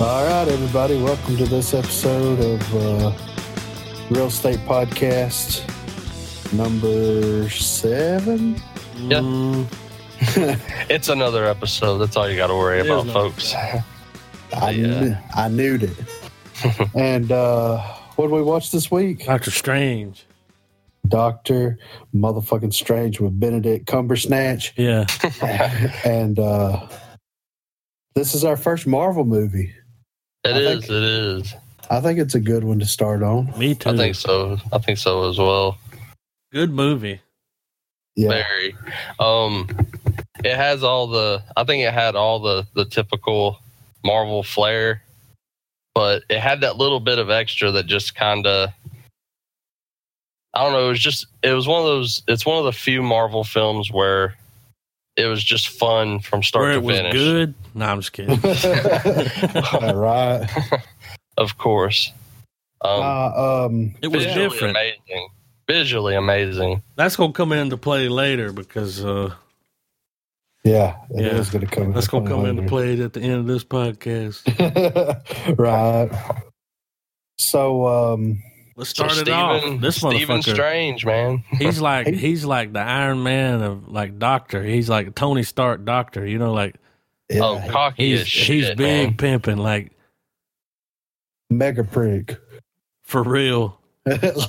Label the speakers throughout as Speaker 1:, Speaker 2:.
Speaker 1: right, everybody. Welcome to this episode of uh, Real Estate Podcast number seven.
Speaker 2: Yeah.
Speaker 3: Mm.
Speaker 2: It's another episode. That's all you got to worry
Speaker 3: It is
Speaker 2: about,
Speaker 3: another
Speaker 2: folks.
Speaker 1: I,
Speaker 2: Yeah.
Speaker 1: kn- I knew it. and uh, what did we watch this week?
Speaker 3: Doctor Strange.
Speaker 1: Doctor Motherfucking Strange with Benedict Cumbersnatch.
Speaker 3: Yeah.
Speaker 1: and uh, this is our first Marvel movie.
Speaker 2: It
Speaker 1: I
Speaker 2: is.
Speaker 1: think-
Speaker 2: It is.
Speaker 1: I think it's a good one to start on.
Speaker 3: Me too.
Speaker 2: I think so. I think so as well.
Speaker 3: Good movie.
Speaker 1: Yeah.
Speaker 2: Very. Um, it has all the. I think it had all the the typical Marvel flair, but it had that little bit of extra that just kind of. I don't know. It was just. It was one of those. It's one of the few Marvel films where it was just fun from start
Speaker 3: Where
Speaker 2: to
Speaker 3: it was
Speaker 2: finish.
Speaker 3: good. No, I'm just kidding.
Speaker 1: All right.
Speaker 2: Of course. Um,
Speaker 1: Uh, um,
Speaker 3: It was
Speaker 2: visually
Speaker 3: different.
Speaker 2: Amazing. Visually amazing.
Speaker 3: That's gonna come into play later because uh,
Speaker 1: yeah, it
Speaker 3: Yeah.
Speaker 1: going to come.
Speaker 3: that's gonna come into play at the end of this podcast.
Speaker 1: play. right. So, um,
Speaker 3: Let's
Speaker 2: So
Speaker 3: start it
Speaker 2: Stephen-
Speaker 3: off. This
Speaker 2: Stephen
Speaker 3: motherfucker.
Speaker 2: Strange, man.
Speaker 3: He's like he's like the Iron Man of like Doctor. He's like Tony Stark Doctor. You know, like
Speaker 1: yeah,
Speaker 2: Oh, cocky
Speaker 3: he's
Speaker 2: as shit.
Speaker 3: he's big
Speaker 2: man.
Speaker 3: pimping like
Speaker 1: mega prick.
Speaker 3: for real.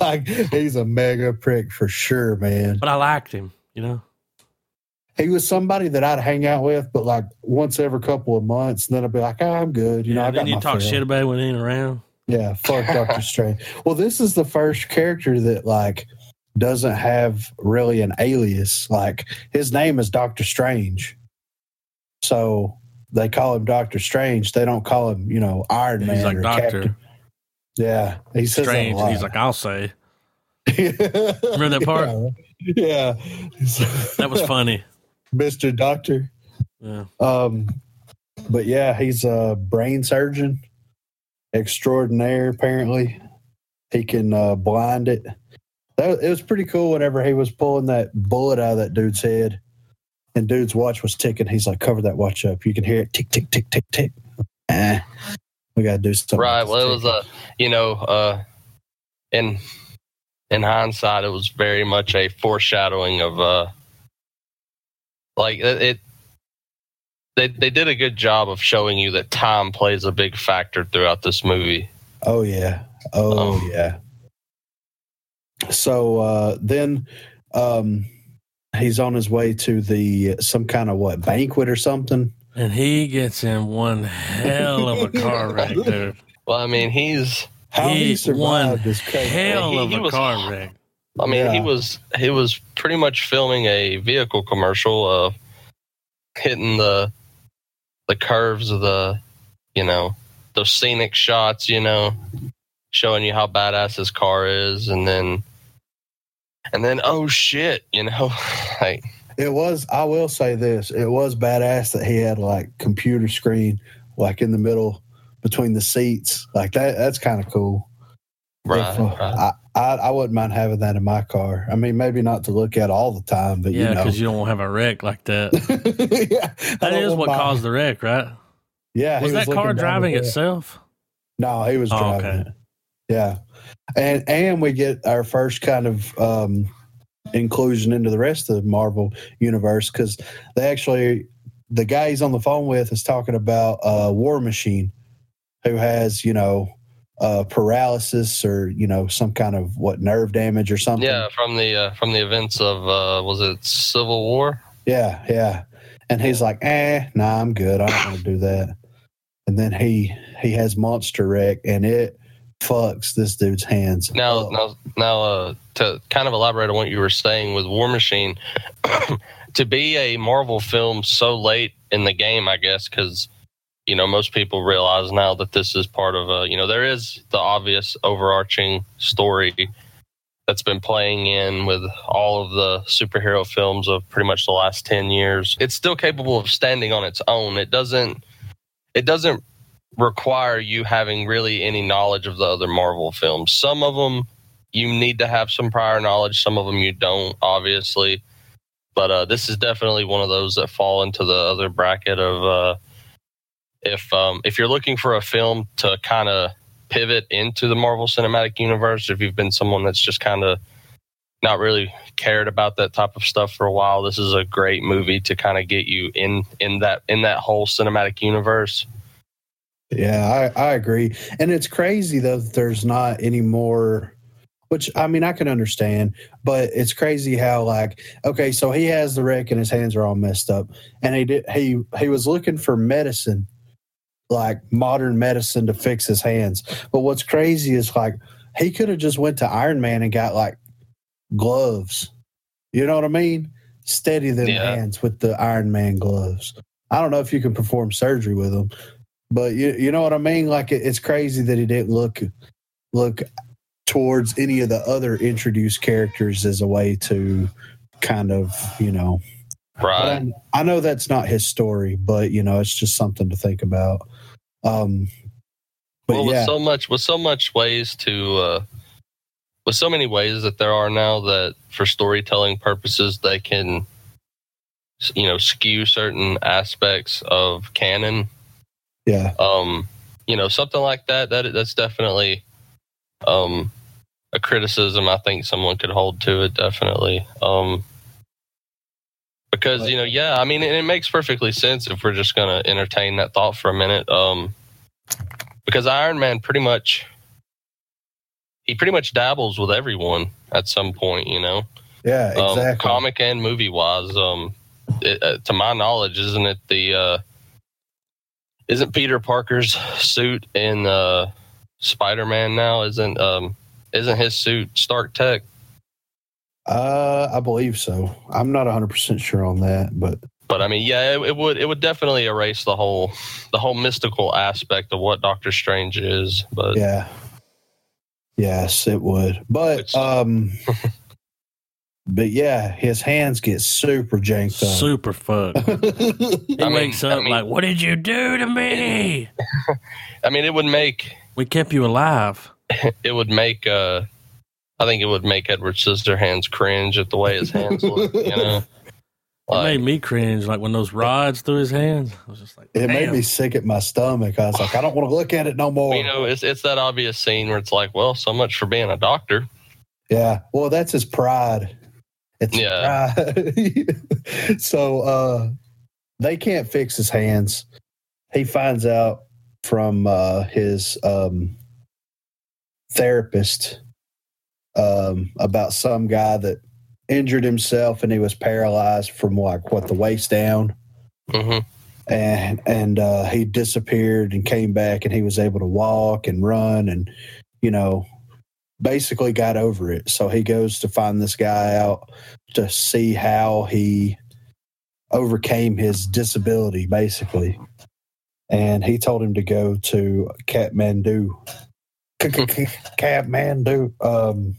Speaker 1: like he's a mega prick for sure, man.
Speaker 3: But I liked him. You know.
Speaker 1: He was somebody that I'd hang out with, but like once every couple of months, and then I'd be like, "Ah, I'm good. You know, I
Speaker 3: yeah,
Speaker 1: got
Speaker 3: then you
Speaker 1: my
Speaker 3: talk
Speaker 1: fill."
Speaker 3: shit about him when he ain't around.
Speaker 1: Yeah, fuck Doctor Strange. Well, this is the first character that like doesn't have really an alias. Like his name is Doctor Strange, so they call him Doctor Strange. They don't call him, you know, Iron Man
Speaker 3: He's like
Speaker 1: or
Speaker 3: Doctor
Speaker 1: Captain. Yeah, he says
Speaker 3: Strange. and He's like, I'll say
Speaker 1: remember
Speaker 3: that part?
Speaker 1: Yeah,
Speaker 3: that was funny.
Speaker 1: Mister Doctor.
Speaker 3: Yeah.
Speaker 1: Um, but yeah, he's a brain surgeon extraordinaire. Apparently, he can uh, blind it. That, it was pretty cool. Whenever he was pulling that bullet out of that dude's head, and dude's watch was ticking, he's like, "Cover that watch up." You can hear it tick, tick, tick, tick, tick. Eh, we gotta do something.
Speaker 2: Right.
Speaker 1: with
Speaker 2: Well, it
Speaker 1: this
Speaker 2: was uh, a, you know, uh, in in hindsight, it was very much a foreshadowing of, uh, like it. it they, they did a good job of showing you that time plays a big factor throughout this movie.
Speaker 1: tick. Oh yeah. Oh
Speaker 2: Um,
Speaker 1: yeah. So uh, then, um, he's on his way to the some kind of what banquet or something.
Speaker 3: And he gets in one hell of a car wreck, dude.
Speaker 2: Well, I mean, he's
Speaker 1: How he,
Speaker 3: He won
Speaker 1: survived is crazy.
Speaker 3: Hell
Speaker 2: He-
Speaker 3: of
Speaker 2: he
Speaker 3: a
Speaker 2: was-
Speaker 3: car wreck.
Speaker 2: I mean, he
Speaker 1: Yeah.
Speaker 2: was he was pretty much filming a vehicle commercial of hitting the the curves of the you know those scenic shots, you know, showing you how badass his car is, and then and then oh shit, you know, like
Speaker 1: It was. I will say this: it was badass that he had like computer screen, like in the middle between the seats, like that. That's kind of cool.
Speaker 2: right,
Speaker 1: If, uh,
Speaker 2: right.
Speaker 1: I, I I wouldn't mind having that in my car. I mean, maybe not to look at all the time, but
Speaker 3: Yeah,
Speaker 1: you know,
Speaker 3: because you don't have a wreck like that.
Speaker 1: yeah, I
Speaker 3: That
Speaker 1: don't
Speaker 3: is
Speaker 1: want
Speaker 3: what
Speaker 1: my-
Speaker 3: caused the wreck, right?
Speaker 1: Yeah, he
Speaker 3: Was that
Speaker 1: looking
Speaker 3: car
Speaker 1: down
Speaker 3: driving
Speaker 1: the-
Speaker 3: itself?
Speaker 1: No, he was
Speaker 3: Oh,
Speaker 1: driving.
Speaker 3: okay.
Speaker 1: it. Yeah, and and we get our first kind of um, inclusion into the rest of the Marvel universe because they actually the guy he's on the phone with is talking about uh, War Machine, who has you know uh, paralysis or you know some kind of what nerve damage or something.
Speaker 2: yeah, from the uh, from the events of uh, was it Civil War?
Speaker 1: Yeah, yeah. And he's like, eh, nah, I'm good. I don't want to do that. And then he he has monster wreck and it fucks this dude's hands.
Speaker 2: Now,
Speaker 1: up.
Speaker 2: now, now, uh, to kind of elaborate on what you were saying with War Machine, to be a Marvel film so late in the game, I guess, because you know most people realize now that this is part of a you know there is the obvious overarching story that's been playing in with all of the superhero films of pretty much the last 10 years it's still capable of standing on its own it doesn't it doesn't require you having really any knowledge of the other Marvel films. Some of them you need to have some prior knowledge, some of them you don't, obviously. But uh, this is definitely one of those that fall into the other bracket of uh, if um, if you're looking for a film to kind of pivot into the Marvel Cinematic Universe, if you've been someone that's just kind of not really cared about that type of stuff for a while, this is a great movie to kind of get you in in that in that whole cinematic universe.
Speaker 1: Yeah, I, I agree. And it's crazy though that there's not any more which I mean I can understand, but it's crazy how like okay, so he has the wreck and his hands are all messed up. And he did he he was looking for medicine, like modern medicine to fix his hands. But what's crazy is like he could have just went to Iron Man and got like gloves. You know what I mean? Steady them
Speaker 2: Yeah.
Speaker 1: hands with the Iron Man gloves. I don't know if you can perform surgery with them, but you you know what I mean? Like it, it's crazy that he didn't look look towards any of the other introduced characters as a way to kind of you know. but
Speaker 2: Right.
Speaker 1: I, I know that's not his story, but you know it's just something to think about. Um, but
Speaker 2: well,
Speaker 1: yeah,
Speaker 2: with so much with so much ways to uh, with so many ways that there are now that for storytelling purposes they can s- you know skew certain aspects of canon.
Speaker 1: yeah,
Speaker 2: Um, you know something like that. That that's definitely um, a criticism I think someone could hold to it definitely. Um, because you know yeah I mean and it makes perfectly sense if we're just gonna entertain that thought for a minute. Um, because Iron Man pretty much he pretty much dabbles with everyone at some point, you know,
Speaker 1: yeah, exactly.
Speaker 2: um, comic and movie wise. Um, it, uh, to my knowledge, isn't it the uh, isn't Peter Parker's suit in uh, Spider Man now? Isn't um, isn't his suit Stark Tech?
Speaker 1: Uh, I believe so. I'm not 100 percent sure on that, but
Speaker 2: But I mean, yeah, it, it would it would definitely erase the whole the whole mystical aspect of what Doctor Strange is. But
Speaker 1: yeah, yes, it would. But
Speaker 2: It's-
Speaker 1: um, but yeah, his hands get super janked up.
Speaker 3: Super fucked. He
Speaker 2: I mean-
Speaker 3: wakes
Speaker 2: I
Speaker 3: up
Speaker 2: mean-
Speaker 3: like, "What did you do to me?
Speaker 2: I mean, it would make
Speaker 3: We kept you alive."
Speaker 2: it would make uh I think it would make Edward Scissorhands cringe at the way his hands look, you know.
Speaker 3: it
Speaker 2: Like,
Speaker 3: made me cringe. Like when those rods through his hands, I was just like,
Speaker 1: It made
Speaker 3: "Damn."
Speaker 1: me sick at my stomach. I was like, I don't want to look at it no more.
Speaker 2: you know, it's it's that obvious scene where it's like, well, so much for being a doctor.
Speaker 1: Yeah. Well, that's his pride. It's
Speaker 2: Yeah.
Speaker 1: yeah. pride. so uh they can't fix his hands. He finds out from uh his um therapist um about some guy that injured himself and he was paralyzed from like what the waist down
Speaker 2: hmm
Speaker 1: and and uh, he disappeared and came back and he was able to walk and run and you know basically got over it so he goes to find this guy out to see how he overcame his disability basically and he told him to go to Kathmandu K- K- K- Kathmandu um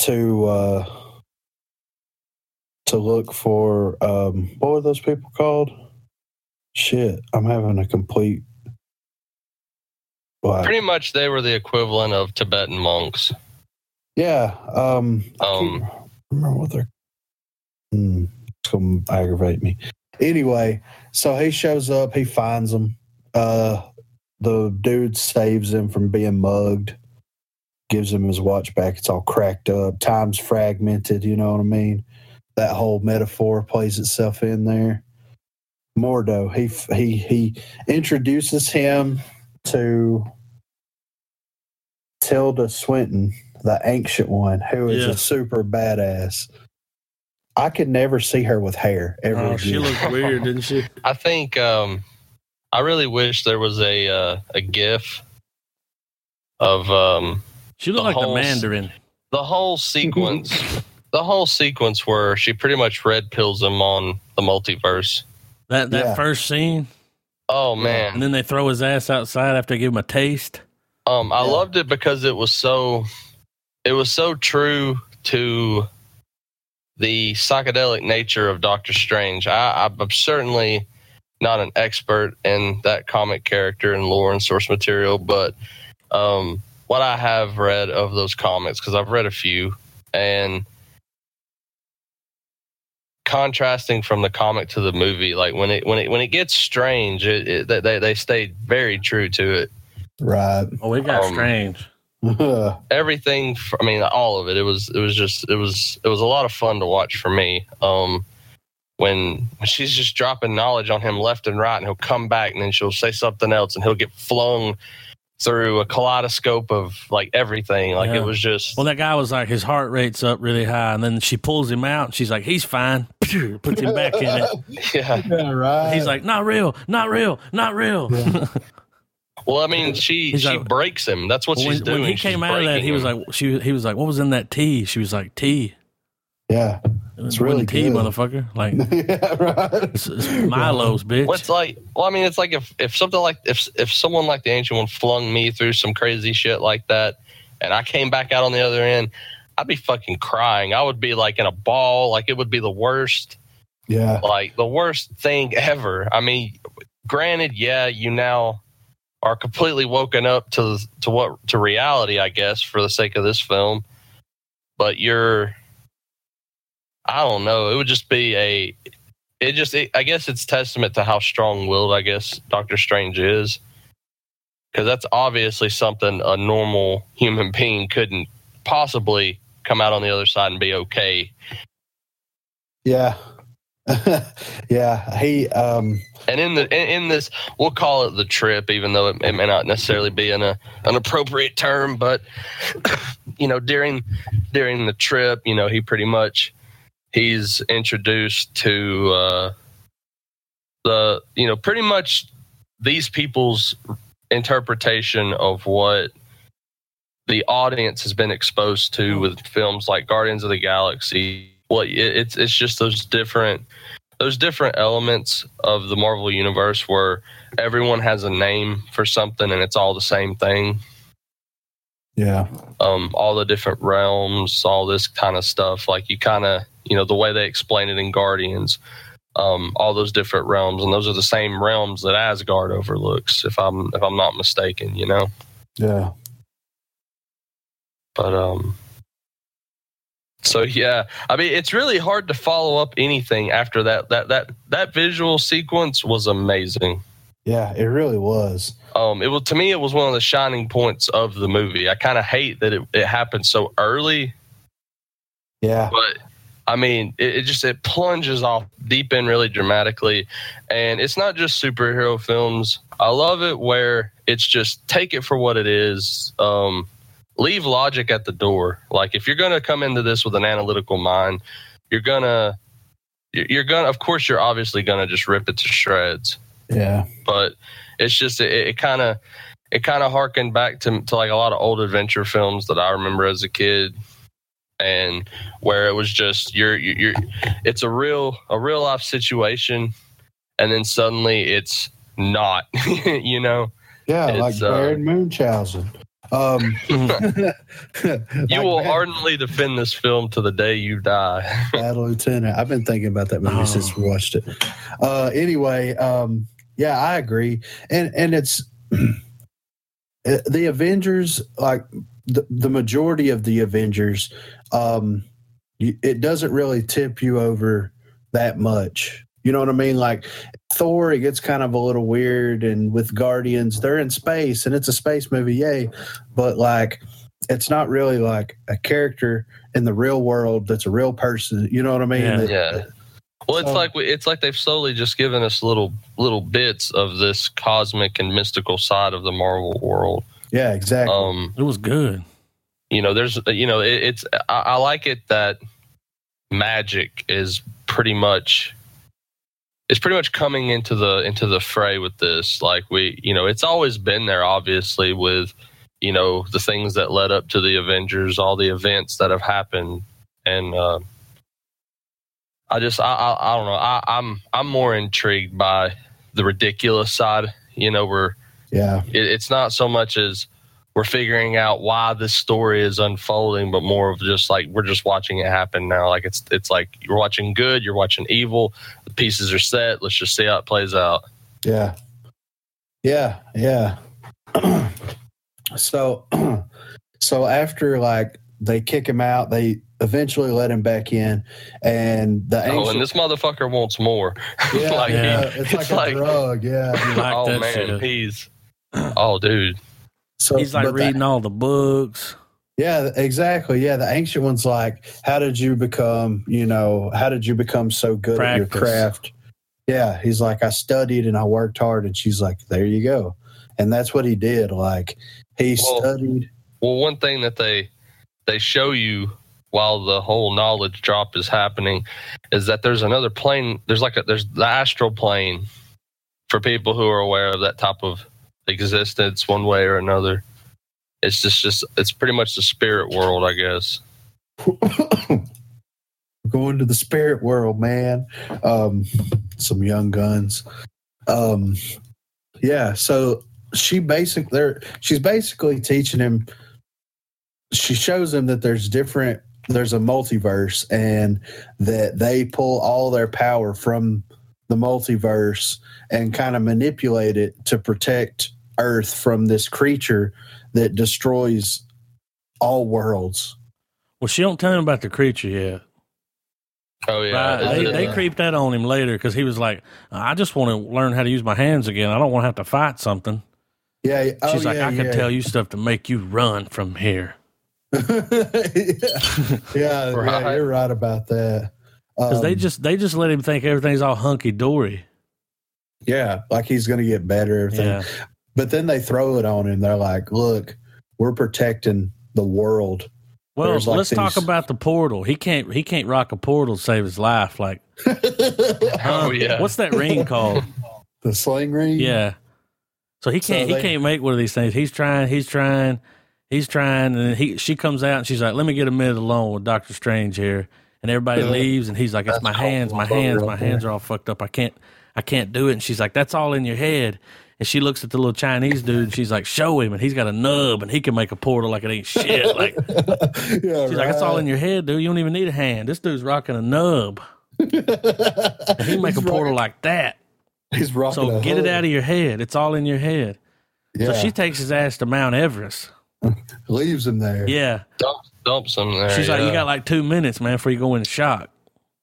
Speaker 1: to uh to look for um what were those people called? Shit, I'm having a complete like,
Speaker 2: Pretty much, they were the equivalent of Tibetan monks.
Speaker 1: yeah. Um, I
Speaker 2: Um,
Speaker 1: can't remember what they're Hmm, it's gonna aggravate me. Anyway, so he shows up, he finds him. Uh the dude saves him from being mugged, gives him his watch back, it's all cracked up, time's fragmented, you know what I mean? That whole metaphor plays itself in there. Mordo, he f- he he introduces him to Tilda Swinton, the ancient one, who is
Speaker 3: Yeah.
Speaker 1: a super badass. I could never see her with hair ever
Speaker 3: Oh, she
Speaker 1: again.
Speaker 3: looked weird, didn't she?
Speaker 2: I think um, I really wish there was a uh, a GIF of um,
Speaker 3: She looked
Speaker 2: The
Speaker 3: like the
Speaker 2: whole s-
Speaker 3: Mandarin.
Speaker 2: the whole sequence. the whole sequence where she pretty much red pills him on the multiverse.
Speaker 3: That that
Speaker 1: Yeah.
Speaker 3: first scene,
Speaker 2: Oh man!
Speaker 3: and then they throw his ass outside after they give him a taste.
Speaker 2: Um, I
Speaker 1: Yeah.
Speaker 2: loved it because it was so, it was so true to the psychedelic nature of Doctor Strange. I, I'm certainly not an expert in that comic character and lore and source material, but um, what I have read of those comics, because I've read a few, and contrasting from the comic to the movie, like when it when it when it gets strange, it, it, they- they they stayed very true to it.
Speaker 1: Right.
Speaker 3: Oh, we got
Speaker 2: Um,
Speaker 3: strange.
Speaker 2: Everything, fr- I mean, all of it. It was it was just it was it was a lot of fun to watch for me. Um, when when she's just dropping knowledge on him left and right, and he'll come back and then she'll say something else, and he'll get flung through a kaleidoscope of like everything. Like
Speaker 3: Yeah.
Speaker 2: it was just
Speaker 3: Well, that guy was like, his heart rate's up really high, and then she pulls him out. And she's like, he's fine. Puts him back in it.
Speaker 2: yeah.
Speaker 1: yeah, right.
Speaker 3: He's like, not real, not real, not real.
Speaker 1: Yeah.
Speaker 2: Well, I mean, she
Speaker 3: He's
Speaker 2: she
Speaker 3: like-
Speaker 2: breaks him. That's what
Speaker 3: Well,
Speaker 2: she's
Speaker 3: when,
Speaker 2: doing.
Speaker 3: when he
Speaker 2: She's
Speaker 3: came out of that,
Speaker 2: breaking
Speaker 3: he was
Speaker 2: him.
Speaker 3: like, she, he was like, what was in that tea? She was like, tea.
Speaker 1: yeah.
Speaker 3: It's
Speaker 1: really
Speaker 3: tea,
Speaker 1: good.
Speaker 3: motherfucker. Like
Speaker 1: yeah, right.
Speaker 3: it's, it's Milo's, bitch.
Speaker 2: Well, it's like, well, I mean, it's like if, if something like if if someone like the ancient one flung me through some crazy shit like that, and I came back out on the other end, I'd be fucking crying. I would be like in a ball, like it would be the worst,
Speaker 1: Yeah.
Speaker 2: like the worst thing ever. I mean, granted, yeah, you now are completely woken up to to what to reality, I guess, for the sake of this film, but you're, I don't know, it would just be a it just it, i guess it's testament to how strong-willed i guess dr strange is because that's obviously something a normal human being couldn't possibly come out on the other side and be okay
Speaker 1: Yeah. yeah. He um
Speaker 2: and in the in, in this we'll call it the trip even though it, it may not necessarily be an, a, an appropriate term but you know during during the trip you know he pretty much he's introduced to uh the you know pretty much these people's interpretation of what the audience has been exposed to with films like Guardians of the Galaxy what it, it's it's just those different those different elements of the Marvel universe where everyone has a name for something and it's all the same thing.
Speaker 1: yeah.
Speaker 2: Um, all the different realms, all this kind of stuff. Like you kind of, you know, the way they explain it in Guardians, um, all those different realms, and those are the same realms that Asgard overlooks, if I'm if I'm not mistaken, you know.
Speaker 1: Yeah.
Speaker 2: But um so yeah, I mean it's really hard to follow up anything after that. That that that visual sequence was amazing.
Speaker 1: Yeah, it really was.
Speaker 2: um it was to me it was one of the shining points of the movie i kind of hate that it, it happened so early
Speaker 1: Yeah.
Speaker 2: but i mean it, it just it plunges off deep in really dramatically and it's not just superhero films i love it where it's just take it for what it is um leave logic at the door like if you're gonna come into this with an analytical mind you're gonna you're you're gonna of course you're obviously gonna just rip it to shreds
Speaker 1: Yeah.
Speaker 2: but it's just it- it kind of it kind of harkened back to, to like a lot of old adventure films that I remember as a kid, and where it was just you're you're you're- it's a real a real life situation, and then suddenly it's not, you know.
Speaker 1: Yeah, like
Speaker 2: It's, uh,
Speaker 1: Baron Munchausen. Um
Speaker 2: You will ardently defend this film to the day you die.
Speaker 1: Bad Lieutenant. I've been thinking about that movie
Speaker 3: Oh.
Speaker 1: since we watched it. Uh, anyway, um, yeah, I agree, and and it's the Avengers, like the, the majority of the Avengers, um, you, it doesn't really tip you over that much. You know what I mean? Like Thor, it gets kind of a little weird, and with Guardians, they're in space, and it's a space movie, yay! But like, it's not really like a character in the real world that's a real person. You know what I mean?
Speaker 3: Yeah.
Speaker 1: That-
Speaker 2: Yeah. Well, it's
Speaker 1: So-
Speaker 2: like we, it's like they've slowly just given us little little bits of this cosmic and mystical side of the Marvel world.
Speaker 1: yeah, exactly.
Speaker 2: Um,
Speaker 3: it was good.
Speaker 2: you know there's you know it, it's I, I like it that magic is pretty much it's pretty much coming into the into the fray with this like we you know it's always been there obviously with you know the things that led up to the avengers all the events that have happened and uh i just i i, I don't know i i'm i'm more intrigued by the ridiculous side you know where
Speaker 1: yeah,
Speaker 2: it, it's not so much as we're figuring out why this story is unfolding, but more of just like we're just watching it happen now. Like it's it's like you're watching good, you're watching evil. The pieces are set. Let's just see how it plays out.
Speaker 1: yeah, yeah, yeah. so, so after like They kick him out. They eventually let him back in, and the
Speaker 2: Oh,
Speaker 1: ancient-
Speaker 2: and this motherfucker wants more.
Speaker 1: yeah,
Speaker 2: like, he-
Speaker 1: yeah, it's like
Speaker 2: it's
Speaker 1: a
Speaker 2: like-
Speaker 1: drug. Yeah.
Speaker 3: He liked
Speaker 2: oh
Speaker 3: that
Speaker 2: man,
Speaker 3: shit.
Speaker 2: he's oh dude.
Speaker 1: So
Speaker 3: He's like
Speaker 1: but the-
Speaker 3: reading all the books.
Speaker 1: Yeah, exactly. Yeah, the ancient one's like, how did you become, you know, how did you become so good at
Speaker 3: Practice.
Speaker 1: your craft? Yeah, he's like, I studied and I worked hard. And she's like, there you go. And that's what he did. Like, he
Speaker 2: Well-
Speaker 1: studied.
Speaker 2: Well, one thing that they they show you while the whole knowledge drop is happening is that there's another plane. There's like a there's the astral plane for people who are aware of that type of existence, one way or another. It's just just it's pretty much the spirit world, I guess.
Speaker 1: going to the spirit world, man. Um, some young guns. Um, yeah. So she basically, they're, she's basically teaching him. She shows him that there's different. There's a multiverse, and that they pull all their power from the multiverse and kind of manipulate it to protect Earth from this creature that destroys all worlds.
Speaker 3: Well, she don't tell him about the creature yet.
Speaker 2: Oh yeah,
Speaker 3: right?
Speaker 2: Is
Speaker 3: They,
Speaker 2: it-
Speaker 3: they creeped that on him later because he was like, "I just want to learn how to use my hands again. I don't want to have to fight something."
Speaker 1: Yeah. oh,
Speaker 3: She's like,
Speaker 1: yeah,
Speaker 3: "I
Speaker 1: yeah.
Speaker 3: can tell you stuff to make you run from here."
Speaker 1: yeah, yeah,
Speaker 2: Right.
Speaker 1: you're right about that.
Speaker 3: Because they
Speaker 1: Um,
Speaker 3: just they just let him think everything's all hunky dory.
Speaker 1: yeah, like he's gonna get better. Everything,
Speaker 3: Yeah,
Speaker 1: but then they throw it on him. They're like, "Look, we're protecting the world."
Speaker 3: Well,
Speaker 1: There's, like,
Speaker 3: let's talk
Speaker 1: these-
Speaker 3: about the portal. He can't he can't rock a portal to save his life. Like,
Speaker 1: the
Speaker 2: Oh
Speaker 3: huh?
Speaker 2: yeah.
Speaker 3: um, what's that ring called?
Speaker 1: sling ring.
Speaker 3: yeah. So he can't
Speaker 1: So
Speaker 3: he
Speaker 1: they-
Speaker 3: can't make one of these things. He's trying, he's trying, he's trying, and then he she comes out and she's like, "Let me get a minute alone with Doctor Strange here." And everybody
Speaker 1: Yeah.
Speaker 3: leaves, and he's like, "It's
Speaker 2: That's
Speaker 3: my
Speaker 2: cool.
Speaker 3: hands, my
Speaker 1: Over
Speaker 3: hands,
Speaker 1: up
Speaker 3: my hands are all fucked up. I can't, I can't do it." And she's like, "That's all in your head." And she looks at the little Chinese dude, and she's like, "Show him." And he's got a nub, and he can make a portal like it ain't shit. Like
Speaker 1: yeah,
Speaker 3: She's like, it's all in your head, dude. You don't even need a hand. This dude's rocking a nub.
Speaker 1: your.
Speaker 3: He make a portal like that.
Speaker 1: He's rocking.
Speaker 3: So
Speaker 1: a
Speaker 3: get
Speaker 1: hood.
Speaker 3: it out of your head. It's all in your head.
Speaker 1: Yeah,
Speaker 3: So she takes his ass to Mount Everest.
Speaker 1: leaves him there.
Speaker 3: Yeah.
Speaker 2: dumps, dumps him there?
Speaker 3: She's like,
Speaker 2: yeah.
Speaker 3: you got like two minutes, man, before you go in shock.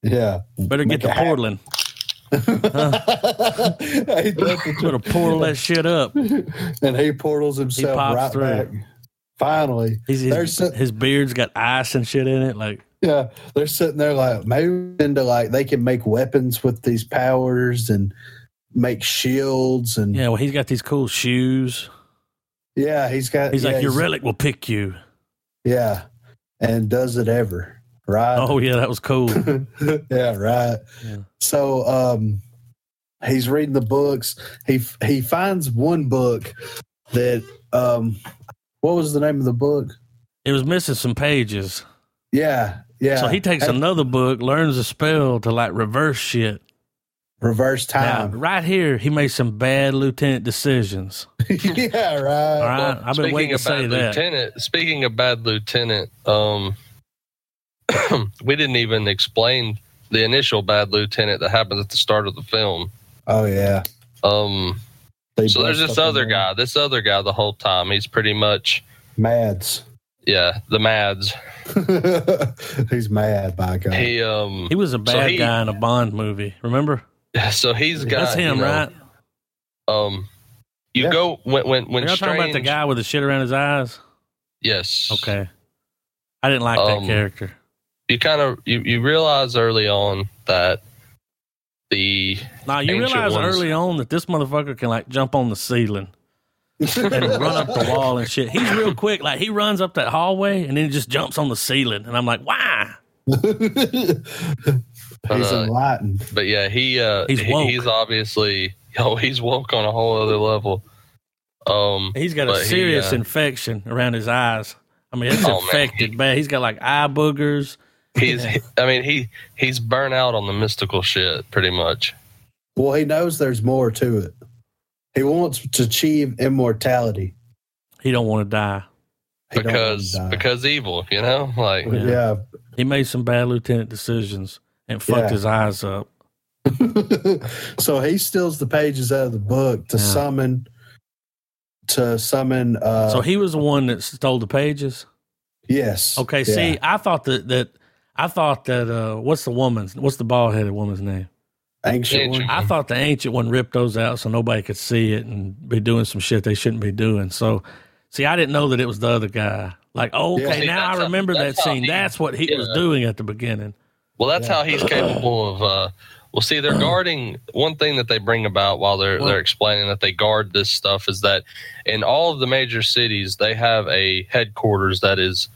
Speaker 1: yeah.
Speaker 3: Better get
Speaker 1: Make
Speaker 3: to
Speaker 1: it happen.
Speaker 3: Portland. Uh-huh.
Speaker 1: I hate that.
Speaker 3: Better portal that shit up.
Speaker 1: and he portals himself
Speaker 3: pops
Speaker 1: right
Speaker 3: through.
Speaker 1: back. Finally,
Speaker 3: He's,
Speaker 1: They're
Speaker 3: his,
Speaker 1: so-
Speaker 3: his beard's got ice and shit in it. Like,
Speaker 1: Yeah, they're sitting there like maybe into like they can make weapons with these powers and make shields and yeah,
Speaker 3: yeah, well, he's got these cool shoes.
Speaker 1: he's got
Speaker 3: He's
Speaker 1: yeah,
Speaker 3: like, your relic will pick you.
Speaker 1: yeah, and does it ever right?
Speaker 3: Oh, yeah, that was cool.
Speaker 1: yeah, right.
Speaker 3: Yeah.
Speaker 1: So um, he's reading the books. He he finds one book that um, what was the name of the book?
Speaker 3: It was missing some pages.
Speaker 1: Yeah, yeah.
Speaker 3: So he takes
Speaker 1: And-
Speaker 3: another book, learns a spell to like reverse shit.
Speaker 1: reverse
Speaker 3: Now,
Speaker 1: time.
Speaker 3: right here, he made some bad lieutenant decisions.
Speaker 1: yeah, right.
Speaker 3: All right,
Speaker 2: Well,
Speaker 3: I've been
Speaker 2: speaking
Speaker 3: waiting to
Speaker 2: of
Speaker 3: say
Speaker 2: bad
Speaker 3: that.
Speaker 2: Lieutenant, speaking of bad lieutenant, um, we didn't even explain the initial bad lieutenant that happens at the start of the film.
Speaker 1: Oh yeah.
Speaker 2: Um,
Speaker 1: They
Speaker 2: so there's
Speaker 1: bust
Speaker 2: this
Speaker 1: up in
Speaker 2: other
Speaker 1: there.
Speaker 2: guy. This other guy, the whole time, he's pretty much
Speaker 1: Mads.
Speaker 2: yeah, the Mads.
Speaker 1: He's mad, by God.
Speaker 2: He um,
Speaker 3: He was a bad
Speaker 2: he-
Speaker 3: guy in a Bond movie. Remember?
Speaker 2: so he's got
Speaker 3: That's him,
Speaker 2: you know,
Speaker 3: right?
Speaker 2: Um, you
Speaker 1: Yeah.
Speaker 2: go when when when
Speaker 3: You're not talking about the
Speaker 2: Strange-
Speaker 3: guy with the shit around his eyes.
Speaker 2: Yes.
Speaker 3: Okay, I didn't like
Speaker 2: Um,
Speaker 3: that character.
Speaker 2: You kind of you, you realize early on that the
Speaker 3: Now you
Speaker 2: ancient
Speaker 3: realize
Speaker 2: ones.
Speaker 3: early on that this motherfucker can like jump on the ceiling and run up the wall and shit. He's real quick. Like he runs up that hallway and then just jumps on the ceiling. And I'm like, why?
Speaker 1: He's
Speaker 2: Uh,
Speaker 1: enlightened.
Speaker 2: But yeah, he uh
Speaker 3: He's
Speaker 2: he's,
Speaker 3: woke.
Speaker 2: he's obviously oh he's woke on a whole other level. Um
Speaker 3: He's got a
Speaker 2: But he,
Speaker 3: serious
Speaker 2: uh,
Speaker 3: infection around his eyes. I mean, it's
Speaker 2: Oh, man.
Speaker 3: infected bad. He's got like eye boogers.
Speaker 2: he's I mean he he's burnt out on the mystical shit pretty much.
Speaker 1: Well, he knows there's more to it. He wants to achieve immortality.
Speaker 3: He don't want to die.
Speaker 1: He don't
Speaker 2: Because
Speaker 1: wanna die.
Speaker 2: because evil, you know? Like
Speaker 3: Yeah.
Speaker 1: yeah.
Speaker 3: He made some bad lieutenant decisions and fucked
Speaker 1: Yeah.
Speaker 3: his eyes up.
Speaker 1: so he steals the pages out of the book to
Speaker 3: Yeah.
Speaker 1: summon uh, to summon uh
Speaker 3: so he was the one that stole the pages.
Speaker 1: Yes.
Speaker 3: Okay,
Speaker 1: Yeah.
Speaker 3: see, I thought that that I thought that uh what's the woman's what's the bald headed woman's name?
Speaker 1: Ancient
Speaker 2: Ancient.
Speaker 1: one.
Speaker 3: I
Speaker 2: Mhm.
Speaker 3: thought the ancient one ripped those out so nobody could see it and be doing some shit they shouldn't be doing. So see I didn't know that it was the other guy. Like, oh,
Speaker 1: Yeah.
Speaker 3: okay,
Speaker 2: See,
Speaker 3: now
Speaker 2: that's
Speaker 3: I
Speaker 2: how-
Speaker 3: remember
Speaker 2: that's
Speaker 3: that
Speaker 2: how
Speaker 3: scene.
Speaker 2: he-
Speaker 3: that's what he was
Speaker 2: yeah.
Speaker 3: doing at the beginning.
Speaker 2: Well, that's
Speaker 1: Yeah.
Speaker 2: how he's capable of. Uh, well, see, they're guarding one thing that they bring about while they're
Speaker 3: Well-
Speaker 2: they're explaining that they guard this stuff is that in all of the major cities they have a headquarters that is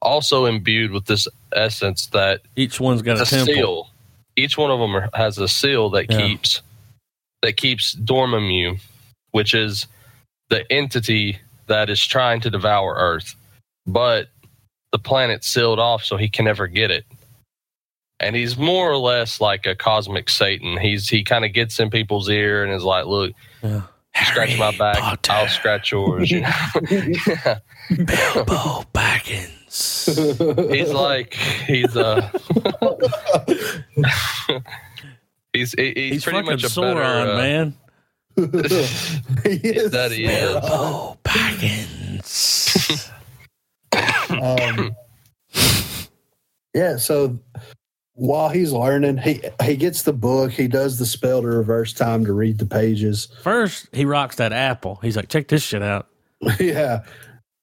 Speaker 2: also imbued with this essence that
Speaker 3: Each one's got a,
Speaker 2: a
Speaker 3: temple.
Speaker 2: seal. Each one of them are, has a seal that
Speaker 3: Yeah.
Speaker 2: keeps that keeps Dormammu, which is the entity that is trying to devour Earth, but the planet's sealed off, so he can never get it. And he's more or less like a cosmic Satan. He's he kind of gets in people's ear and is like, "Look,
Speaker 3: Yeah.
Speaker 2: scratch my back,
Speaker 3: Potter.
Speaker 2: I'll scratch yours." You know?
Speaker 3: Bilbo Baggins.
Speaker 2: he's like he's uh he's he- he's,
Speaker 3: He's
Speaker 2: pretty
Speaker 3: fucking
Speaker 2: much a
Speaker 3: Sauron,
Speaker 2: better uh,
Speaker 3: man.
Speaker 1: Yes.
Speaker 2: that he is.
Speaker 3: Bilbo Baggins.
Speaker 1: Um, yeah, so while he's learning, he he gets the book, he does the spell to reverse time to read the pages.
Speaker 3: First, he rocks that apple. He's like, check this shit out.
Speaker 1: yeah.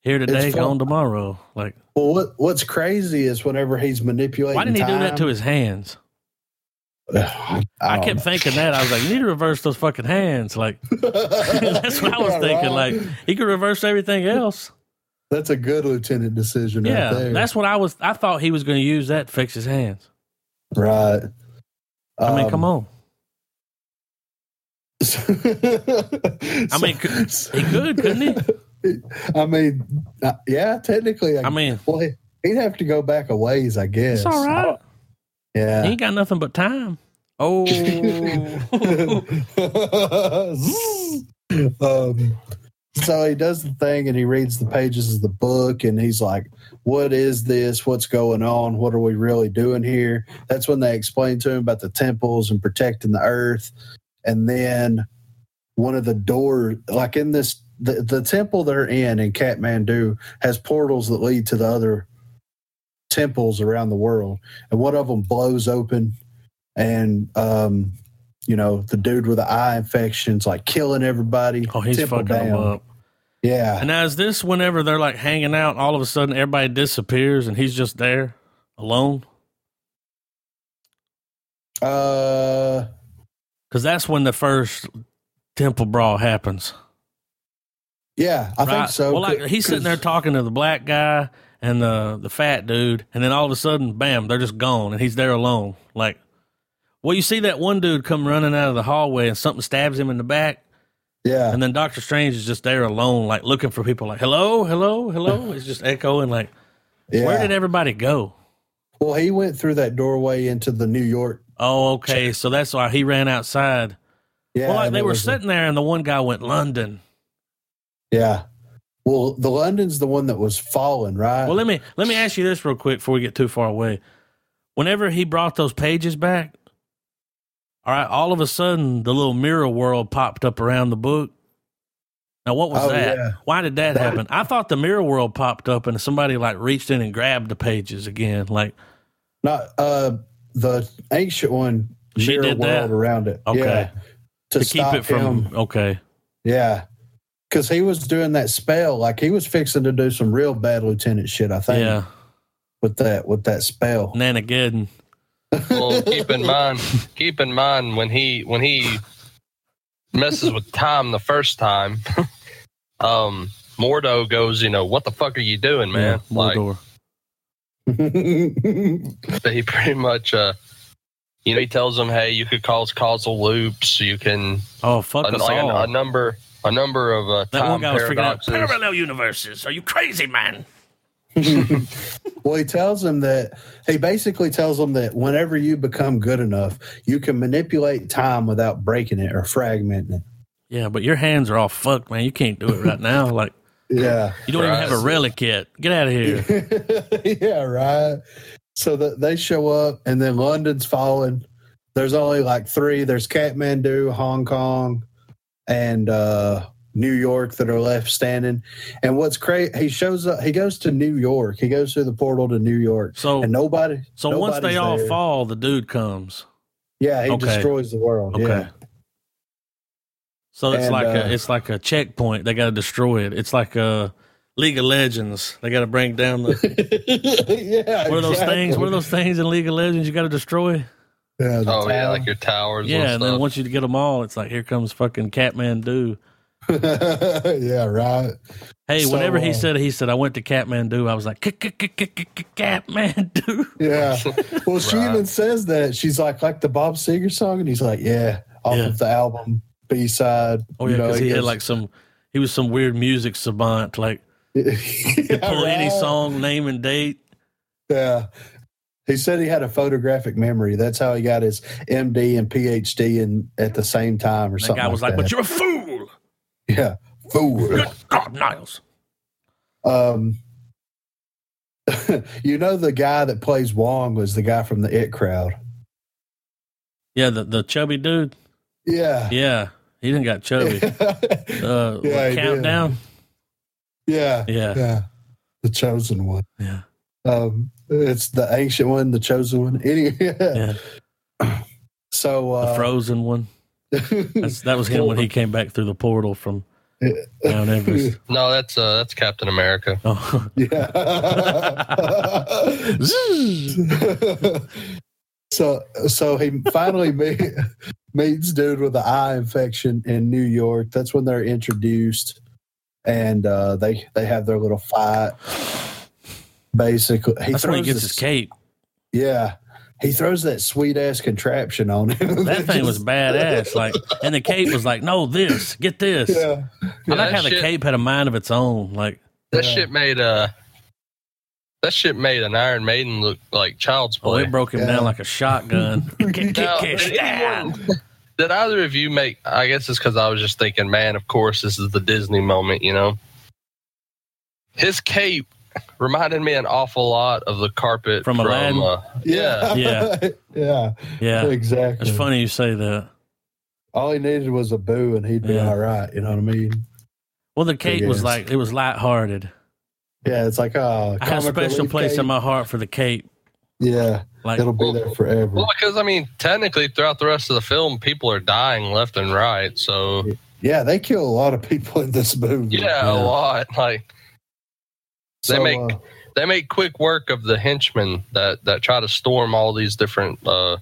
Speaker 3: Here today,
Speaker 1: It's fun.
Speaker 3: gone tomorrow. Like,
Speaker 1: Well, what what's crazy is whenever he's manipulating.
Speaker 3: why didn't he do that to
Speaker 1: time- Oh,
Speaker 3: his hands?
Speaker 1: I
Speaker 3: I kept thinking that. I was like, you need to reverse those fucking hands. Like,
Speaker 1: um,
Speaker 3: that's what I was thinking. Like, he could reverse everything else.
Speaker 1: that's a good lieutenant decision.
Speaker 3: Yeah,
Speaker 1: right there.
Speaker 3: that's what I was. I thought he was going to use that to fix his hands.
Speaker 1: right. Um,
Speaker 3: I mean, come on.
Speaker 1: I
Speaker 3: mean, He could, couldn't he?
Speaker 1: I mean, uh, yeah, technically.
Speaker 3: I mean,
Speaker 1: well, he- he'd have to go back a ways, I guess.
Speaker 3: it's all right. He
Speaker 1: Yeah.
Speaker 3: ain't got nothing but time. Oh,
Speaker 1: um, so he does the thing and he reads the pages of the book and he's like, What is this? What's going on? What are we really doing here? That's when they explain to him about the temples and protecting the earth. And then one of the doors, like in this, the, the temple they're in in Kathmandu has portals that lead to the other temples around the world. And one of them blows open and um you know the dude with the eye infections like killing everybody
Speaker 3: oh, he's
Speaker 1: temple
Speaker 3: fucking him
Speaker 1: down.
Speaker 3: up.
Speaker 1: yeah
Speaker 3: And now is this whenever they're like hanging out, all of a sudden everybody disappears and he's just there alone?
Speaker 1: uh
Speaker 3: Because that's when the first temple brawl happens.
Speaker 1: yeah i think
Speaker 3: right?
Speaker 1: so
Speaker 3: Well, like, he's sitting there talking to the black guy and the the fat dude, and then all of a sudden, bam, they're just gone, and he's there alone. Like, well, you see that one dude come running out of the hallway, and something stabs him in the back,
Speaker 1: yeah
Speaker 3: and then Doctor Strange is just there alone, like looking for people, like hello, hello, hello. It's just echoing, like
Speaker 1: yeah
Speaker 3: where did everybody go?
Speaker 1: well he went through that doorway into the new york
Speaker 3: Oh, okay, so that's why he ran outside.
Speaker 1: yeah
Speaker 3: well, like
Speaker 1: and
Speaker 3: they
Speaker 1: it
Speaker 3: were
Speaker 1: was a-
Speaker 3: sitting there, and the one guy went London.
Speaker 1: yeah well the london's the one that was falling right
Speaker 3: Well, let me let me ask you this real quick before we get too far away. Whenever he brought those pages back, all right, all of a sudden the little mirror world popped up around the book. Now, what was
Speaker 1: Oh,
Speaker 3: that?
Speaker 1: yeah.
Speaker 3: Why did that happen? I thought the mirror world popped up and somebody like reached in and grabbed the pages again. Like,
Speaker 1: not uh the ancient one
Speaker 3: She
Speaker 1: mirror
Speaker 3: did that?
Speaker 1: world around it
Speaker 3: Okay.
Speaker 1: yeah, to,
Speaker 3: to keep
Speaker 1: stop
Speaker 3: it from
Speaker 1: him.
Speaker 3: okay,
Speaker 1: Yeah. Cause he was doing that spell, like he was fixing to do some real bad lieutenant shit, I think.
Speaker 3: yeah,
Speaker 1: With that with that spell.
Speaker 3: Nanageddon.
Speaker 2: well, keep in mind, keep in mind when he when he messes with time the first time, um, Mordo goes, you know, what the fuck are you doing, man?
Speaker 3: yeah,
Speaker 2: like
Speaker 3: Mordor. Mm.
Speaker 2: he pretty much, uh, you know, he tells him, hey, you could cause causal loops, you can
Speaker 3: Oh fuck
Speaker 2: a,
Speaker 3: us
Speaker 2: like a-
Speaker 3: all!
Speaker 2: a number a number of uh,
Speaker 3: that
Speaker 2: time
Speaker 3: one guy was freaking out.
Speaker 2: paradoxes.
Speaker 3: Parallel universes? Are you crazy, man?
Speaker 1: well, he tells him that he basically tells him that whenever you become good enough, you can manipulate time without breaking it or fragmenting it.
Speaker 3: Yeah, but your hands are all fucked, man. You can't do it right now. Like.
Speaker 1: Yeah.
Speaker 3: You don't even
Speaker 2: Right.
Speaker 3: have a relic yet. Get out of here.
Speaker 1: yeah, right. So that they show up and then London's falling. There's only like three. There's Kathmandu, Hong Kong, and uh New York that are left standing. And what's crazy, he shows up, he goes to New York. He goes through the portal to New York.
Speaker 3: So
Speaker 1: And nobody.
Speaker 3: so once they
Speaker 1: nobody's
Speaker 3: all
Speaker 1: there.
Speaker 3: fall, the dude comes.
Speaker 1: Yeah, he
Speaker 3: Okay.
Speaker 1: destroys the world.
Speaker 3: Okay.
Speaker 1: Yeah.
Speaker 3: So it's
Speaker 1: And,
Speaker 3: like
Speaker 1: uh,
Speaker 3: a it's like a checkpoint. They got to destroy it. It's like a League of Legends. They got to bring down the
Speaker 1: yeah.
Speaker 3: what are those things? What are
Speaker 1: exactly.
Speaker 3: those things in League of Legends you got to destroy?
Speaker 1: Yeah, the
Speaker 2: Oh yeah,
Speaker 1: town.
Speaker 2: like your towers.
Speaker 3: yeah, and
Speaker 2: and
Speaker 3: then
Speaker 2: stuff.
Speaker 3: once you get them all, it's like here comes fucking Kathmandu.
Speaker 1: yeah, right.
Speaker 3: Hey,
Speaker 1: So,
Speaker 3: whenever he
Speaker 1: uh,
Speaker 3: said he said I went to Kathmandu, I was like Kathmandu.
Speaker 1: Yeah. Well, she
Speaker 2: Right.
Speaker 1: even says that she's like, like the Bob Seger song, and he's like, yeah, off
Speaker 3: Yeah.
Speaker 1: of the album B side.
Speaker 3: Oh yeah,
Speaker 1: You know,
Speaker 3: because
Speaker 1: he
Speaker 3: he had
Speaker 1: goes-
Speaker 3: like some he was some weird music savant. Like
Speaker 1: yeah,
Speaker 3: pull any
Speaker 1: right.
Speaker 3: song, name and date.
Speaker 1: Yeah. He said he had a photographic memory. That's how he got his MD and PhD in at the same time or
Speaker 3: That
Speaker 1: something.
Speaker 3: guy was like,
Speaker 1: like,
Speaker 3: "But you're a fool,
Speaker 1: that. yeah, fool.
Speaker 3: God, Niles."
Speaker 1: um, you know the guy that plays Wong was the guy from the It crowd.
Speaker 3: Yeah, the the chubby dude.
Speaker 1: Yeah.
Speaker 3: Yeah, he didn't got chubby. Uh,
Speaker 1: Yeah, he did.
Speaker 3: countdown.
Speaker 1: yeah.
Speaker 3: Yeah,
Speaker 1: Yeah. The chosen one.
Speaker 3: yeah,
Speaker 1: Um, it's the ancient one, the chosen one. Any,
Speaker 3: yeah.
Speaker 1: So
Speaker 3: The
Speaker 1: uh,
Speaker 3: frozen one. That's, that was him when he came back through the portal from Mount Everest.
Speaker 2: no, that's uh, that's Captain America.
Speaker 3: Oh,
Speaker 1: yeah. so so he finally meet, meets dude with the eye infection in New York. That's when they're introduced, and uh, they they have their little fight. Basically, he
Speaker 3: that's when he gets
Speaker 1: this-
Speaker 3: his cape.
Speaker 1: Yeah, he throws that sweet ass contraption on him.
Speaker 3: That thing was
Speaker 1: Just-
Speaker 3: badass. Like, and the cape was like, "No, this, get this."
Speaker 1: Yeah,
Speaker 3: I like
Speaker 2: Yeah,
Speaker 3: how the
Speaker 2: shit-
Speaker 3: cape had a mind of its own. Like,
Speaker 2: That
Speaker 1: Yeah.
Speaker 2: shit made uh that shit made an Iron Maiden look like child's
Speaker 3: oh,
Speaker 2: play.
Speaker 3: it broke him
Speaker 1: Yeah.
Speaker 3: down like a shotgun. Get- get-
Speaker 2: Now,
Speaker 3: get
Speaker 2: did
Speaker 3: stabbed.
Speaker 2: anyone- did either of you make? I guess it's because I was just thinking, man. Of course, this is the Disney moment, you know. His cape reminded me an awful lot of the carpet
Speaker 3: From Aladdin?
Speaker 2: uh, yeah,
Speaker 1: yeah, yeah,
Speaker 3: Yeah,
Speaker 1: Exactly.
Speaker 3: it's funny you say that.
Speaker 1: All he needed was a boo, and he'd be
Speaker 3: Yeah.
Speaker 1: all right. You know what I mean?
Speaker 3: Well, the cape
Speaker 1: Big
Speaker 3: was
Speaker 1: ass.
Speaker 3: like it was lighthearted.
Speaker 1: Yeah, it's like oh,
Speaker 3: I have a
Speaker 1: comic
Speaker 3: special
Speaker 1: relief
Speaker 3: place
Speaker 1: cake.
Speaker 3: in my heart for the cape.
Speaker 1: Yeah,
Speaker 3: Like,
Speaker 1: it'll be there forever.
Speaker 2: Well, because I mean, technically, throughout the rest of the film, people are dying left and right. So
Speaker 1: Yeah, they kill a lot of people in this movie.
Speaker 2: yeah,
Speaker 3: Yeah.
Speaker 2: a lot. Like they
Speaker 1: So,
Speaker 2: make-
Speaker 1: uh,
Speaker 2: they make quick work of the henchmen that that try to storm all these different uh,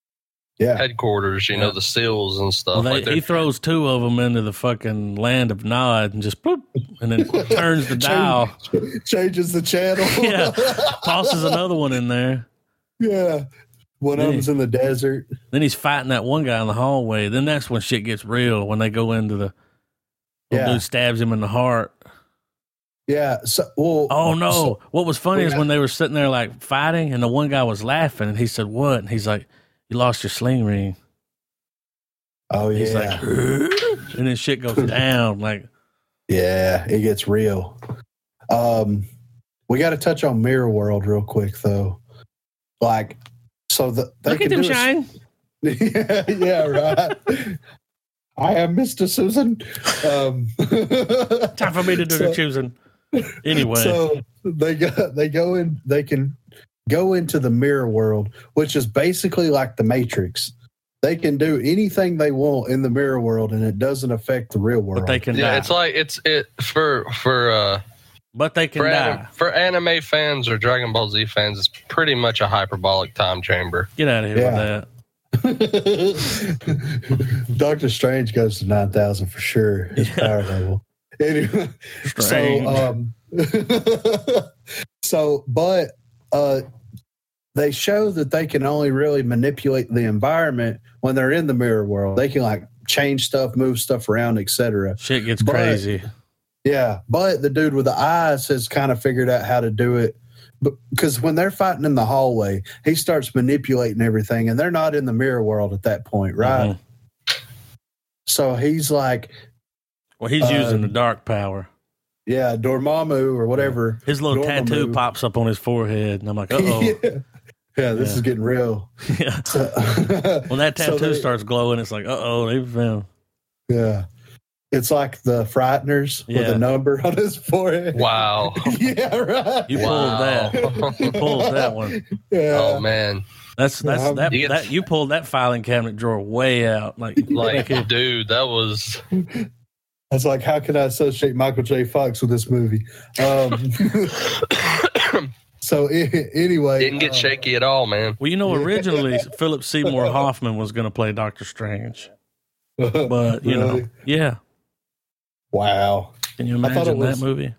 Speaker 1: yeah,
Speaker 2: headquarters. You
Speaker 3: Yeah.
Speaker 2: know, the seals and
Speaker 3: well,
Speaker 2: stuff.
Speaker 3: they,
Speaker 2: like they're-
Speaker 3: he throws two of them into the fucking land of Nod and just bloop, and then turns the dial.
Speaker 1: changes the channel.
Speaker 3: Yeah, tosses another one in there.
Speaker 1: yeah. One of
Speaker 3: Yeah.
Speaker 1: them's in the desert.
Speaker 3: Then he's fighting that one guy in the hallway. Then that's when shit gets real when they go into the.
Speaker 1: Yeah.
Speaker 3: Yeah. Dude stabs him in the heart.
Speaker 1: Yeah. So, well,
Speaker 3: Oh no!
Speaker 1: so-
Speaker 3: what was funny
Speaker 1: we
Speaker 3: is
Speaker 1: got-
Speaker 3: when they were sitting there like fighting, and the one guy was laughing, and he said, "What?" And he's like, "You lost your sling ring."
Speaker 1: oh
Speaker 3: He's
Speaker 1: yeah,
Speaker 3: like, and then shit goes down. Like,
Speaker 1: yeah. It gets real. Um, we got to touch on Mirror World real quick though. Like, so the they
Speaker 3: look at
Speaker 1: can
Speaker 3: them
Speaker 1: do a-
Speaker 3: shine.
Speaker 1: yeah, yeah, right. I am Mr. Susan. Um,
Speaker 3: Time for me to do
Speaker 1: So-
Speaker 3: the choosing. Anyway,
Speaker 1: So they go they go in they can go into the mirror world, which is basically like the Matrix. They can do anything they want in the mirror world, and it doesn't affect the real world.
Speaker 3: but they can
Speaker 2: yeah,
Speaker 3: die.
Speaker 2: it's like it's it for for uh
Speaker 3: but they can
Speaker 2: for,
Speaker 3: die.
Speaker 2: anim- for anime fans or Dragon Ball Z fans, it's pretty much a hyperbolic time chamber.
Speaker 3: Get out of here
Speaker 1: Yeah.
Speaker 3: with that.
Speaker 1: Doctor Strange goes to nine thousand for sure. His
Speaker 3: Yeah.
Speaker 1: power level. Anyway,
Speaker 3: Strange.
Speaker 1: So, um, so, but uh, they show that they can only really manipulate the environment when they're in the mirror world. They can like change stuff, move stuff around, etc.
Speaker 3: Shit gets
Speaker 1: but-
Speaker 3: crazy.
Speaker 1: Yeah, but the dude with the eyes has kind of figured out how to do it. Because when they're fighting in the hallway, he starts manipulating everything, and they're not in the mirror world at that point, right?
Speaker 3: Mhm.
Speaker 1: So he's like,
Speaker 3: Well, he's using
Speaker 1: Um,
Speaker 3: the dark power.
Speaker 1: yeah, Dormammu or whatever.
Speaker 3: His little
Speaker 1: Dormammu.
Speaker 3: tattoo pops up on his forehead, and I'm like, uh
Speaker 1: yeah.
Speaker 3: oh.
Speaker 1: yeah, this
Speaker 3: Yeah.
Speaker 1: is getting real.
Speaker 3: yeah.
Speaker 1: So-
Speaker 3: When that
Speaker 1: So
Speaker 3: tattoo
Speaker 1: they-
Speaker 3: starts glowing, it's like, uh oh, they found.
Speaker 1: Yeah. It's like the Frighteners with
Speaker 3: Yeah.
Speaker 1: a number on his forehead.
Speaker 2: Wow.
Speaker 1: yeah, right.
Speaker 3: You
Speaker 2: Wow.
Speaker 3: pulled that. You pulled that one.
Speaker 1: Yeah.
Speaker 2: oh man.
Speaker 3: That's that's
Speaker 1: Yeah,
Speaker 3: that,
Speaker 2: you get-
Speaker 3: that you pulled that filing cabinet drawer way out. Like
Speaker 2: Like dude, that was
Speaker 1: That's like, how can I associate Michael J. Fox with this movie? Um, so, a- anyway.
Speaker 2: didn't get
Speaker 1: uh,
Speaker 2: shaky at all, man.
Speaker 3: Well, you know, originally Philip Seymour Hoffman was going to play Doctor Strange, but you know,
Speaker 1: Really?
Speaker 3: yeah.
Speaker 1: Wow.
Speaker 3: Can you
Speaker 1: I thought it
Speaker 3: imagine
Speaker 1: was-
Speaker 3: that movie?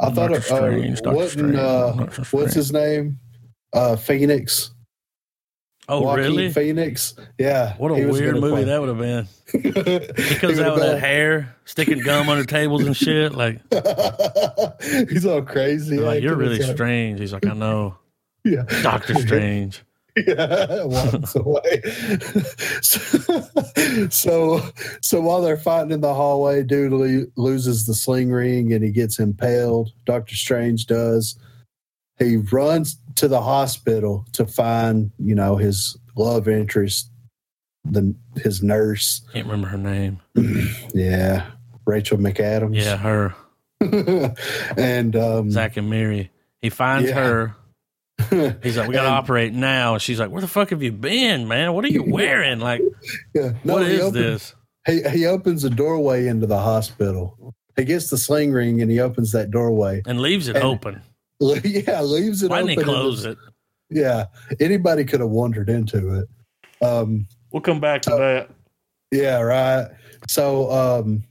Speaker 1: I thought
Speaker 3: Doctor
Speaker 1: of uh,
Speaker 3: Strange, Doctor
Speaker 1: wasn't,
Speaker 3: Strange,
Speaker 1: uh,
Speaker 3: Doctor Strange.
Speaker 1: what's his name? Uh, Phoenix.
Speaker 3: Oh,
Speaker 1: Joaquin
Speaker 3: really?
Speaker 1: Phoenix. Yeah.
Speaker 3: What a weird movie that would have been.
Speaker 1: that.
Speaker 3: He comes out with that hair, sticking gum under tables and shit. Like,
Speaker 1: that. He's all crazy.
Speaker 3: they're like
Speaker 1: acting.
Speaker 3: you're really
Speaker 1: It's like,
Speaker 3: strange. He's like, I know,
Speaker 1: Yeah.
Speaker 3: Doctor Strange.
Speaker 1: Yeah, walks away. so, so, so while they're fighting in the hallway, dude lo- loses the sling ring and he gets impaled. Doctor Strange does. He runs to the hospital to find, you know, his love interest, the his nurse.
Speaker 3: Can't remember her name.
Speaker 1: Yeah, Rachel McAdams.
Speaker 3: Yeah, her
Speaker 1: and um,
Speaker 3: Zach and Mary. He finds
Speaker 1: Yeah.
Speaker 3: her. He's like, we gotta
Speaker 1: And-
Speaker 3: operate now. And she's like, where the fuck have you been, man? What are you wearing? Like,
Speaker 1: yeah, no,
Speaker 3: what
Speaker 1: he
Speaker 3: is
Speaker 1: opens-
Speaker 3: this?
Speaker 1: He he opens a doorway into the hospital. He gets the sling ring and he opens that doorway.
Speaker 3: And leaves it
Speaker 1: And-
Speaker 3: open.
Speaker 1: yeah, leaves it
Speaker 3: Why
Speaker 1: open.
Speaker 3: didn't he close it?
Speaker 1: Yeah, anybody could have wandered into it. Um,
Speaker 3: We'll come back to
Speaker 1: Uh,
Speaker 3: that.
Speaker 1: yeah, right. So um,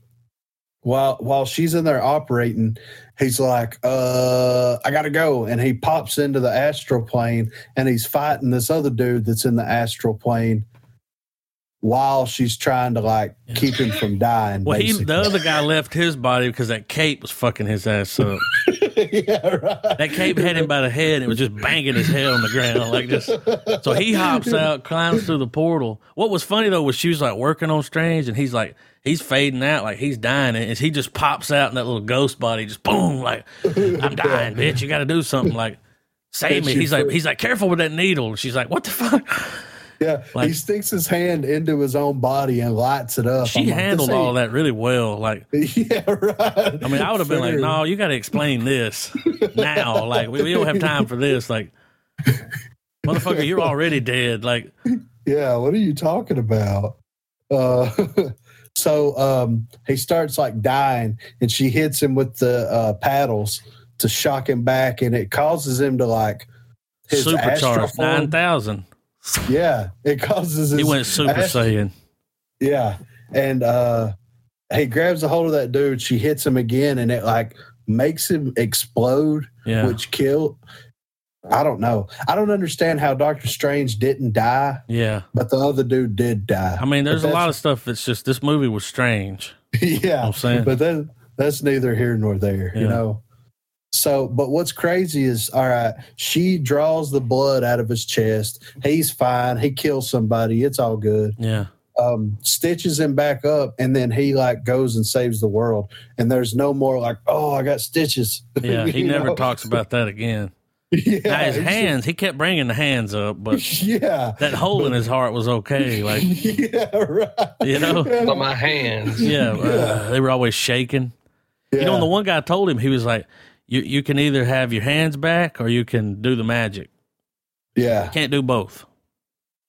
Speaker 1: while while she's in there operating, he's like, "Uh, I gotta go," and he pops into the astral plane and he's fighting this other dude that's in the astral plane while she's trying to like keep him from dying.
Speaker 3: Well, he,
Speaker 1: basically.
Speaker 3: the other guy left his body because that cape was fucking his ass up.
Speaker 1: yeah, right.
Speaker 3: That cape had him by the head. and It was just banging his head on the ground like this. So he hops out, climbs through the portal. What was funny though was she was like working on Strange, and he's like he's fading out, like he's dying, and he just pops out in that little ghost body, just boom, like I'm dying, bitch. You got to do something, like save me.
Speaker 1: She
Speaker 3: He's like
Speaker 1: put-
Speaker 3: he's like careful with that needle. And she's like what the fuck.
Speaker 1: Yeah,
Speaker 3: Like-
Speaker 1: he sticks his hand into his own body and lights it up.
Speaker 3: She handled all that really well. Like
Speaker 1: that. Yeah, right.
Speaker 3: I mean, I would have been like,
Speaker 1: Fair.
Speaker 3: no, you got to explain this now. Like we, we don't have time for this. Like motherfucker, you're already dead. Like
Speaker 1: Yeah, what are you talking about? Uh, so um, he starts like dying, and she hits him with the uh, paddles to shock him back, and it causes him to like his astral
Speaker 3: supercharged
Speaker 1: form-
Speaker 3: nine thousand.
Speaker 1: Yeah, it causes his
Speaker 3: He went super
Speaker 1: astral-
Speaker 3: saiyan.
Speaker 1: Yeah. And uh he grabs a hold of that dude, she hits him again and it like makes him explode,
Speaker 3: Yeah.
Speaker 1: which killed I don't know. I don't understand how Doctor Strange didn't die,
Speaker 3: Yeah.
Speaker 1: but the other dude did die.
Speaker 3: I mean, there's a
Speaker 1: But
Speaker 3: lot of stuff that's just this movie was strange.
Speaker 1: yeah.
Speaker 3: I'm saying.
Speaker 1: But that that's neither here nor there, you
Speaker 3: Yeah.
Speaker 1: know. So, but what's crazy is, all right, she draws the blood out of his chest. He's fine. He kills somebody. It's all good.
Speaker 3: Yeah.
Speaker 1: um, stitches him back up, and then he like goes and saves the world. And there's no more like, oh, I got stitches.
Speaker 3: Yeah. He
Speaker 1: You
Speaker 3: never
Speaker 1: know?
Speaker 3: talks about that again.
Speaker 1: Yeah,
Speaker 3: Now, his
Speaker 1: it's-
Speaker 3: hands, he kept bringing the hands up, but
Speaker 1: Yeah.
Speaker 3: that hole in his heart was okay. Like,
Speaker 1: yeah, right.
Speaker 3: you know?
Speaker 2: But my hands.
Speaker 3: yeah. Uh, they were always shaking. You know, and the one guy told him, he was like, you, you can either have your hands back or you can do the magic.
Speaker 1: yeah,
Speaker 3: Can't do both.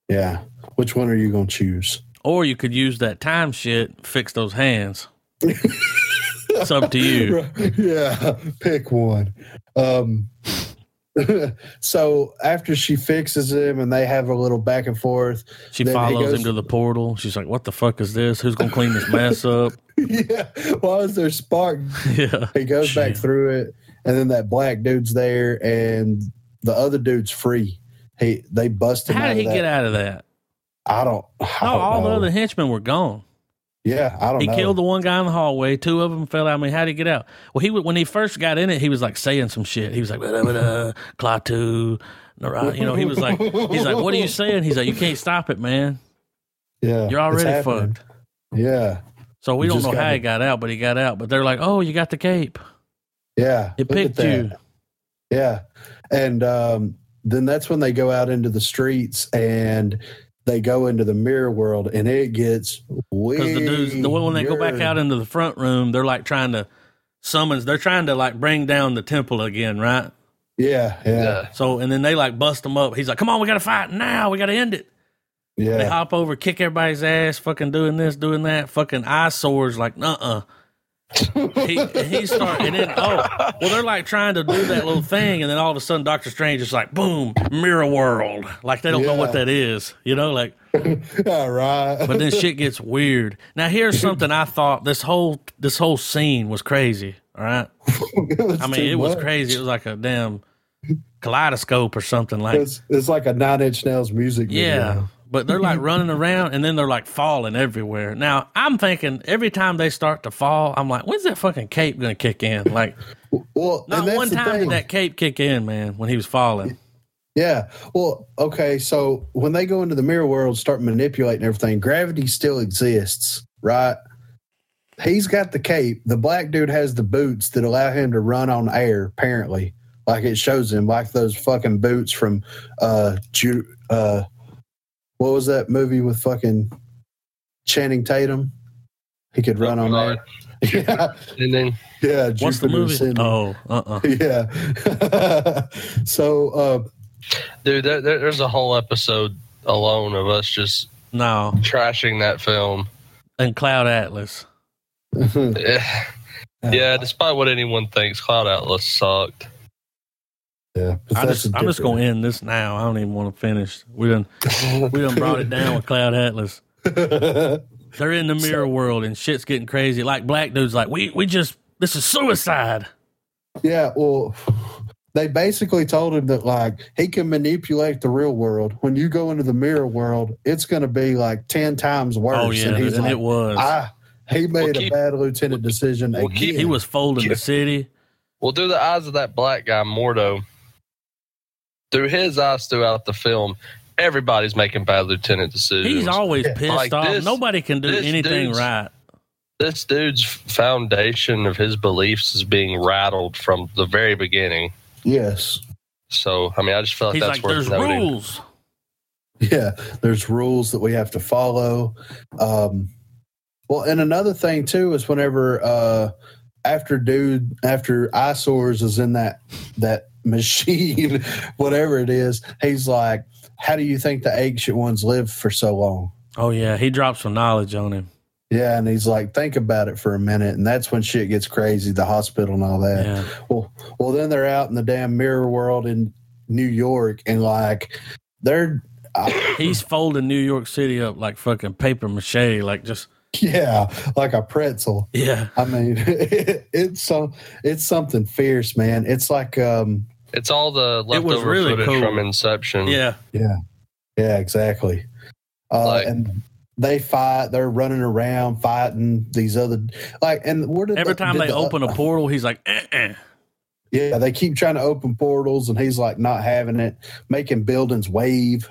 Speaker 1: yeah. Which one are you gonna choose?
Speaker 3: Or you could use that time shit, fix those hands. it's up to you.
Speaker 1: yeah, pick one. Um, so after she fixes him, and they have a little back and forth.
Speaker 3: She
Speaker 1: Then he
Speaker 3: follows
Speaker 1: goes-
Speaker 3: him to the portal. She's like, what the fuck is this? Who's going to clean this mess up?
Speaker 1: yeah, why is there spark
Speaker 3: yeah.
Speaker 1: He goes back
Speaker 3: Shit.
Speaker 1: through it, and then that black dude's there, and the other dude's free. He they bust him.
Speaker 3: How
Speaker 1: out
Speaker 3: did he
Speaker 1: of that.
Speaker 3: get out of that? Oh,
Speaker 1: I don't. I
Speaker 3: No,
Speaker 1: don't
Speaker 3: all the
Speaker 1: know.
Speaker 3: other henchmen were gone.
Speaker 1: Yeah, I don't.
Speaker 3: He
Speaker 1: know.
Speaker 3: killed the one guy in the hallway. Two of them fell out. I mean, how did he get out? Well, he wa- when he first got in it, he was like saying some shit. He was like, "Blah, blah, blah, Klaatu, Nara-" uh, you know, he was like, he's like, what are you saying? He's like, you can't stop it, man.
Speaker 1: Yeah,
Speaker 3: You're
Speaker 1: it's
Speaker 3: already
Speaker 1: happening.
Speaker 3: fucked.
Speaker 1: Yeah,
Speaker 3: So we
Speaker 1: You
Speaker 3: don't
Speaker 1: just
Speaker 3: know how
Speaker 1: gotta-
Speaker 3: he got out, but he got out. But they're like, oh, you got the cape.
Speaker 1: yeah.
Speaker 3: It
Speaker 1: Look at
Speaker 3: picked you.
Speaker 1: that. Yeah, and um, then that's when they go out into the streets, and they go into the mirror world and it gets
Speaker 3: Because
Speaker 1: weird.
Speaker 3: the dudes, the, when they go back out into the front room, they're like trying to summons. They're trying to like bring down the temple again, right?
Speaker 1: yeah, yeah,
Speaker 2: Yeah.
Speaker 3: So and then they like bust him up. He's like, "Come on, we gotta fight now. We gotta end it."
Speaker 1: yeah.
Speaker 3: They hop over, kick everybody's ass, fucking doing this, doing that, fucking eyesores. Like, uh, uh He he start and then oh, well, they're like trying to do that little thing, and then all of a sudden, Doctor Strange is like, boom, mirror world. Like they don't know what
Speaker 1: Yeah.
Speaker 3: that is, you know, like.
Speaker 1: All right.
Speaker 3: But then shit gets weird. Now here's something I thought this whole this whole scene was crazy. All right, I mean it was crazy. It was like a damn kaleidoscope or something like
Speaker 1: It's, it's like a Nine Inch Nails music video.
Speaker 3: yeah, but they're like running around and then they're like falling everywhere. Now I'm thinking every time they start to fall, I'm like, when's that fucking cape gonna kick in? Like
Speaker 1: Well,
Speaker 3: not
Speaker 1: and that's
Speaker 3: one
Speaker 1: the
Speaker 3: time
Speaker 1: thing.
Speaker 3: did that cape kick in, man, when he was falling.
Speaker 1: Yeah. Well, okay. So when they go into the mirror world, start manipulating everything, gravity still exists, right? He's got the cape. The black dude has the boots that allow him to run on air, apparently. Like it shows him, like those fucking boots from uh, Ju- uh what was that movie with fucking Channing Tatum? He could run on air.
Speaker 2: Right.
Speaker 1: Yeah.
Speaker 2: And then
Speaker 1: Yeah.
Speaker 3: What's
Speaker 1: Jupiter
Speaker 3: the movie?
Speaker 1: sent him.
Speaker 3: Oh, uh, uh
Speaker 1: Yeah. so uh
Speaker 2: dude, there, there, there's a whole episode alone of us just
Speaker 3: no,
Speaker 2: trashing that film.
Speaker 3: and Cloud Atlas.
Speaker 2: yeah, despite what anyone thinks, Cloud Atlas sucked.
Speaker 1: Yeah, but
Speaker 3: I
Speaker 1: that's
Speaker 3: just,
Speaker 1: a
Speaker 3: I'm just
Speaker 1: different-
Speaker 3: gonna end this now. I don't even want to finish. We done we done brought it down with Cloud Atlas. They're in the mirror world and shit's getting crazy. Like black dudes, like we we just this is suicide.
Speaker 1: yeah, well, they basically told him that like he can manipulate the real world. When you go into the mirror world, it's going to be like ten times worse.
Speaker 3: Oh yeah,
Speaker 1: and
Speaker 3: and
Speaker 1: he's like,
Speaker 3: it was.
Speaker 1: ah, he made
Speaker 2: keep-
Speaker 1: a bad lieutenant decision.
Speaker 2: well,
Speaker 1: again.
Speaker 2: keep-
Speaker 3: he was folding the city.
Speaker 2: Well, through the eyes of that black guy, Mordo, through his eyes throughout the film, everybody's making bad lieutenant decisions.
Speaker 3: He's always
Speaker 1: Yeah.
Speaker 3: pissed
Speaker 2: Like
Speaker 3: off.
Speaker 2: this-
Speaker 3: Nobody can do
Speaker 2: this
Speaker 3: anything
Speaker 2: dude's-
Speaker 3: right.
Speaker 2: this dude's foundation of his beliefs is being rattled from the very beginning.
Speaker 1: yes,
Speaker 2: So, I mean, I just feel like
Speaker 3: He's
Speaker 2: that's
Speaker 3: like,
Speaker 2: worth
Speaker 3: there's
Speaker 2: noting.
Speaker 3: rules.
Speaker 1: yeah. There's rules that we have to follow. Um, well, and another thing too is whenever uh, after dude after eyesores is in that that machine whatever it is he's like how do you think the ancient ones lived for so long
Speaker 3: Oh yeah, he drops some knowledge on him.
Speaker 1: yeah and he's like think about it for a minute and that's when shit gets crazy the hospital and all that
Speaker 3: Yeah,
Speaker 1: well, well, then they're out in the damn mirror world in new york and like they're I-
Speaker 3: he's folding New York City up like fucking paper mache. Like just
Speaker 1: yeah like a pretzel
Speaker 3: yeah.
Speaker 1: i mean it's so it's something fierce man it's like um
Speaker 2: It's all the
Speaker 3: It was
Speaker 2: leftover
Speaker 3: really
Speaker 2: footage
Speaker 3: cool.
Speaker 2: from
Speaker 1: Mm.
Speaker 2: Inception.
Speaker 3: Yeah,
Speaker 1: Yeah, exactly. Uh,
Speaker 2: Like-
Speaker 1: and they fight. They're running around fighting these other like. And where did
Speaker 3: every
Speaker 1: the- uh,
Speaker 3: time
Speaker 1: did
Speaker 3: they
Speaker 1: the-
Speaker 3: open a portal, he's like, eh, eh.
Speaker 1: Yeah, they keep trying to open portals, and he's like not having it, making buildings wave,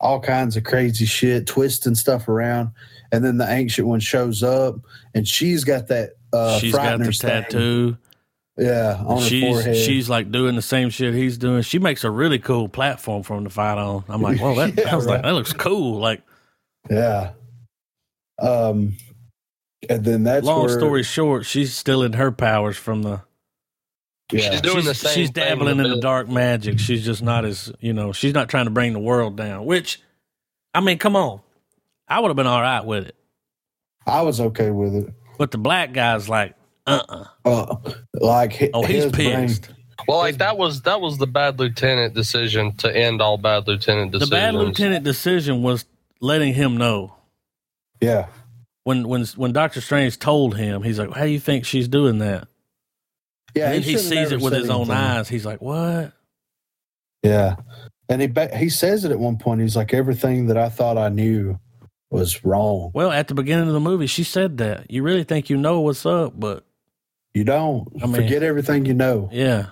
Speaker 1: all kinds of crazy shit, twisting stuff around. And then the ancient one shows up, and she's got that. Uh,
Speaker 3: she's got the
Speaker 1: Frightener's thing.
Speaker 3: tattoo.
Speaker 1: Yeah, on her forehead.
Speaker 3: she's she's like doing the same shit he's doing. She makes a really cool platform for him to fight on. I'm like, well, that
Speaker 1: Yeah,
Speaker 3: I was
Speaker 1: right.
Speaker 3: like, that looks cool. Like,
Speaker 1: yeah. Um, and then that's
Speaker 3: long
Speaker 1: where,
Speaker 3: story short, she's still in her powers from the.
Speaker 1: Yeah.
Speaker 2: She's doing
Speaker 3: she's,
Speaker 2: the same
Speaker 3: she's
Speaker 2: thing
Speaker 3: dabbling
Speaker 2: with
Speaker 3: in the
Speaker 2: it.
Speaker 3: dark magic. She's just not as you know. She's not trying to bring the world down. Which, I mean, come on, I would have been all right with it.
Speaker 1: I was okay with it.
Speaker 3: But the black guy's like, uh, uh
Speaker 1: Uh, like hi-
Speaker 3: oh, he's
Speaker 1: his brain-
Speaker 3: pissed.
Speaker 2: Well, like that was that was the bad lieutenant decision to end all bad lieutenant
Speaker 3: The
Speaker 2: decisions.
Speaker 3: bad lieutenant decision was letting him know
Speaker 1: Yeah,
Speaker 3: when when when Doctor Strange told him, he's like, how do you think she's doing that?
Speaker 1: yeah.
Speaker 3: and then he
Speaker 1: should've
Speaker 3: sees
Speaker 1: never
Speaker 3: it with
Speaker 1: said
Speaker 3: his own
Speaker 1: anything.
Speaker 3: eyes. He's like, "What?"
Speaker 1: Yeah, and he ba- he says it at one point. He's like, "Everything that I thought I knew was wrong.
Speaker 3: Well, at the beginning of the movie, she said that. You really think you know what's up, but
Speaker 1: You don't
Speaker 3: I mean-
Speaker 1: forget everything you know.
Speaker 3: yeah,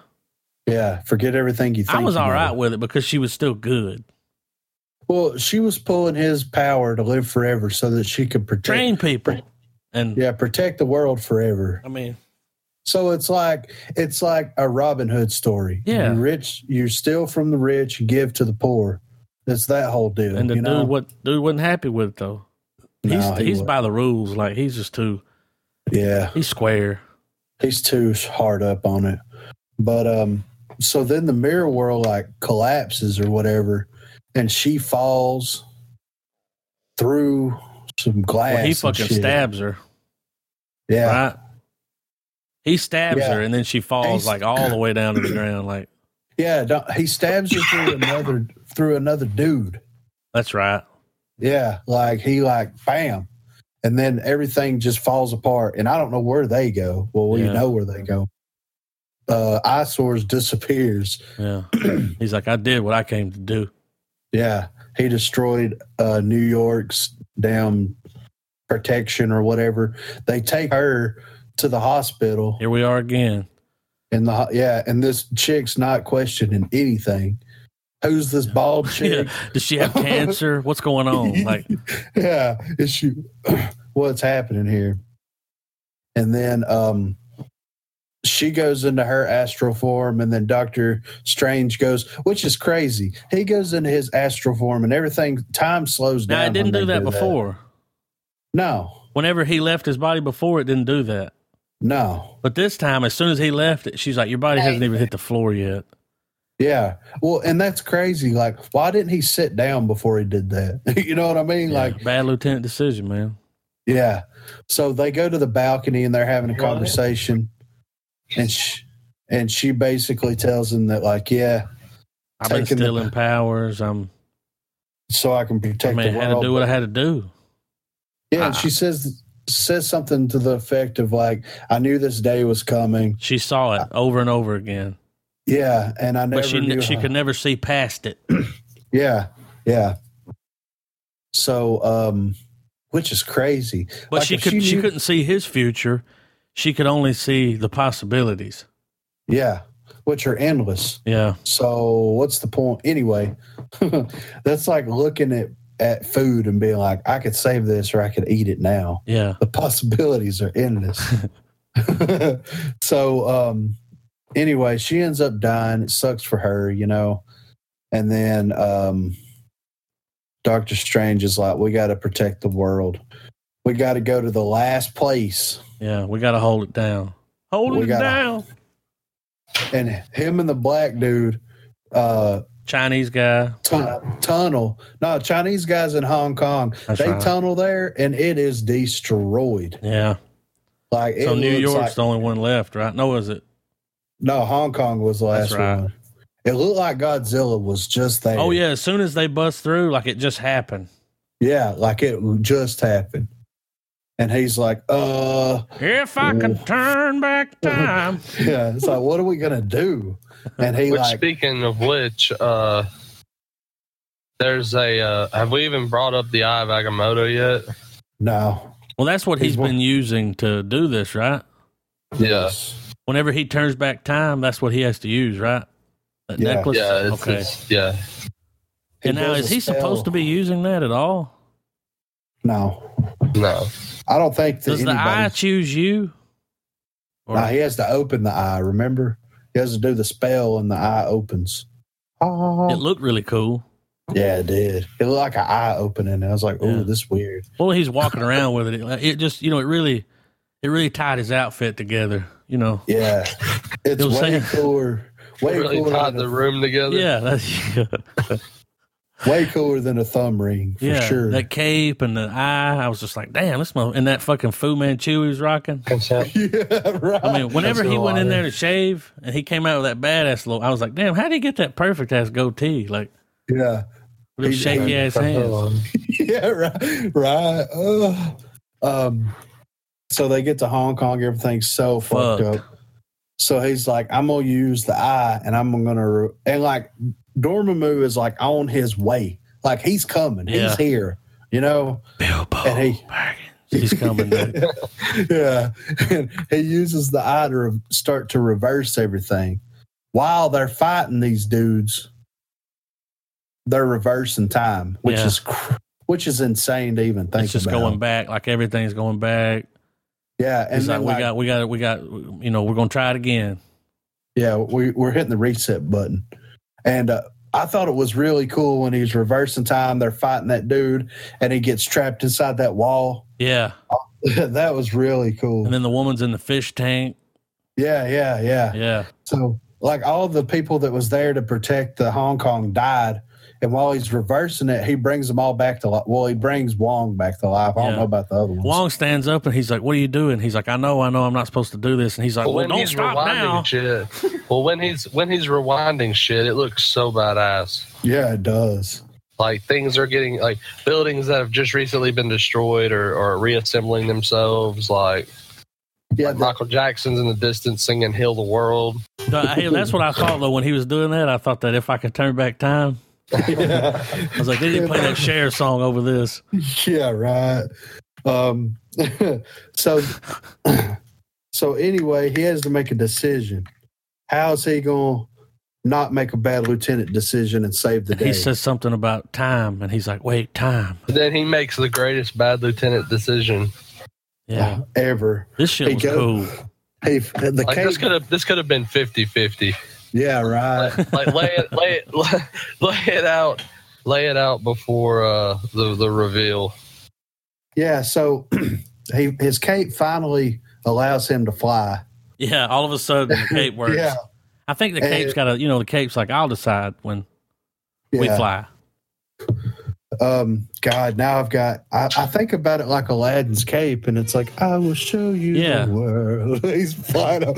Speaker 1: Yeah, forget everything you think."
Speaker 3: I was
Speaker 1: you
Speaker 3: all
Speaker 1: know.
Speaker 3: right with it because she was still good.
Speaker 1: Well, she was pulling his power to live forever, so that she could protect.
Speaker 3: Train people, and
Speaker 1: Yeah, protect the world forever.
Speaker 3: I mean,
Speaker 1: So it's like it's like a Robin Hood story.
Speaker 3: Yeah.
Speaker 1: you rich, you steal from the rich, you give to the poor. It's that whole deal.
Speaker 3: And the
Speaker 1: you
Speaker 3: dude,
Speaker 1: know?
Speaker 3: what dude wasn't happy with it though. He's
Speaker 1: No, he
Speaker 3: he's
Speaker 1: wa-
Speaker 3: by the rules. Like he's just too
Speaker 1: yeah,
Speaker 3: he's square.
Speaker 1: he's too hard up on it. But um, so then the mirror world like collapses or whatever, and she falls through some glass.
Speaker 3: Well, he
Speaker 1: and
Speaker 3: fucking
Speaker 1: shit.
Speaker 3: stabs her,
Speaker 1: Yeah,
Speaker 3: right? He stabs
Speaker 1: Yeah.
Speaker 3: her and then she falls
Speaker 1: He's-
Speaker 3: like all the way down to the ground. Like
Speaker 1: yeah. Don't, he stabs her through another through another dude.
Speaker 3: that's right.
Speaker 1: Yeah, like he like bam, and then everything just falls apart. And I don't know where they go. Well, we
Speaker 3: Yeah.
Speaker 1: know where they go. Uh, Isor's disappears.
Speaker 3: Yeah, he's like I did what I came to do.
Speaker 1: Yeah, he destroyed uh, New York's damn protection or whatever. They take her to the hospital,
Speaker 3: Here we are again.
Speaker 1: and the ho- yeah, and this chick's not questioning anything. Who's this bald
Speaker 3: Yeah.
Speaker 1: chick?
Speaker 3: Does she have cancer? What's going on? Like
Speaker 1: yeah, it's she what's happening here? And then um she goes into her astral form and then Doctor Strange goes, which is crazy. He goes into his astral form and everything time slows down.
Speaker 3: now it didn't
Speaker 1: when
Speaker 3: do
Speaker 1: they
Speaker 3: that before.
Speaker 1: No.
Speaker 3: Whenever he left his body before, it didn't do that.
Speaker 1: No.
Speaker 3: But this time, as soon as he left, it, she's like, "Your body hasn't even hit the floor yet."
Speaker 1: Yeah. Well, and that's crazy. Like, why didn't he sit down before he did that? you know what I mean? Like,
Speaker 3: Yeah, bad lieutenant decision, man.
Speaker 1: yeah. So they go to the balcony and they're having a
Speaker 2: You want it?
Speaker 1: conversation. And she, and she basically tells him that, like, yeah,
Speaker 3: I've been
Speaker 1: taking the-
Speaker 3: stealing powers. I'm.
Speaker 1: so I can
Speaker 3: I
Speaker 1: protect
Speaker 3: mean,
Speaker 1: the
Speaker 3: had to
Speaker 1: world.
Speaker 3: do what I had to do.
Speaker 1: yeah, and she says says something to the effect of like, "I knew this day was coming."
Speaker 3: She saw it over and over again,
Speaker 1: Yeah, and I never
Speaker 3: but she
Speaker 1: knew
Speaker 3: she
Speaker 1: how-
Speaker 3: could never see past it.
Speaker 1: Yeah, yeah. So, um, which is crazy.
Speaker 3: But
Speaker 1: Like,
Speaker 3: she
Speaker 1: if
Speaker 3: could
Speaker 1: she
Speaker 3: she,
Speaker 1: knew-
Speaker 3: couldn't see his future. She could only see the possibilities.
Speaker 1: Yeah, which are endless.
Speaker 3: Yeah,
Speaker 1: So, what's the point anyway? that's like looking at at food and being like, "I could save this, or I could eat it now."
Speaker 3: yeah.
Speaker 1: the possibilities are endless. so um anyway, she ends up dying. It sucks for her, you know. And then um Doctor Strange is like, we gotta protect the world. We gotta go to the last place.
Speaker 3: Yeah, we got to hold it down. Hold
Speaker 1: We
Speaker 3: it
Speaker 1: gotta-
Speaker 3: down.
Speaker 1: And him and the black dude uh
Speaker 3: Chinese guy.
Speaker 1: tun- tunnel. No, Chinese guys in Hong Kong,
Speaker 3: That's
Speaker 1: they
Speaker 3: right.
Speaker 1: tunnel there and it is destroyed.
Speaker 3: Yeah.
Speaker 1: Like it
Speaker 3: So New
Speaker 1: looks
Speaker 3: York's
Speaker 1: like-
Speaker 3: the only one left, right? No, is it?
Speaker 1: No, Hong Kong was the last
Speaker 3: That's right.
Speaker 1: one. It looked like Godzilla was just there.
Speaker 3: Oh yeah. As soon as they bust through, like it just happened.
Speaker 1: Yeah, like it just happened. And he's like, uh,
Speaker 3: If I could turn back time.
Speaker 1: yeah. It's like, what are we gonna do? And he
Speaker 2: Which,
Speaker 1: like,
Speaker 2: speaking of which, uh, there's a. Uh, have we even brought up the Eye of Agamotto yet?
Speaker 1: no.
Speaker 3: Well, that's what
Speaker 1: He's
Speaker 3: he's
Speaker 1: one-
Speaker 3: been using to do this, right?
Speaker 2: Yeah.
Speaker 3: Whenever he turns back time, that's what he has to use, right? That
Speaker 1: Yeah.
Speaker 3: necklace.
Speaker 2: Yeah. It's,
Speaker 3: okay.
Speaker 2: it's- yeah.
Speaker 1: He
Speaker 3: and now,
Speaker 1: does
Speaker 3: is
Speaker 1: a
Speaker 3: he supposed
Speaker 1: spell.
Speaker 3: to be using that at all?
Speaker 1: No,
Speaker 2: No.
Speaker 1: I don't think that
Speaker 3: Does the eye
Speaker 1: anybody.
Speaker 3: choose you? Or,
Speaker 1: no, he has to open the eye. Remember, he has to do the spell, and the eye opens.
Speaker 3: it looked really cool.
Speaker 1: Yeah, it did. It looked like an eye opening. I was like, oh,
Speaker 3: Yeah.
Speaker 1: this is weird.
Speaker 3: Well, he's walking around with it. It just, you know, it really, it really tied his outfit together. You know.
Speaker 1: Yeah, it's
Speaker 3: You know what I'm
Speaker 1: way
Speaker 3: saying?
Speaker 1: cooler. Way
Speaker 2: really
Speaker 1: cooler
Speaker 2: tied
Speaker 1: than a
Speaker 2: the room together.
Speaker 3: Yeah, that's yeah,
Speaker 1: way cooler than a thumb ring for sure.
Speaker 3: That cape and the eye. I was just like, damn, this mo and that fucking Fu Manchu he was rocking.
Speaker 2: Consent.
Speaker 1: yeah, right.
Speaker 3: I mean, whenever
Speaker 1: That's
Speaker 3: he
Speaker 1: a
Speaker 3: went in
Speaker 1: lot.
Speaker 3: there to shave and he came out with that badass look, I was like, damn, how would he get that perfect ass goatee? Like,
Speaker 1: yeah,
Speaker 3: with those
Speaker 1: He-
Speaker 3: shaky ass hands.
Speaker 1: yeah, right, right. Ugh. um, so they get to Hong Kong, everything's so fucked,
Speaker 3: Fucked.
Speaker 1: up. So he's like, "I'm gonna use the eye, and I'm gonna re-" and like Dormammu is like on his way, like he's coming,
Speaker 3: Yeah.
Speaker 1: he's here, you know."
Speaker 3: Bilbo.
Speaker 1: And he-
Speaker 3: Baggins. He's coming. dude.
Speaker 1: yeah, and he uses the eye to re- start to reverse everything while they're fighting these dudes. They're reversing time, which
Speaker 3: Yeah.
Speaker 1: is cr- which is insane to even think
Speaker 3: It's just
Speaker 1: about.
Speaker 3: going back. Like, everything's going back.
Speaker 1: Yeah, and
Speaker 3: He's
Speaker 1: then
Speaker 3: like, we got, we got, we got, you know, we're going to try it again.
Speaker 1: yeah, we we're hitting the reset button, and uh, I thought it was really cool when he's reversing time. They're fighting that dude, and he gets trapped inside that wall.
Speaker 3: Yeah.
Speaker 1: that was really cool.
Speaker 3: And then the woman's in the fish tank.
Speaker 1: yeah, yeah, yeah,
Speaker 3: Yeah.
Speaker 1: So, like, all the people that was there to protect the Hong Kong died, and while he's reversing it, he brings them all back to life. Well, he brings Wong back to life. I don't
Speaker 3: Yeah.
Speaker 1: know about the other ones.
Speaker 3: Wong stands up and he's like, What are you doing? He's like, I know, I know I'm not supposed to do this. And he's like, Well, don't stop now.
Speaker 2: shit, well, when he's when he's rewinding shit, it looks so badass.
Speaker 1: Yeah, it does.
Speaker 2: Like things are getting like buildings that have just recently been destroyed or or reassembling themselves. Like
Speaker 1: Yeah, the-
Speaker 2: Michael Jackson's in the distance singing "Heal the World."
Speaker 3: No, I- that's what I thought though when he was doing that. I thought that if I could turn back time,
Speaker 1: yeah.
Speaker 3: I was like, They didn't play that Cher song over this.
Speaker 1: yeah right um so so anyway he has to make a decision how's he gonna not make a bad lieutenant decision and save the
Speaker 3: And
Speaker 1: day
Speaker 3: he says something about time and he's like, Wait, time.
Speaker 2: Then he makes the greatest bad lieutenant decision.
Speaker 1: Uh,
Speaker 3: Yeah.
Speaker 1: ever
Speaker 3: This shit
Speaker 1: He
Speaker 3: was
Speaker 1: go-
Speaker 3: cool.
Speaker 1: hey the
Speaker 2: Like this
Speaker 1: cake
Speaker 2: could have this could have been 50-50.
Speaker 1: yeah
Speaker 3: Uh,
Speaker 1: right
Speaker 2: Like lay it lay it lay, it out lay it out before uh, the the reveal.
Speaker 1: yeah so he his cape finally allows him to fly
Speaker 3: Yeah, all of a sudden the cape works.
Speaker 1: yeah
Speaker 3: I think the
Speaker 1: And-
Speaker 3: cape's got a you know, the cape's like, I'll decide when we
Speaker 1: yeah.
Speaker 3: fly.
Speaker 1: um god now i've got I, I think about it like aladdin's cape and it's like i will show you
Speaker 3: Yeah.
Speaker 1: the world he's flying o-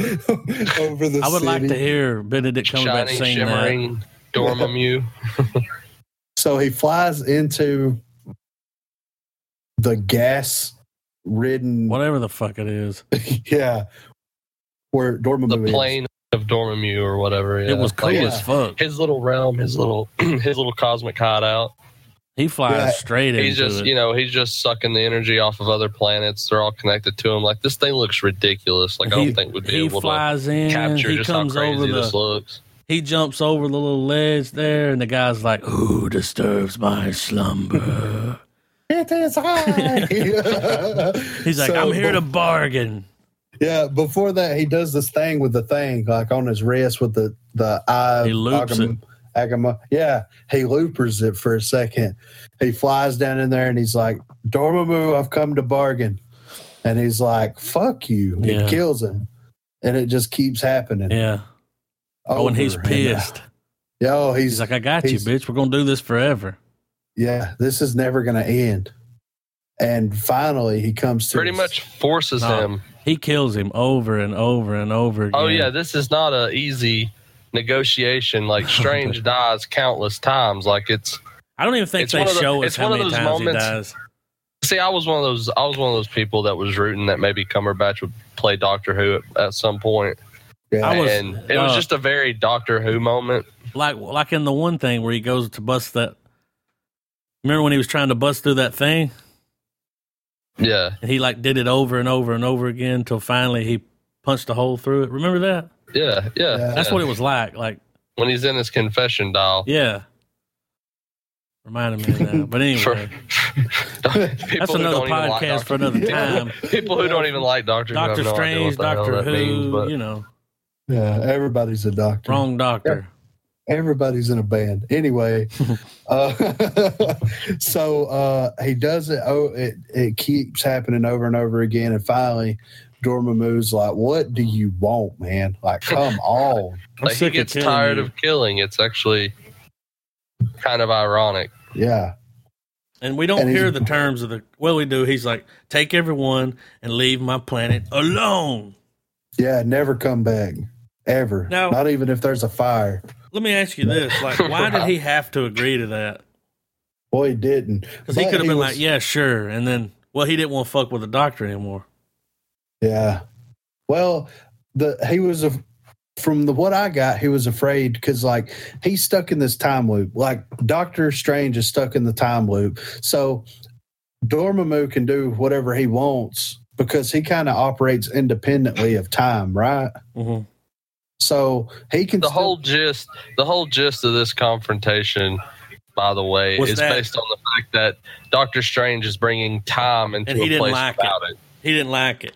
Speaker 1: over the
Speaker 3: I would like
Speaker 1: city.
Speaker 3: to hear Benedict Cumberbatch
Speaker 2: Shining,
Speaker 3: sing that.
Speaker 2: shimmering, Dormammu.
Speaker 1: so he flies into the gas ridden
Speaker 3: Whatever the fuck it is.
Speaker 1: yeah where
Speaker 2: the
Speaker 1: Dormammu
Speaker 2: plane of Dormammu or whatever. Oh, yeah.
Speaker 3: It was cool
Speaker 2: Like,
Speaker 3: as
Speaker 2: his,
Speaker 3: fuck.
Speaker 2: his little realm, his little his little cosmic hideout.
Speaker 3: He flies
Speaker 1: Yeah.
Speaker 3: straight into
Speaker 2: He's just
Speaker 3: it.
Speaker 2: you know he's just sucking the energy off of other planets. They're all connected to him. Like this thing looks ridiculous. Like I
Speaker 3: He-
Speaker 2: don't think we'd be
Speaker 3: he
Speaker 2: able
Speaker 3: flies
Speaker 2: to
Speaker 3: in.
Speaker 2: capture
Speaker 3: He
Speaker 2: just how
Speaker 3: comes over
Speaker 2: crazy
Speaker 3: the.
Speaker 2: this looks.
Speaker 3: He jumps over the little ledge there, and the guy's like, "Who disturbs my slumber?"
Speaker 1: is. It is I.
Speaker 3: He's like,
Speaker 1: So,
Speaker 3: "I'm here to
Speaker 1: be-
Speaker 3: bargain."
Speaker 1: Yeah, before that, he does this thing with the thing, like on his wrist with the the eye.
Speaker 3: He loops it.
Speaker 1: Agama. Yeah, he loopers it for a second. He flies down in there and he's like, Dormammu, I've come to bargain. And he's like, fuck you. and
Speaker 3: Yeah.
Speaker 1: It kills him. And it just keeps happening.
Speaker 3: Yeah. Oh, and he's
Speaker 1: over
Speaker 3: pissed.
Speaker 1: Yeah, oh, he's,
Speaker 3: he's like, "I got you,
Speaker 1: he's-
Speaker 3: bitch. We're gonna do this forever."
Speaker 1: yeah, this is never going to end. And finally, he comes to
Speaker 2: Pretty
Speaker 1: his-
Speaker 2: much forces
Speaker 3: No.
Speaker 2: him.
Speaker 3: He kills him over and over and over again.
Speaker 2: Oh yeah, this is not a easy negotiation. Like Strange dies countless times. Like it's
Speaker 3: I don't even think
Speaker 2: It's
Speaker 3: they
Speaker 2: one of the-
Speaker 3: show us
Speaker 2: it's
Speaker 3: how
Speaker 2: one of
Speaker 3: many
Speaker 2: those
Speaker 3: times
Speaker 2: moments-
Speaker 3: he dies.
Speaker 2: See, I was one of those. I was one of those people that was rooting that maybe Cumberbatch would play Doctor Who at, at some point,
Speaker 1: Yeah.
Speaker 3: I was-
Speaker 2: and it was
Speaker 3: uh,
Speaker 2: just a very Doctor Who moment.
Speaker 3: Like, like in the one thing where he goes to bust that. Remember when he was trying to bust through that thing?
Speaker 2: Yeah,
Speaker 3: And he like did it over and over and over again until finally he punched a hole through it. Remember that?
Speaker 2: yeah, yeah.
Speaker 1: Yeah.
Speaker 3: That's what it was like. Like,
Speaker 2: when he's in his confession dial.
Speaker 3: yeah. Reminded me of that. But anyway,
Speaker 2: For- people
Speaker 3: that's
Speaker 2: who
Speaker 3: another
Speaker 2: don't even like
Speaker 3: podcast
Speaker 2: Doctor-
Speaker 3: for another time.
Speaker 2: People who don't even like Doctor Who. have
Speaker 3: Doctor
Speaker 2: no idea
Speaker 3: Strange,
Speaker 2: what the hell
Speaker 3: Doctor
Speaker 2: that
Speaker 3: Who,
Speaker 2: means, but-
Speaker 3: you know,
Speaker 1: yeah, everybody's a doctor.
Speaker 3: wrong doctor.
Speaker 1: everybody's in a band anyway uh, so uh he does it oh it, it keeps happening over and over again and finally Dormammu's like what do you want man like come on
Speaker 3: I'm
Speaker 2: like, he
Speaker 3: sick of
Speaker 2: gets
Speaker 3: killing
Speaker 2: tired
Speaker 3: you.
Speaker 2: of killing. It's actually kind of ironic.
Speaker 1: yeah
Speaker 3: And we don't
Speaker 1: And he's-
Speaker 3: hear the terms of the. Well, we do. He's like, take everyone and leave my planet alone.
Speaker 1: yeah never come back ever
Speaker 3: No.
Speaker 1: not even if there's a fire
Speaker 3: Let me ask you this: Like, why did he have to agree to that?
Speaker 1: boy he didn't
Speaker 3: Because he
Speaker 1: But
Speaker 3: could have been
Speaker 1: was-
Speaker 3: like, yeah, sure, and then, well, he didn't want to fuck with the doctor anymore.
Speaker 1: yeah well the he was a from the what I got, he was afraid because like he's stuck in this time loop. Like Doctor Strange is stuck in the time loop, so Dormammu can do whatever he wants because he kind of operates independently of time, right?
Speaker 2: Mm-hmm.
Speaker 3: Mhm.
Speaker 1: So he can
Speaker 2: The
Speaker 1: still-
Speaker 2: whole gist, the whole gist of this confrontation, by the way,
Speaker 3: Was
Speaker 2: is
Speaker 3: that-
Speaker 2: based on the fact that Doctor Strange is bringing time into
Speaker 3: And he
Speaker 2: a
Speaker 3: didn't
Speaker 2: place
Speaker 3: like
Speaker 2: without it.
Speaker 3: He didn't like it.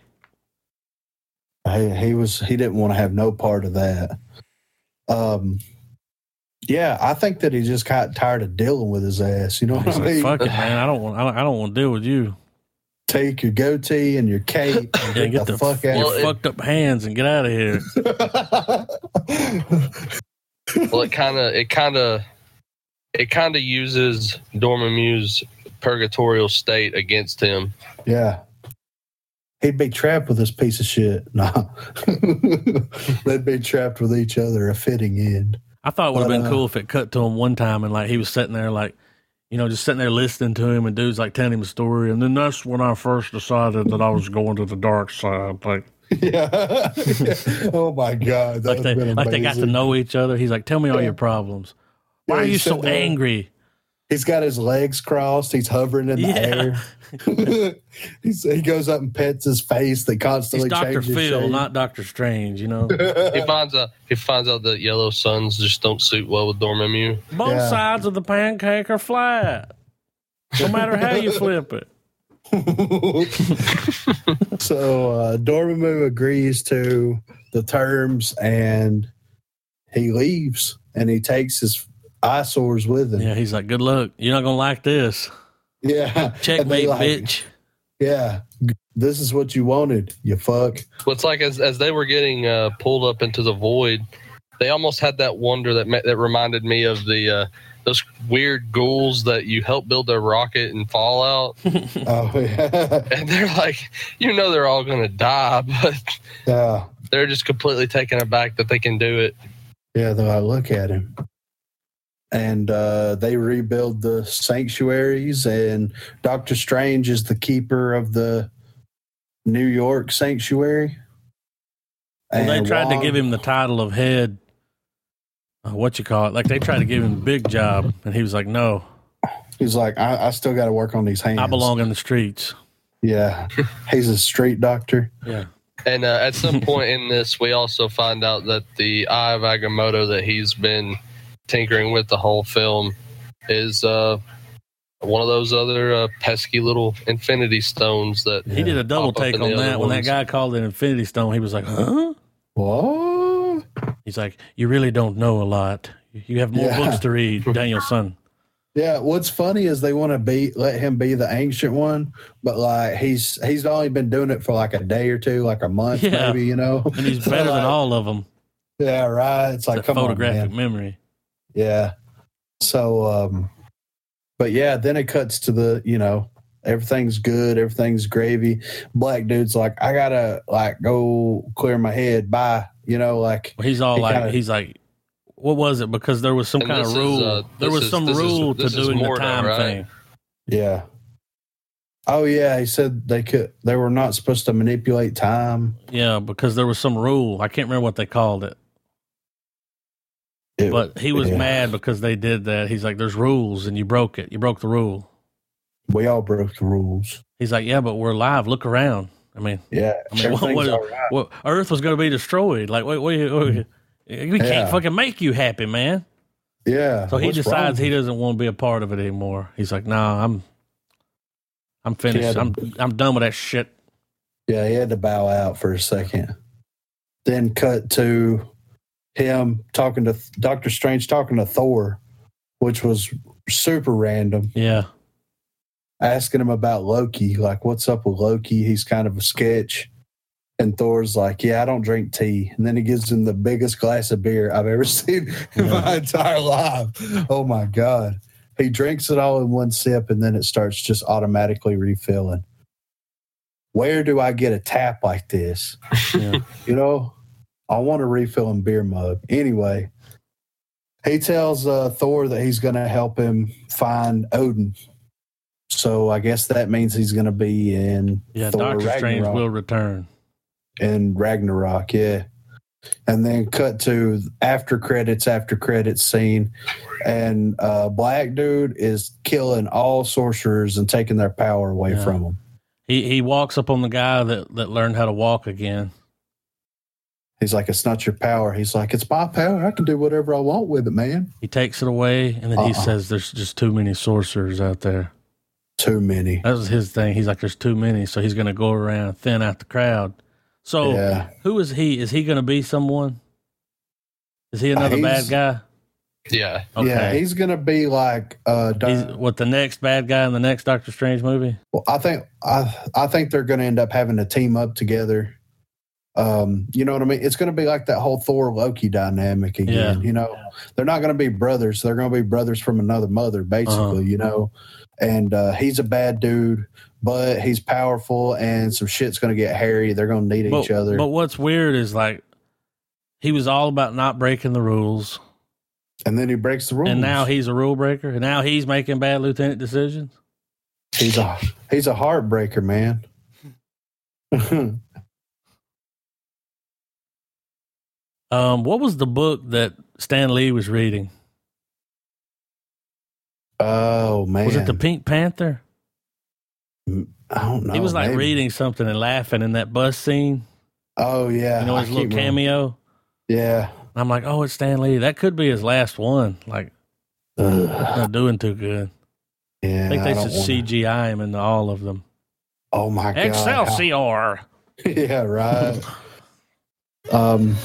Speaker 1: he, he was he didn't want to have no part of that. Um, Yeah, I think that he just got tired of dealing with his ass. You know what
Speaker 3: He's
Speaker 1: I
Speaker 3: like,
Speaker 1: mean?
Speaker 3: fuck it, man. I don't want. I don't, I don't want to deal with you.
Speaker 1: Take your goatee and your cape and
Speaker 3: Yeah,
Speaker 1: get, the, fuck
Speaker 2: out.
Speaker 3: your
Speaker 2: Well, it-
Speaker 3: fucked up hands and get out of here.
Speaker 1: out.
Speaker 2: well, it kind of it kind of it kind of uses Dormammu's purgatorial state against him.
Speaker 1: yeah. He'd be trapped with this piece of shit. Nah. They'd be trapped with each other, a fitting end.
Speaker 3: I thought it would have
Speaker 1: But,
Speaker 3: been
Speaker 1: uh,
Speaker 3: cool if it cut to him one time and like he was sitting there like, you know, just sitting there listening to him and dudes like telling him a story. And then that's when I first decided that I was going to the dark side. Like,
Speaker 1: yeah. Oh my God. That
Speaker 3: like they
Speaker 1: would've been
Speaker 3: like they got to
Speaker 1: amazing.
Speaker 3: know each other. He's like, tell me all
Speaker 1: Yeah.
Speaker 3: your problems. Why
Speaker 1: Yeah,
Speaker 3: are
Speaker 1: he's
Speaker 3: you so
Speaker 1: sitting there.
Speaker 3: angry?
Speaker 1: He's got his legs crossed. He's hovering in the
Speaker 3: Yeah.
Speaker 1: air. He's, he goes up and pets his face. They
Speaker 3: He's
Speaker 1: constantly
Speaker 3: Doctor
Speaker 1: change his
Speaker 3: Phil,
Speaker 1: shape.
Speaker 3: not Doctor Strange. You know,
Speaker 2: He finds out he finds out that yellow suns just don't suit well with Dormammu.
Speaker 3: both
Speaker 1: Yeah.
Speaker 3: sides of the pancake are flat. No matter how you flip it.
Speaker 1: so uh, Dormammu agrees to the terms and he leaves and he takes his eyesores with him.
Speaker 3: Yeah, he's like, good luck. You're not gonna like this.
Speaker 1: Yeah. And they
Speaker 3: Checkmate,
Speaker 1: like,
Speaker 3: bitch.
Speaker 1: Yeah. This is what you wanted, you fuck.
Speaker 2: Well, it's like as as they were getting uh, pulled up into the void, they almost had that wonder that ma- that reminded me of the uh, those weird ghouls that you help build their rocket and Fallout,
Speaker 1: Oh, yeah.
Speaker 2: and they're like, you know, they're all gonna die, but
Speaker 1: yeah.
Speaker 2: they're just completely taken aback that they can do it.
Speaker 1: Yeah, though I look at him. And uh, they rebuild the sanctuaries, and Doctor Strange is the keeper of the New York sanctuary.
Speaker 3: Well, they
Speaker 1: And
Speaker 3: tried
Speaker 1: Wong-
Speaker 3: to give him the title of head. Uh, what you call it? Like they tried to give him big job, and he was like, "No,
Speaker 1: He's like, I, I still got to work on these hands.
Speaker 3: I belong in the streets."
Speaker 1: Yeah, he's a street doctor.
Speaker 3: Yeah,
Speaker 2: And uh, at some point in this, we also find out that the Eye of Agamotto that he's been tinkering with the whole film is uh, one of those other uh, pesky little Infinity Stones that
Speaker 3: he did a double
Speaker 2: Pop up
Speaker 3: take
Speaker 2: in
Speaker 3: on
Speaker 2: the
Speaker 3: that
Speaker 2: other
Speaker 3: when that
Speaker 2: ones.
Speaker 3: guy called it Infinity Stone. He was like, "Huh?"
Speaker 1: What?
Speaker 3: He's like, "You really don't know a lot. You have more
Speaker 1: Yeah.
Speaker 3: books to read, Daniel's son."
Speaker 1: Yeah, what's funny is they want to be let him be the ancient one, but like he's he's only been doing it for like a day or two, like a month
Speaker 3: Yeah.
Speaker 1: maybe, you know.
Speaker 3: And he's
Speaker 1: So,
Speaker 3: better than
Speaker 1: like,
Speaker 3: all of them.
Speaker 1: Yeah, right. It's like
Speaker 3: That
Speaker 1: come on,
Speaker 3: photographic
Speaker 1: man.
Speaker 3: memory.
Speaker 1: Yeah. So, um, but yeah, then it cuts to the, you know, everything's good, everything's gravy. Black dude's like, I gotta like go clear my head. Bye. You know, like,
Speaker 3: He's all
Speaker 1: He
Speaker 3: like,
Speaker 1: kinda-
Speaker 3: "He's like, what was it?" Because there was some
Speaker 2: And
Speaker 3: kind
Speaker 2: this
Speaker 3: of
Speaker 2: is,
Speaker 3: rule.
Speaker 2: uh,
Speaker 3: there
Speaker 2: this
Speaker 3: was
Speaker 2: is-
Speaker 3: some
Speaker 2: this is-
Speaker 3: rule
Speaker 2: this
Speaker 3: to
Speaker 2: is
Speaker 3: doing the
Speaker 2: Mordo,
Speaker 3: time
Speaker 2: right?
Speaker 3: thing.
Speaker 1: yeah. Oh yeah, he said they could. They were not supposed to manipulate time.
Speaker 3: Yeah, because there was some rule. I can't remember what they called it.
Speaker 1: It-
Speaker 3: But he was
Speaker 1: Yeah.
Speaker 3: mad because they did that. He's like, "There's rules, and you broke it. You broke the rule."
Speaker 1: we all broke the rules.
Speaker 3: He's like, "Yeah, but we're live. Look around. I mean,
Speaker 1: Yeah,
Speaker 3: I mean, what-
Speaker 1: everything's
Speaker 3: what-
Speaker 1: all right.
Speaker 3: well, Earth was going to be destroyed. Like, wait, wait, wait. we can't
Speaker 1: Yeah.
Speaker 3: fucking make you happy, man."
Speaker 1: Yeah.
Speaker 3: So he
Speaker 1: What's
Speaker 3: decides
Speaker 1: wrong?
Speaker 3: he doesn't want to be a part of it anymore. He's like, "Nah, I'm, I'm
Speaker 1: Yeah,
Speaker 3: finished.
Speaker 1: the-
Speaker 3: I'm, I'm done with that shit."
Speaker 1: Yeah, he had to bow out for a second. Then cut to him talking to Doctor Strange talking to Thor, which was super random,
Speaker 3: Yeah,
Speaker 1: asking him about Loki, like what's up with Loki? He's kind of a sketch. And Thor's like, Yeah, I don't drink tea. And then he gives him the biggest glass of beer I've ever seen in my entire life. Oh my God. He drinks it all in one sip and then it starts just automatically refilling. Where do I get a tap like this?
Speaker 3: yeah.
Speaker 1: you know, I want a refill in beer mug. Anyway, he tells uh, Thor that he's going to help him find Odin. So I guess that means he's going to be in
Speaker 3: yeah.
Speaker 1: Thor
Speaker 3: Doctor Strange
Speaker 1: Ragnarok.
Speaker 3: will return.
Speaker 1: in Ragnarok, yeah. And then cut to after credits, after credits scene, and uh, black dude is killing all sorcerers and taking their power away
Speaker 3: Yeah.
Speaker 1: from them.
Speaker 3: He he walks up on the guy that that learned how to walk again.
Speaker 1: He's like, "It's not your power." He's like, "It's my power. I can do whatever I want with it, man."
Speaker 3: He takes it away, and then he
Speaker 1: Uh-uh.
Speaker 3: says, "There's just too many sorcerers out there."
Speaker 1: Too many.
Speaker 3: That was his thing. He's like, "There's too many," so he's going to go around and thin out the crowd. So,
Speaker 1: yeah.
Speaker 3: who is he? Is he going to be someone? Is he another
Speaker 1: Uh,
Speaker 3: bad
Speaker 1: he's-
Speaker 3: guy?
Speaker 2: Yeah.
Speaker 1: Yeah, he's gonna be like uh, Doc-
Speaker 3: He's, what the next bad guy in the next Doctor Strange movie?
Speaker 1: Well, I think I I think they're going to end up having to team up together. Um, you know what I mean? It's going to be like that whole Thor Loki dynamic again.
Speaker 3: Yeah.
Speaker 1: You know, they're not going to be brothers; they're going to be brothers from another mother, basically.
Speaker 3: Uh-huh.
Speaker 1: You know, and uh, he's a bad dude, but he's powerful, and some shit's going to get hairy. They're going to need
Speaker 3: but,
Speaker 1: each other.
Speaker 3: But what's weird is like he was all about not breaking the rules,
Speaker 1: and then he breaks the rules.
Speaker 3: and now he's a rule breaker, and now he's making bad lieutenant decisions.
Speaker 1: he's a he's a heartbreaker, man.
Speaker 3: Um, what was the book that Stan Lee was reading?
Speaker 1: oh man,
Speaker 3: Was it the Pink Panther?
Speaker 1: I don't know.
Speaker 3: he was like
Speaker 1: maybe.
Speaker 3: reading something and laughing in that bus scene.
Speaker 1: Oh yeah,
Speaker 3: You know
Speaker 1: I
Speaker 3: his little
Speaker 1: can't remember.
Speaker 3: cameo.
Speaker 1: Yeah.
Speaker 3: And I'm like, oh, it's Stan Lee. That could be his last one. Like,
Speaker 1: Ugh.
Speaker 3: not doing too good.
Speaker 1: Yeah,
Speaker 3: I think they
Speaker 1: don't
Speaker 3: should
Speaker 1: wanna-
Speaker 3: CGI him into all of them.
Speaker 1: Oh my god!
Speaker 3: Excelsior.
Speaker 1: Yeah, right. um.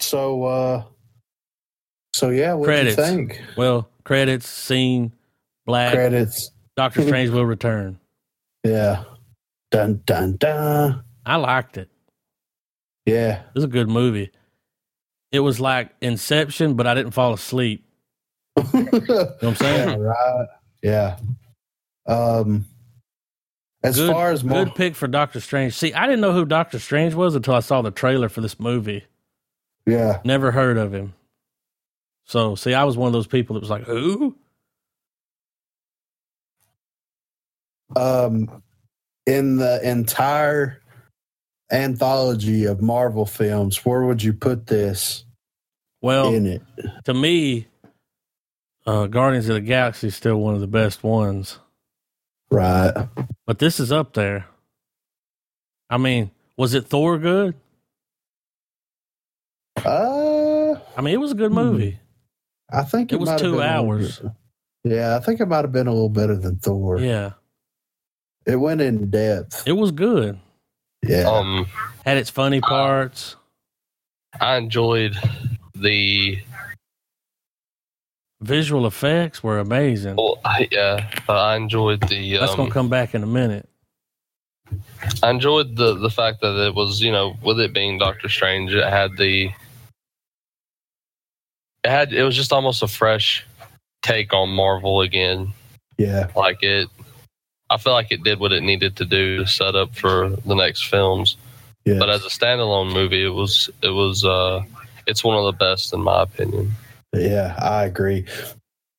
Speaker 1: So, uh, so yeah, what do you
Speaker 3: Credits.
Speaker 1: think?
Speaker 3: Well, credits, scene, black.
Speaker 1: Credits.
Speaker 3: Doctor Strange will return.
Speaker 1: Yeah. Dun dun dun.
Speaker 3: I liked it.
Speaker 1: Yeah.
Speaker 3: It was a good movie. It was like Inception, but I didn't fall asleep. You know what I'm saying?
Speaker 1: yeah, right. Yeah. Um. As
Speaker 3: Good-
Speaker 1: far as more,
Speaker 3: Good pick for Doctor Strange. See, I didn't know who Doctor Strange was until I saw the trailer for this movie.
Speaker 1: yeah,
Speaker 3: Never heard of him. So, see, I was one of those people that was like, who?
Speaker 1: um, in the entire anthology of Marvel films, where would you put this
Speaker 3: Well,
Speaker 1: in it?
Speaker 3: to me, uh, Guardians of the Galaxy is still one of the best ones.
Speaker 1: Right.
Speaker 3: But this is up there. I mean, was it Thor good?
Speaker 1: Uh,
Speaker 3: I mean, it was a good
Speaker 1: Hmm.
Speaker 3: movie.
Speaker 1: I think
Speaker 3: It
Speaker 1: it,
Speaker 3: was
Speaker 1: might have
Speaker 3: two
Speaker 1: been a little
Speaker 3: hours.
Speaker 1: bit- Yeah, I think it might have been a little better than Thor.
Speaker 3: Yeah,
Speaker 1: It went in depth.
Speaker 3: it was good.
Speaker 1: yeah.
Speaker 2: Um,
Speaker 3: Had its funny parts.
Speaker 2: I enjoyed the
Speaker 3: Visual effects were amazing.
Speaker 2: well, I, yeah, but I enjoyed the
Speaker 3: That's gonna
Speaker 2: um,
Speaker 3: come back in a minute.
Speaker 2: I enjoyed the the fact that it was you know with it being Doctor Strange, it had the it had it was just almost a fresh take on Marvel again.
Speaker 1: yeah.
Speaker 2: like it i feel like it did what it needed to do to set up for the next films
Speaker 1: Yeah.
Speaker 2: but as a standalone movie it was it was uh it's one of the best in my opinion
Speaker 1: yeah, I agree.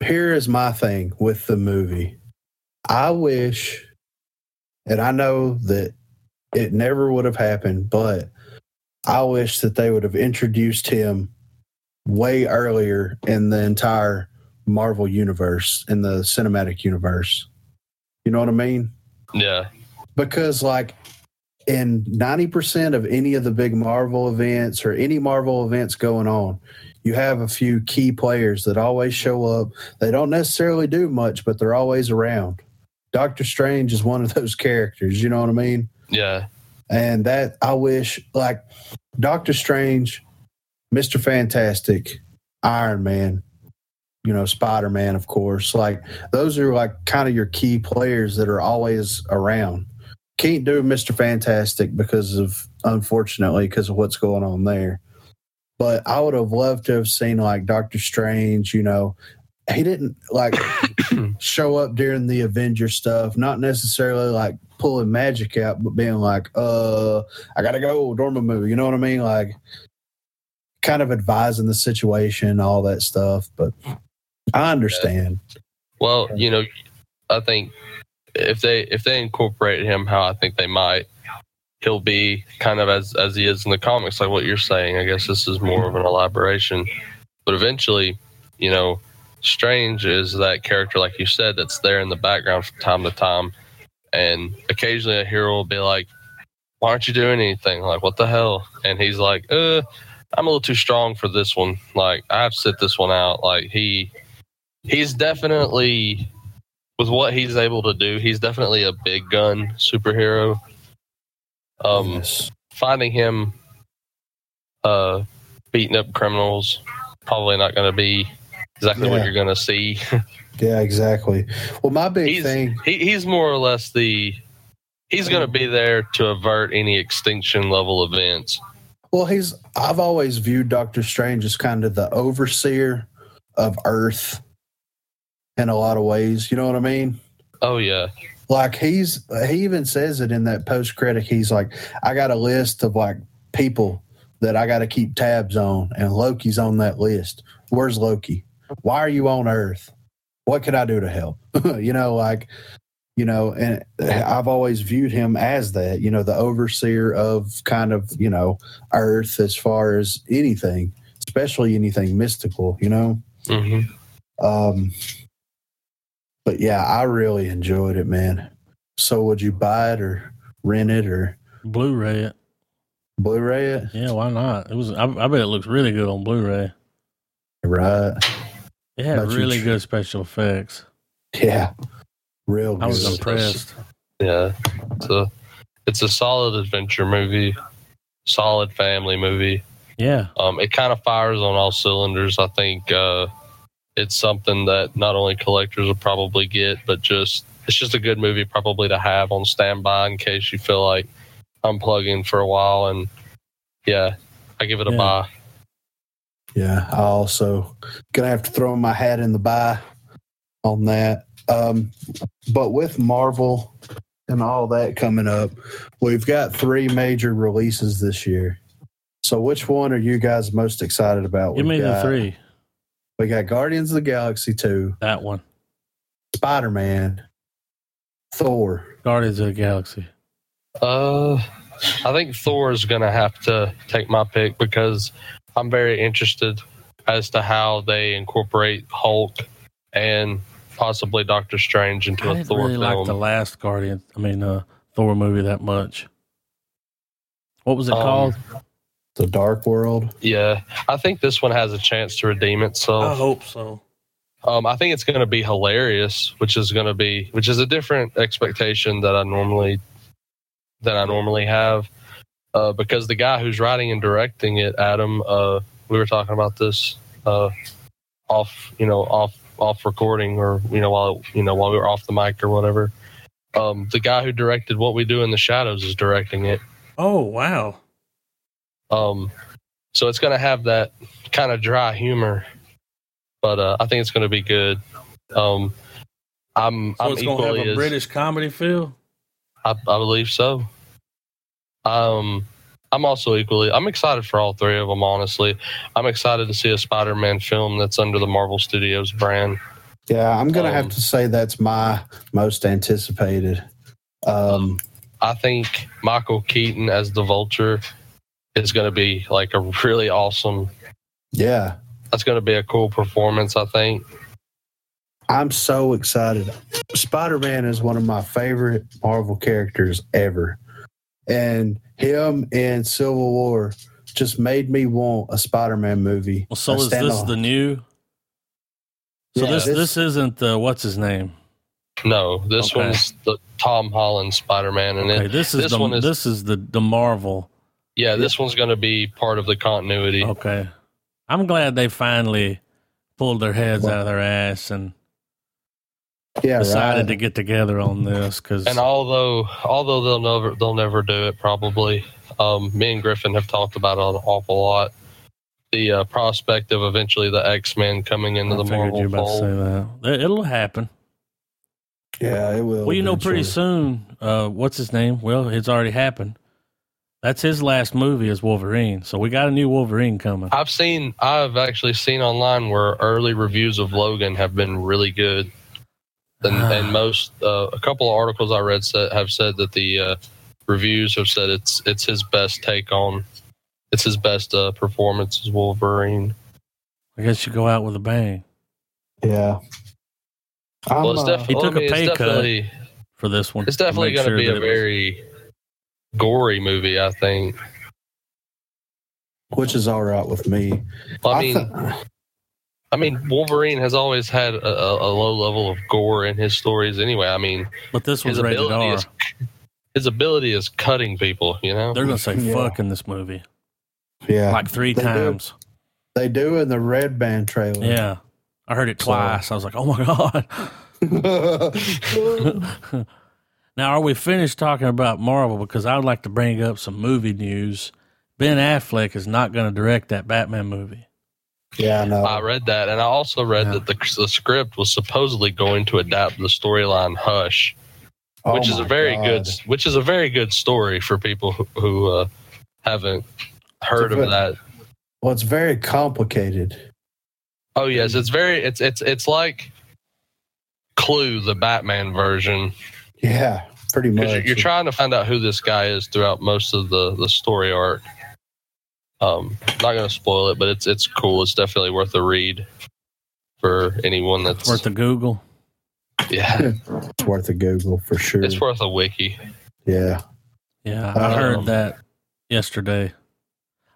Speaker 1: Here is my thing with the movie. I wish, and I know that it never would have happened, but I wish that they would have introduced him way earlier in the entire Marvel universe, in the cinematic universe. You know what I mean?
Speaker 2: yeah
Speaker 1: because like in 90% of any of the big marvel events or any marvel events going on you have a few key players that always show up they don't necessarily do much but they're always around doctor strange is one of those characters you know what i mean
Speaker 2: yeah
Speaker 1: and that I wish like Doctor Strange, Mister Fantastic, Iron Man, you know Spider Man, of course. Like those are like kind of your key players that are always around. Can't do Mister Fantastic because of unfortunately because of what's going on there. But I would have loved to have seen like Doctor Strange. You know, he didn't like show up during the Avenger stuff, not necessarily like pulling magic out, but being like, uh, I gotta go, Dormammu. You know what I mean? Like, kind of advising the situation, all that stuff. But I understand.
Speaker 2: well you know i think if they if they incorporate him how i think they might he'll be kind of as as he is in the comics like what you're saying i guess this is more of an elaboration but eventually you know strange is that character like you said that's there in the background from time to time and occasionally a hero will be like why aren't you doing anything like what the hell and he's like uh i'm a little too strong for this one like i have to sit this one out like he he's definitely with what he's able to do he's definitely a big gun superhero um
Speaker 1: Yes.
Speaker 2: finding him uh beating up criminals probably not going to be exactly what
Speaker 1: Yeah.
Speaker 2: you're going to see.
Speaker 1: Yeah, exactly. Well, my big
Speaker 2: He's-
Speaker 1: thing,
Speaker 2: He, he's more or less the he's going to be there to avert any extinction level events.
Speaker 1: well, he's, I've always viewed Doctor Strange as kind of the overseer of Earth in a lot of ways. You know what I mean?
Speaker 2: Oh yeah,
Speaker 1: like he's he even says it in that post credit he's like i got a list of like people that i got to keep tabs on and loki's on that list where's loki why are you on earth what can i do to help you know like you know and i've always viewed him as that you know the overseer of kind of you know earth as far as anything especially anything mystical you know
Speaker 2: hmm
Speaker 1: um, but yeah, I really enjoyed it, man. So would you buy it or rent it or
Speaker 3: Blu-ray it.
Speaker 1: Blu-ray it?
Speaker 3: Yeah, why not? It was. I, I bet it looks really good on Blu-ray.
Speaker 1: Right?
Speaker 3: It had
Speaker 1: About you,
Speaker 3: really
Speaker 1: Trey?
Speaker 3: good special effects.
Speaker 1: Yeah, real
Speaker 3: I was
Speaker 1: good.
Speaker 3: impressed.
Speaker 2: yeah. It's a it's a solid adventure movie, solid family movie.
Speaker 3: Yeah,
Speaker 2: Um, it kind of fires on all cylinders. I think uh, it's something that not only collectors will probably get, but just it's just a good movie probably to have on standby in case you feel like unplugging for a while. And yeah, I give it a
Speaker 3: Yeah.
Speaker 2: buy.
Speaker 1: Yeah, I also gonna have to throw my hat in the buy on that. Um, but with Marvel and all that coming up, we've got three major releases this year. So, which one are you guys most excited about?
Speaker 3: give
Speaker 1: We've
Speaker 3: me the
Speaker 1: got-
Speaker 3: three.
Speaker 1: We got Guardians of the Galaxy two,
Speaker 3: That one,
Speaker 1: Spider Man, Thor.
Speaker 3: Guardians of the Galaxy.
Speaker 2: Uh, I think Thor is going to have to take my pick because I'm very interested as to how they incorporate Hulk and possibly Doctor Strange into
Speaker 3: I
Speaker 2: a
Speaker 3: didn't
Speaker 2: Thor
Speaker 3: really
Speaker 2: film.
Speaker 3: like the last Guardian. I mean, uh, Thor movie that much. What was it
Speaker 2: Um,
Speaker 3: called?
Speaker 1: The Dark World.
Speaker 2: yeah, I think this one has a chance to redeem itself.
Speaker 3: hope so.
Speaker 2: Um, I think it's going to be hilarious, which is going to be which is a different expectation that I normally that I normally have. Uh, because the guy who's writing and directing it, Adam, uh, we were talking about this uh, off, you know, off off recording or you know while you know while we were off the mic or whatever. Um, the guy who directed What We Do in the Shadows is directing it.
Speaker 3: Oh wow.
Speaker 2: Um, so it's going to have that kind of dry humor, but uh, I think it's going to be good. Um, I'm
Speaker 3: So
Speaker 2: I'm
Speaker 3: it's gonna
Speaker 2: equally
Speaker 3: have a
Speaker 2: as
Speaker 3: British comedy feel.
Speaker 2: I, I believe so. Um, I'm also equally I'm excited for all three of them. Honestly, I'm excited to see a Spider-Man film that's under the Marvel Studios brand.
Speaker 1: Yeah, I'm gonna
Speaker 3: Oh.
Speaker 1: have
Speaker 2: Um,
Speaker 1: to say that's my most anticipated. Um,
Speaker 2: I think Michael Keaton as the Vulture is going to be like a really awesome.
Speaker 1: yeah,
Speaker 2: That's going to be a cool performance. I think.
Speaker 1: I'm so excited. Spider Man is one of my favorite Marvel characters ever, and him in Civil War just made me want a Spider Man movie.
Speaker 3: Well, so
Speaker 1: a
Speaker 3: is this
Speaker 1: standalone.
Speaker 3: the new? So
Speaker 1: Yeah,
Speaker 3: this this isn't the what's his name.
Speaker 2: No, this
Speaker 3: Okay.
Speaker 2: one's the Tom Holland Spider-Man, and
Speaker 3: Okay,
Speaker 2: it,
Speaker 3: this is
Speaker 2: this
Speaker 3: the
Speaker 2: one is-
Speaker 3: this is the the Marvel.
Speaker 2: yeah, this one's going to be part of the continuity.
Speaker 3: Okay, I'm glad they finally pulled their heads out of their ass and
Speaker 1: yeah,
Speaker 3: decided
Speaker 1: right.
Speaker 3: to get together on this because
Speaker 2: And although although they'll never they'll never do it probably, um, me and Griffin have talked about it an awful lot. The uh, prospect of eventually the X Men coming into the
Speaker 3: I figured
Speaker 2: Marvel
Speaker 3: you were about to
Speaker 2: fold.
Speaker 3: say that. It- It'll happen.
Speaker 1: yeah, it will.
Speaker 3: Well, you know, pretty
Speaker 1: eventually.
Speaker 3: soon, uh, what's his name? Well, it's already happened. That's his last movie as Wolverine. So we got a new Wolverine coming.
Speaker 2: I've seen I've actually seen online where early reviews of Logan have been really good, and,
Speaker 3: Ah.
Speaker 2: and most uh, a couple of articles I read said, have said that the uh, reviews have said it's it's his best take on it's his best uh, performance as Wolverine.
Speaker 3: I guess you go out with a bang
Speaker 1: Yeah. I'm,
Speaker 2: Well, it's
Speaker 1: uh,
Speaker 2: def-
Speaker 3: He
Speaker 2: well,
Speaker 3: took a pay cut.
Speaker 2: definitely-
Speaker 3: for this one.
Speaker 2: It's definitely
Speaker 3: Make
Speaker 2: going to
Speaker 3: sure
Speaker 2: be
Speaker 3: that
Speaker 2: a
Speaker 3: it was-
Speaker 2: very gory movie, I think.
Speaker 1: which is all right with me.
Speaker 2: I
Speaker 1: I
Speaker 2: mean,
Speaker 1: thi-
Speaker 2: I mean, Wolverine has always had a, a a low level of gore in his stories. Anyway, I mean,
Speaker 3: But this
Speaker 2: his
Speaker 3: one's rated
Speaker 2: ability
Speaker 3: R.
Speaker 2: is his ability is cutting people. You know,
Speaker 3: They're going to say
Speaker 1: Yeah.
Speaker 3: fuck in this movie
Speaker 1: yeah,
Speaker 3: like three
Speaker 1: They do.
Speaker 3: times.
Speaker 1: they do in the Red Band trailer.
Speaker 3: Yeah. I heard it twice. I was like, oh my God. now, are we finished talking about Marvel? Because I would like to bring up some movie news. Ben Affleck is not going to direct that Batman movie.
Speaker 1: yeah, I know.
Speaker 3: Uh,
Speaker 2: I read that, and I also read
Speaker 3: Yeah.
Speaker 2: that the, the script was supposedly going to adapt the storyline Hush,
Speaker 1: Oh
Speaker 2: which is
Speaker 1: my
Speaker 2: a very
Speaker 1: God.
Speaker 2: good, which is a very good story for people who, who uh, haven't heard
Speaker 1: It's a
Speaker 2: of
Speaker 1: ve-
Speaker 2: that.
Speaker 1: Well, it's very complicated.
Speaker 2: Oh yes, it's very, it's it's it's like Clue, the Batman version,
Speaker 1: Yeah, pretty much.
Speaker 2: because you're, you're trying to find out who this guy is throughout most of the the story arc. Um, not going to spoil it, but it's it's cool. It's definitely worth a read for anyone that's
Speaker 3: Worth the Google.
Speaker 2: yeah,
Speaker 1: it's worth a Google for sure.
Speaker 2: it's worth a wiki.
Speaker 1: yeah.
Speaker 3: Yeah,
Speaker 1: Um,
Speaker 3: I heard that yesterday.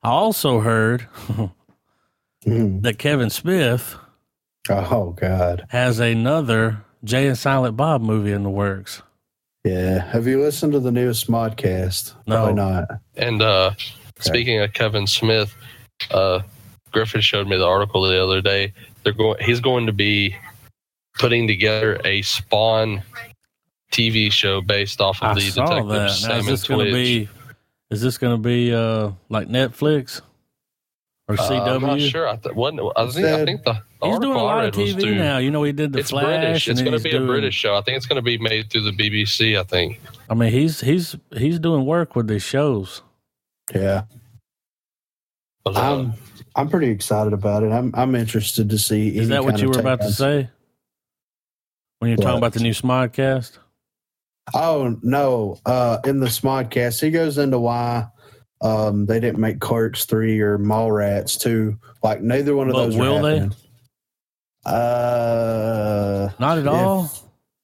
Speaker 3: I also heard
Speaker 1: Mm.
Speaker 3: that Kevin Smith
Speaker 1: Oh God.
Speaker 3: has another Jay and Silent Bob movie in the works.
Speaker 1: Yeah. Have you listened to the newest modcast?
Speaker 3: No.
Speaker 1: Probably not.
Speaker 2: And uh, speaking of Kevin Smith, uh, Griffin showed me the article the other day. They're going. He's going to be putting together a Spawn TV show based off of
Speaker 3: I
Speaker 2: the
Speaker 3: saw
Speaker 2: detective
Speaker 3: that. Now, is
Speaker 2: Salmon
Speaker 3: this going to
Speaker 2: Twitch.
Speaker 3: be? Is this going to be uh, like Netflix or
Speaker 2: Uh,
Speaker 3: CW?
Speaker 2: I'm not sure. I, th- wasn't, I, think, I
Speaker 1: Said-
Speaker 2: think the the
Speaker 3: He's
Speaker 2: article
Speaker 3: doing
Speaker 2: I
Speaker 3: a lot
Speaker 2: read
Speaker 3: of
Speaker 2: was
Speaker 3: TV
Speaker 2: through-
Speaker 3: now. You know, he did the
Speaker 2: It's
Speaker 3: Flash.
Speaker 2: British.
Speaker 3: and
Speaker 2: It's
Speaker 3: then
Speaker 2: going to
Speaker 3: he's
Speaker 2: be a
Speaker 3: doing-
Speaker 2: British show. I think it's going to be made through the BBC. I think.
Speaker 3: I mean, he's he's he's doing work with these shows.
Speaker 1: Yeah.
Speaker 2: But, uh,
Speaker 1: I'm I'm pretty excited about it. I'm I'm interested to see.
Speaker 3: Is
Speaker 1: any
Speaker 3: that what
Speaker 1: kind
Speaker 3: you
Speaker 1: of
Speaker 3: were about to
Speaker 1: take-
Speaker 3: say when you're talking
Speaker 1: What?
Speaker 3: about the new Smodcast?
Speaker 1: Oh no! Uh, in the Smodcast, he goes into why um, they didn't make Clerks three or Mallrats two. Like neither one of
Speaker 3: But
Speaker 1: those
Speaker 3: will they?
Speaker 1: they? Uh,
Speaker 3: Not at
Speaker 1: If-
Speaker 3: all.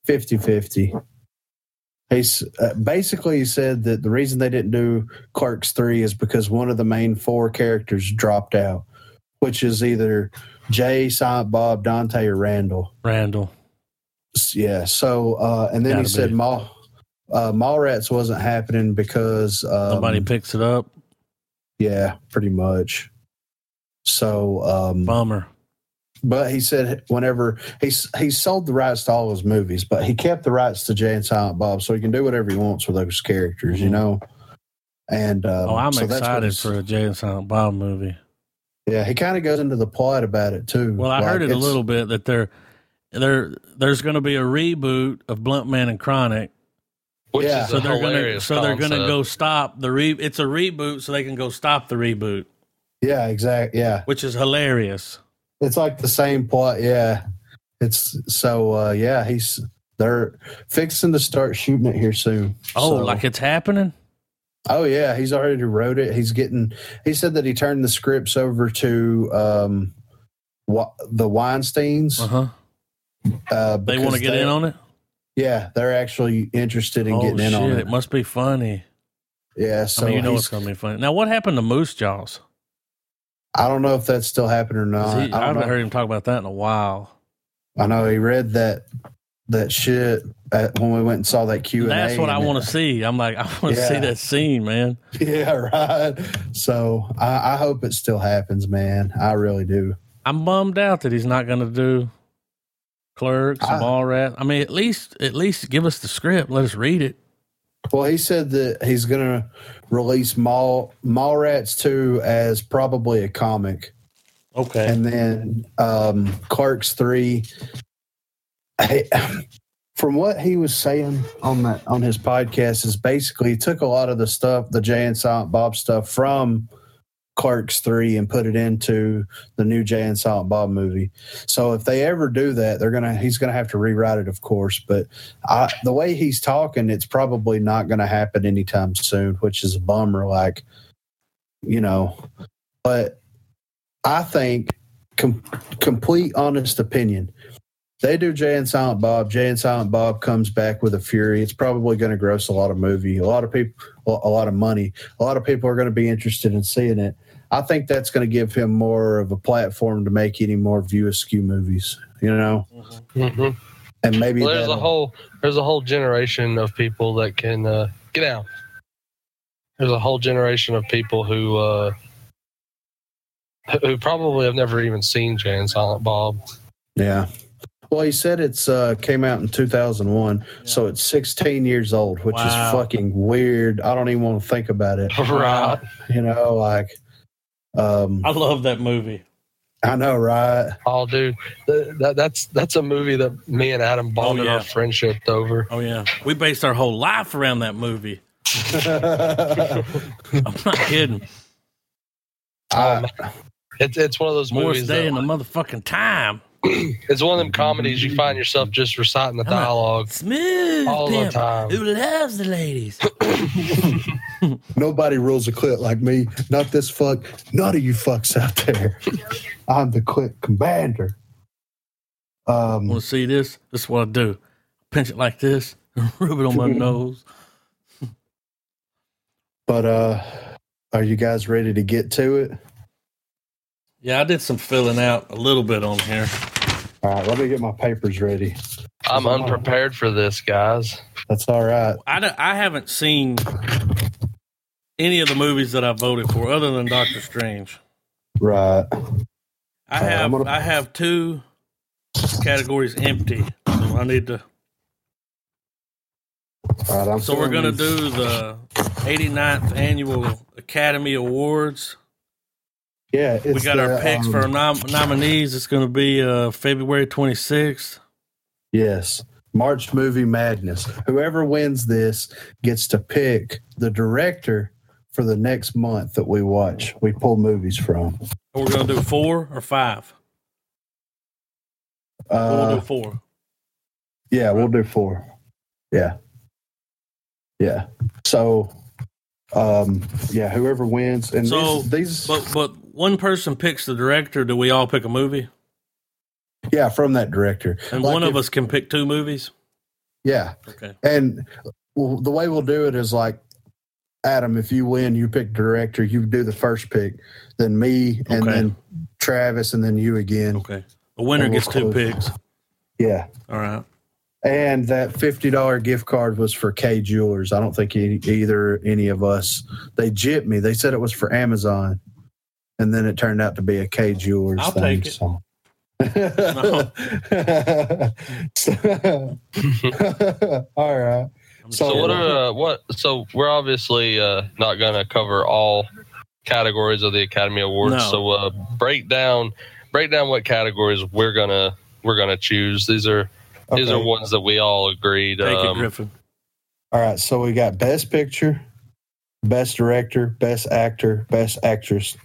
Speaker 1: 50-50. He's uh, basically he said that the reason they didn't do Clerks three is because one of the main four characters dropped out, which is either Jay, Silent Bob, Dante, or Randall.
Speaker 3: Randall.
Speaker 1: S- Yeah. So, uh, and then
Speaker 3: Gotta
Speaker 1: he said
Speaker 3: be.
Speaker 1: Ma, uh, Mallrats wasn't happening because um,
Speaker 3: Nobody picks it up.
Speaker 1: Yeah, pretty much. So, um,
Speaker 3: Bummer.
Speaker 1: but he said whenever he s- he sold the rights to all his movies, but he kept the rights to Jay and Silent Bob, so he can do whatever he wants with those characters, you
Speaker 3: Mhm.
Speaker 1: know. And um,
Speaker 3: oh, I'm
Speaker 1: so that's what
Speaker 3: excited
Speaker 1: he's-
Speaker 3: for a Jay and Silent Bob movie.
Speaker 1: Yeah, he kind of goes into the plot about it too.
Speaker 3: Well, I
Speaker 1: Like,
Speaker 3: heard it a
Speaker 1: it's-
Speaker 3: little bit that there, there, there's going to be a reboot of Blunt Man and Chronic.
Speaker 2: which
Speaker 1: yeah.
Speaker 2: is
Speaker 3: So
Speaker 2: a
Speaker 3: they're going to,
Speaker 2: hilarious.
Speaker 3: so they're going to
Speaker 2: concept.
Speaker 3: go stop the re. It's a reboot, so they can go stop the reboot,
Speaker 1: Yeah, exact. Yeah,
Speaker 3: which is hilarious.
Speaker 1: it's like the same plot. Yeah, it's so. uh Yeah, he's they're fixing to start shooting it here soon.
Speaker 3: Oh,
Speaker 1: So-
Speaker 3: like it's happening.
Speaker 1: Oh yeah, he's already wrote it. He's getting. He said that he turned the scripts over to um, wa- the Weinstein's.
Speaker 3: Uh huh.
Speaker 1: Uh,
Speaker 3: Uh-huh. They want to get in on it.
Speaker 1: Yeah, they're actually interested in
Speaker 3: Oh
Speaker 1: getting in
Speaker 3: shit!
Speaker 1: on
Speaker 3: It.
Speaker 1: it.
Speaker 3: must be funny.
Speaker 1: Yeah, so
Speaker 3: I mean, you know
Speaker 1: he's-
Speaker 3: it's going to be funny. Now, what happened to Moose Jaws?
Speaker 1: I don't know if that's still happening or
Speaker 3: 'Cause
Speaker 1: not.
Speaker 3: he-
Speaker 1: Uh, I,
Speaker 3: I
Speaker 1: don't know.
Speaker 3: haven't heard him talk about that in a while.
Speaker 1: I know he read that that shit at, when we went and saw that Q and A.
Speaker 3: That's what I want to see. I'm like, I want to see
Speaker 1: Yeah.
Speaker 3: that scene, man.
Speaker 1: to. Yeah, right. So I, I hope it still happens, man. I really do.
Speaker 3: I'm bummed out that he's not going to do clerks and
Speaker 2: Ah.
Speaker 1: I-
Speaker 3: Mallrats. I mean, at least at least give us the script, let us read it.
Speaker 1: Well, he said that he's going to release Mall Mallrats two as probably a comic,
Speaker 3: Okay.
Speaker 1: and then um, Clerks three. I- from what he was saying on that on his podcast, is basically he took a lot of the stuff, the Jay and Silent Bob stuff from Clerks three, and put it into the new Jay and Silent Bob movie. So if they ever do that, they're gonna he's gonna have to rewrite it, of course. But I, the way he's talking, it's probably not gonna happen anytime soon, which is a bummer. Like, you know, but I think com- complete honest opinion. They do Jay and Silent Bob. Jay and Silent Bob comes back with a fury. It's probably going to gross a lot of movie, a lot of people, a lot of money. A lot of people are going to be interested in seeing it. I think that's going to give him more of a platform to make any more view askew movies, you know,
Speaker 2: Mhm.
Speaker 1: and maybe
Speaker 2: Well, there's a
Speaker 1: that'll-
Speaker 2: whole there's a whole generation of people that can uh, get out. There's a whole generation of people who uh, who- who probably have never even seen Jay and Silent Bob.
Speaker 1: Yeah. Well, he said it's uh, came out in 2001, so it's 16 years old, which
Speaker 3: Wow.
Speaker 1: is fucking weird. I don't even want to think about it.
Speaker 2: Right.
Speaker 1: You know, like, um,
Speaker 3: I love that movie.
Speaker 1: I know, right?
Speaker 2: Oh, dude, th- that, that's that's a movie that me and Adam bonded
Speaker 3: Oh, yeah.
Speaker 2: our friendship over.
Speaker 3: Oh yeah, we based our whole life around that movie. I'm not kidding.
Speaker 1: I,
Speaker 2: It's it's one of those
Speaker 3: Morris
Speaker 2: movies.
Speaker 3: Day in
Speaker 2: That,
Speaker 3: the motherfucking time.
Speaker 2: it's one of them comedies you find yourself just reciting the
Speaker 3: I'm not-
Speaker 2: dialogue.
Speaker 3: Smooth
Speaker 2: All the
Speaker 3: pimp
Speaker 2: time.
Speaker 3: who loves the ladies.
Speaker 1: nobody rules a clip like me. Not this fuck. None of you fucks out there. I'm the clip commander. Um,
Speaker 3: Want to see this? This is what I do. Pinch it like this, rub it on my nose.
Speaker 1: but uh, are you guys ready to get to it?
Speaker 3: Yeah, I did some filling out a little bit on here.
Speaker 1: All right, let me get my papers ready.
Speaker 2: I'm unprepared for this, guys.
Speaker 1: That's all right.
Speaker 3: I, don't- I haven't seen any of the movies that I voted for other than Doctor Strange.
Speaker 1: Right.
Speaker 3: I
Speaker 1: Uh, I'm
Speaker 3: have
Speaker 1: gonna-
Speaker 3: I have two categories empty, so I need to.
Speaker 1: All right I'm
Speaker 3: So we're
Speaker 1: feeling
Speaker 3: gonna
Speaker 1: these.
Speaker 3: do the 89th annual Academy Awards.
Speaker 1: Yeah, it's
Speaker 3: we got our
Speaker 1: the,
Speaker 3: picks for our
Speaker 1: um,
Speaker 3: nom- nominees. It's going to be uh, February 26th.
Speaker 1: yes, March movie madness. Whoever wins this gets to pick the director for the next month that we watch. We pull movies from.
Speaker 3: We're going to do four or five. we'll
Speaker 1: Uh,
Speaker 3: do four.
Speaker 1: yeah, we'll do four. Yeah, yeah. So, um, yeah, whoever wins and
Speaker 3: So,
Speaker 1: these, these
Speaker 3: But but one person picks the director. Do we all pick a movie?
Speaker 1: yeah, from that director.
Speaker 3: And
Speaker 1: Like
Speaker 3: one
Speaker 1: if-
Speaker 3: of us can pick two movies.
Speaker 1: Yeah,
Speaker 3: Okay.
Speaker 1: And well, the way we'll do it is like, Adam, if you win, you pick director, you do the first pick, then me, and
Speaker 3: Okay.
Speaker 1: then Travis, and then you again.
Speaker 3: Okay. The winner
Speaker 1: And we'll
Speaker 3: gets two
Speaker 1: close.
Speaker 3: picks.
Speaker 1: Yeah.
Speaker 3: All right.
Speaker 1: And that $50 gift card was for K Jewelers. I don't think e either any of us, they jipped me. They said it was for Amazon. And then it turned out to be a K Jewelers
Speaker 3: I'll
Speaker 1: thing.
Speaker 3: take it.
Speaker 1: So.
Speaker 3: No. All
Speaker 1: right.
Speaker 3: I'm
Speaker 1: So
Speaker 2: So what
Speaker 3: serious.
Speaker 2: are uh, what? So we're obviously uh, not going to cover all categories of the Academy Awards.
Speaker 3: No.
Speaker 2: So uh, break down break down what categories we're gonna we're gonna choose. These are these are
Speaker 1: Okay.
Speaker 2: ones that we all agreed.
Speaker 3: Take it,
Speaker 2: Um,
Speaker 3: Griffin.
Speaker 1: All right, so we got best picture, best director, best actor, best actress,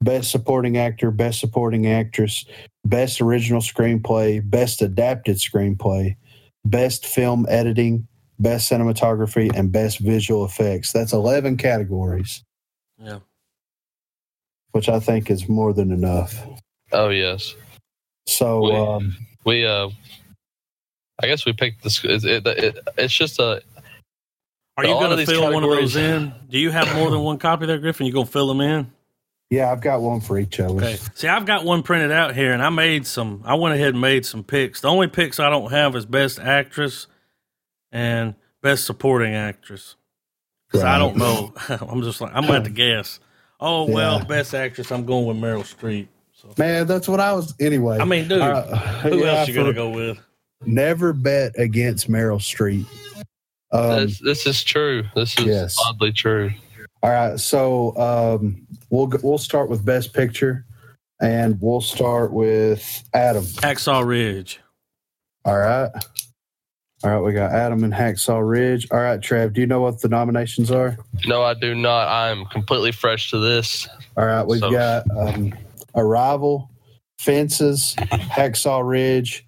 Speaker 1: best supporting actor, best supporting actress, best original screenplay, best adapted screenplay, best film editing, best cinematography, and best visual effects. That's 11 categories,
Speaker 3: Yeah.
Speaker 1: which I think is more than enough.
Speaker 2: oh yes, Wait.
Speaker 1: So, um,
Speaker 2: we. Uh, I guess we picked this. It, it, it, it's just a
Speaker 3: Are
Speaker 2: So
Speaker 3: you
Speaker 2: all
Speaker 3: going
Speaker 2: of
Speaker 3: to
Speaker 2: these
Speaker 3: fill one of
Speaker 2: categories-
Speaker 3: those in? Do you have more than one copy there, Griffin? You going to fill them in?
Speaker 1: yeah, I've got one for each of us.
Speaker 3: Okay. See, I've got one printed out here, and I made some. I went ahead and made some picks. The only picks I don't have is Best Actress and Best Supporting Actress. Because I
Speaker 1: Right.
Speaker 3: don't know. I'm just like I'm about to guess. Oh well,
Speaker 1: Yeah.
Speaker 3: Best Actress. I'm going with Meryl Streep. So
Speaker 1: Man, that's what I was. Anyway,
Speaker 3: I mean, dude,
Speaker 1: Uh,
Speaker 3: who
Speaker 1: yeah,
Speaker 3: else you gonna
Speaker 1: for-
Speaker 3: go with?
Speaker 1: Never bet against Meryl Streep. Um,
Speaker 2: this, this is true. This is
Speaker 1: yes.
Speaker 2: oddly true.
Speaker 1: all right, so um, we'll go- we'll start with Best Picture, and we'll start with Adam.
Speaker 3: Hacksaw Ridge.
Speaker 1: All right, all right, we got Adam and Hacksaw Ridge. All right, Trav, do you know what the nominations are?
Speaker 2: No, I do not. I am completely fresh to this.
Speaker 1: All right, we've
Speaker 2: So-
Speaker 1: got um, Arrival, Fences, Hacksaw Ridge,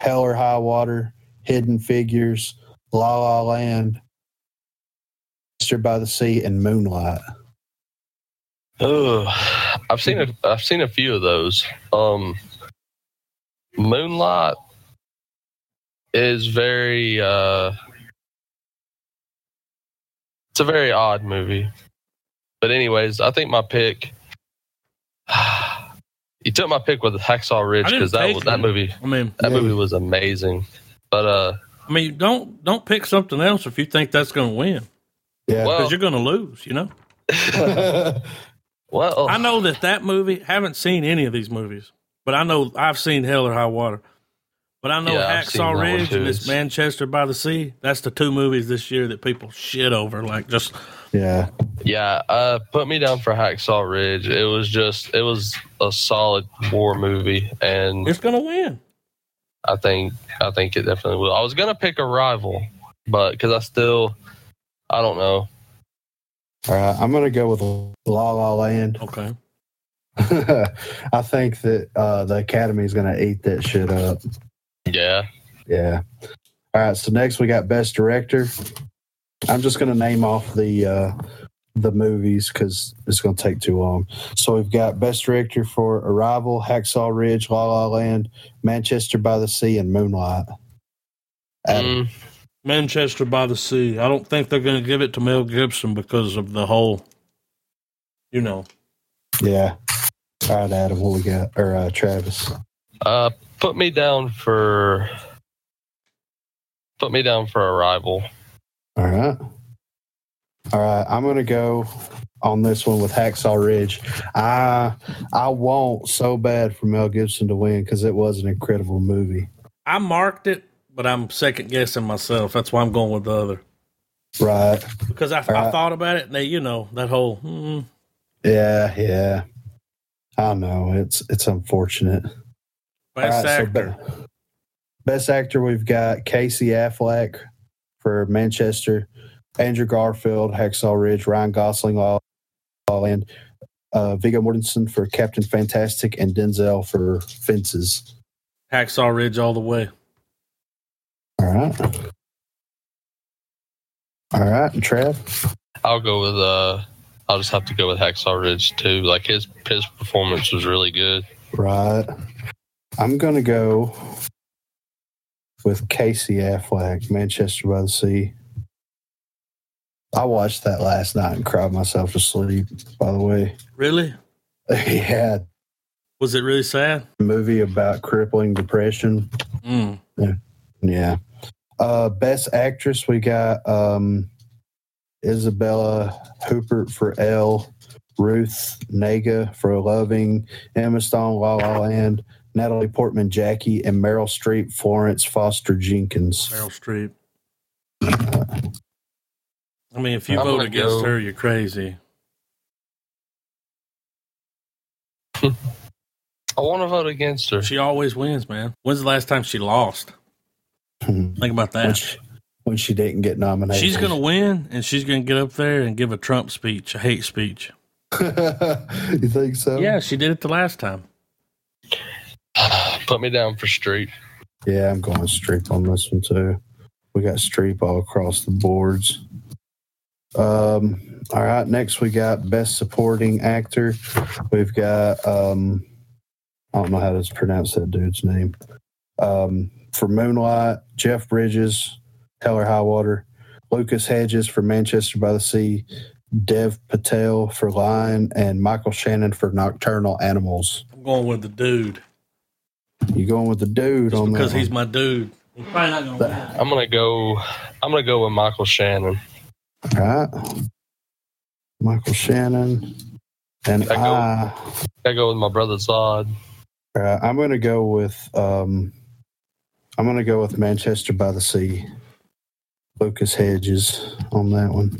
Speaker 1: Hell or High Water, Hidden Figures, La La Land, Sister by the Sea, and Moonlight.
Speaker 2: Oh, I've seen a, I've seen a few of those. Um, Moonlight is very. Uh, it's a very odd movie, but anyways, I think my pick. you took my pick with Hacksaw Ridge
Speaker 3: I didn't
Speaker 2: because that
Speaker 3: take
Speaker 2: was, that
Speaker 3: it.
Speaker 2: movie
Speaker 3: I mean,
Speaker 2: that
Speaker 1: Yeah.
Speaker 2: movie was amazing, but uh,
Speaker 3: I mean, don't don't pick something else if you think that's gonna win
Speaker 1: Yeah.
Speaker 2: Well-
Speaker 3: because you're gonna lose. You know.
Speaker 2: well, Oh.
Speaker 3: I know that that movie. Haven't seen any of these movies. But I know I've seen Hell or High Water. But I know
Speaker 2: Yeah, I've seen that
Speaker 3: Hacksaw
Speaker 2: one
Speaker 3: Ridge
Speaker 2: too.
Speaker 3: and this
Speaker 2: It's-
Speaker 3: Manchester by the Sea. That's the two movies this year that people shit over. Like just
Speaker 1: Yeah.
Speaker 2: Yeah, uh, put me down for Hacksaw Ridge. It was just, it was a solid war movie, and
Speaker 3: it's gonna win.
Speaker 2: I think, I think it definitely will. I was gonna pick a rival, but because I still, I don't know.
Speaker 1: All right. I'm going to go with La La Land.
Speaker 3: Okay.
Speaker 1: I think that uh, the Academy is going to eat that shit up.
Speaker 2: Yeah,
Speaker 1: Yeah. All right. So next we got Best Director. I'm just going to name off the uh, the movies because it's going to take too long. So we've got Best Director for Arrival, Hacksaw Ridge, La La Land, Manchester by the Sea, and Moonlight. Adam.
Speaker 2: Mm,
Speaker 3: Manchester by the Sea. I don't think they're gonna give it to Mel Gibson because of the whole you know.
Speaker 1: Yeah. All right, Adam. What we got? Or uh, Travis?
Speaker 2: uh, put me down for, put me down for a rival.
Speaker 1: All right. All right. I'm gonna go on this one with Hacksaw Ridge. I I want so bad for Mel Gibson to win because it was an incredible movie.
Speaker 3: I marked it, but I'm second guessing myself. That's why I'm going with the other.
Speaker 1: Right.
Speaker 3: Because I, I
Speaker 1: Right.
Speaker 3: thought about it and they you know, that whole mm,
Speaker 1: Yeah, yeah. I know. It's it's unfortunate.
Speaker 3: best
Speaker 1: All right, so
Speaker 3: actor.
Speaker 1: be- best actor we've got Casey Affleck for Manchester, Andrew Garfield, Hacksaw Ridge, Ryan Gosling, La La Land, uh, Viggo Mortensen for Captain Fantastic, and Denzel for Fences.
Speaker 3: Hacksaw Ridge all the way.
Speaker 1: All right. All right, and Trev.
Speaker 2: I'll go with, uh, I'll just have to go with Hacksaw Ridge too. Like his his performance was really good.
Speaker 1: Right. I'm gonna go with Casey Affleck, Manchester by the Sea. I watched that last night and cried myself to sleep, by the way.
Speaker 3: Really?
Speaker 1: He had
Speaker 3: Was it really sad?
Speaker 1: a movie about crippling depression.
Speaker 3: Mm.
Speaker 1: Yeah. Uh best actress we got um Isabella Hooper for Elle, Ruth Nega for Loving, Emma Stone La La Land, Natalie Portman Jackie, and Meryl Streep Florence Foster Jenkins.
Speaker 3: Meryl Streep. I mean, if you
Speaker 2: I'm
Speaker 3: vote
Speaker 2: gonna
Speaker 3: against
Speaker 2: go-
Speaker 3: her, you're crazy.
Speaker 2: I want to vote against her.
Speaker 3: She always wins, man. When's the last time she lost?
Speaker 1: when,
Speaker 3: Think about that.
Speaker 1: she, Hmm. when she didn't get nominated.
Speaker 3: She's gonna win, and she's gonna get up there and give a Trump speech, a hate speech.
Speaker 1: you think so?
Speaker 3: Yeah, she did it the last time.
Speaker 2: Put me down for Street.
Speaker 1: Yeah, I'm going Streep on this one too. We got Streep all across the boards. Um, all right, next we got Best Supporting Actor. We've got um, I don't know how to pronounce that dude's name. Um, for Moonlight, Jeff Bridges, Hell or High Water, Lucas Hedges for Manchester by the Sea, Dev Patel for Lion, and Michael Shannon for Nocturnal Animals.
Speaker 3: I'm going with the dude
Speaker 1: You going with the dude
Speaker 3: just
Speaker 1: on that
Speaker 3: because
Speaker 1: one?
Speaker 3: he's my dude. He's probably not gonna win.
Speaker 2: I'm gonna go. I'm gonna go with Michael Shannon.
Speaker 1: All right. Michael Shannon. And
Speaker 2: I go-
Speaker 1: I,
Speaker 2: I go with my brother Zod.
Speaker 1: uh, I'm going to go with um, I'm going to go with Manchester by the Sea. Lucas Hedges on that one.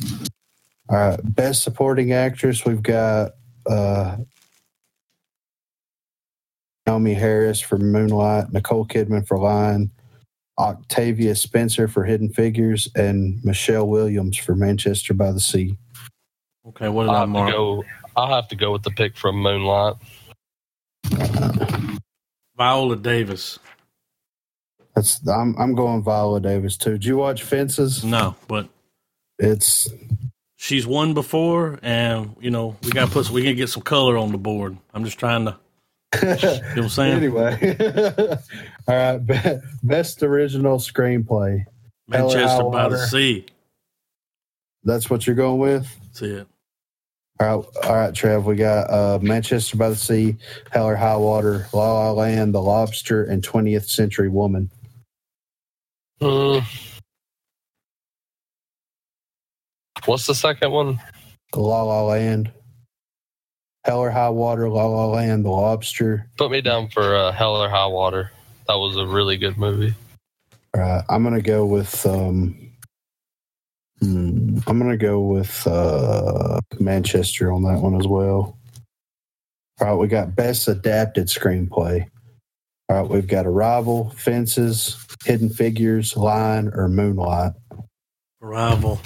Speaker 1: All right, best supporting actress we've got uh, Naomi Harris for Moonlight, Nicole Kidman for Lion, Octavia Spencer for Hidden Figures, and Michelle Williams for Manchester by the Sea.
Speaker 3: Okay, what did I
Speaker 2: I'll have to
Speaker 3: mark?
Speaker 2: go. I'll have to go with the pick from Moonlight.
Speaker 3: Viola Davis.
Speaker 1: That's I'm I'm going Viola Davis too. Did you watch Fences?
Speaker 3: No, but
Speaker 1: It's
Speaker 3: she's won before, and you know we got to put we got to get some color on the board. I'm just trying to, you know what I'm saying?
Speaker 1: anyway. All right, be- best original screenplay. Hell or
Speaker 3: Manchester
Speaker 1: High
Speaker 3: by the
Speaker 1: Water.
Speaker 3: Sea.
Speaker 1: That's what you're going with.
Speaker 3: That's it.
Speaker 1: All right, all right, Trev. We got uh, Manchester by the Sea, Hell or High Water, La La Land, The Lobster, and 20th Century Woman.
Speaker 2: Hmm. What's the second one?
Speaker 1: La La Land, Hell or High Water, La La Land, The Lobster.
Speaker 2: Put me down for uh, Hell or High Water. That was a really good movie.
Speaker 1: Uh, I'm gonna go with. Um, hmm, I'm gonna go with uh, Manchester on that one as well. All right, we got best adapted screenplay. All right, we've got Arrival, Fences, Hidden Figures, Line, or Moonlight.
Speaker 3: Arrival.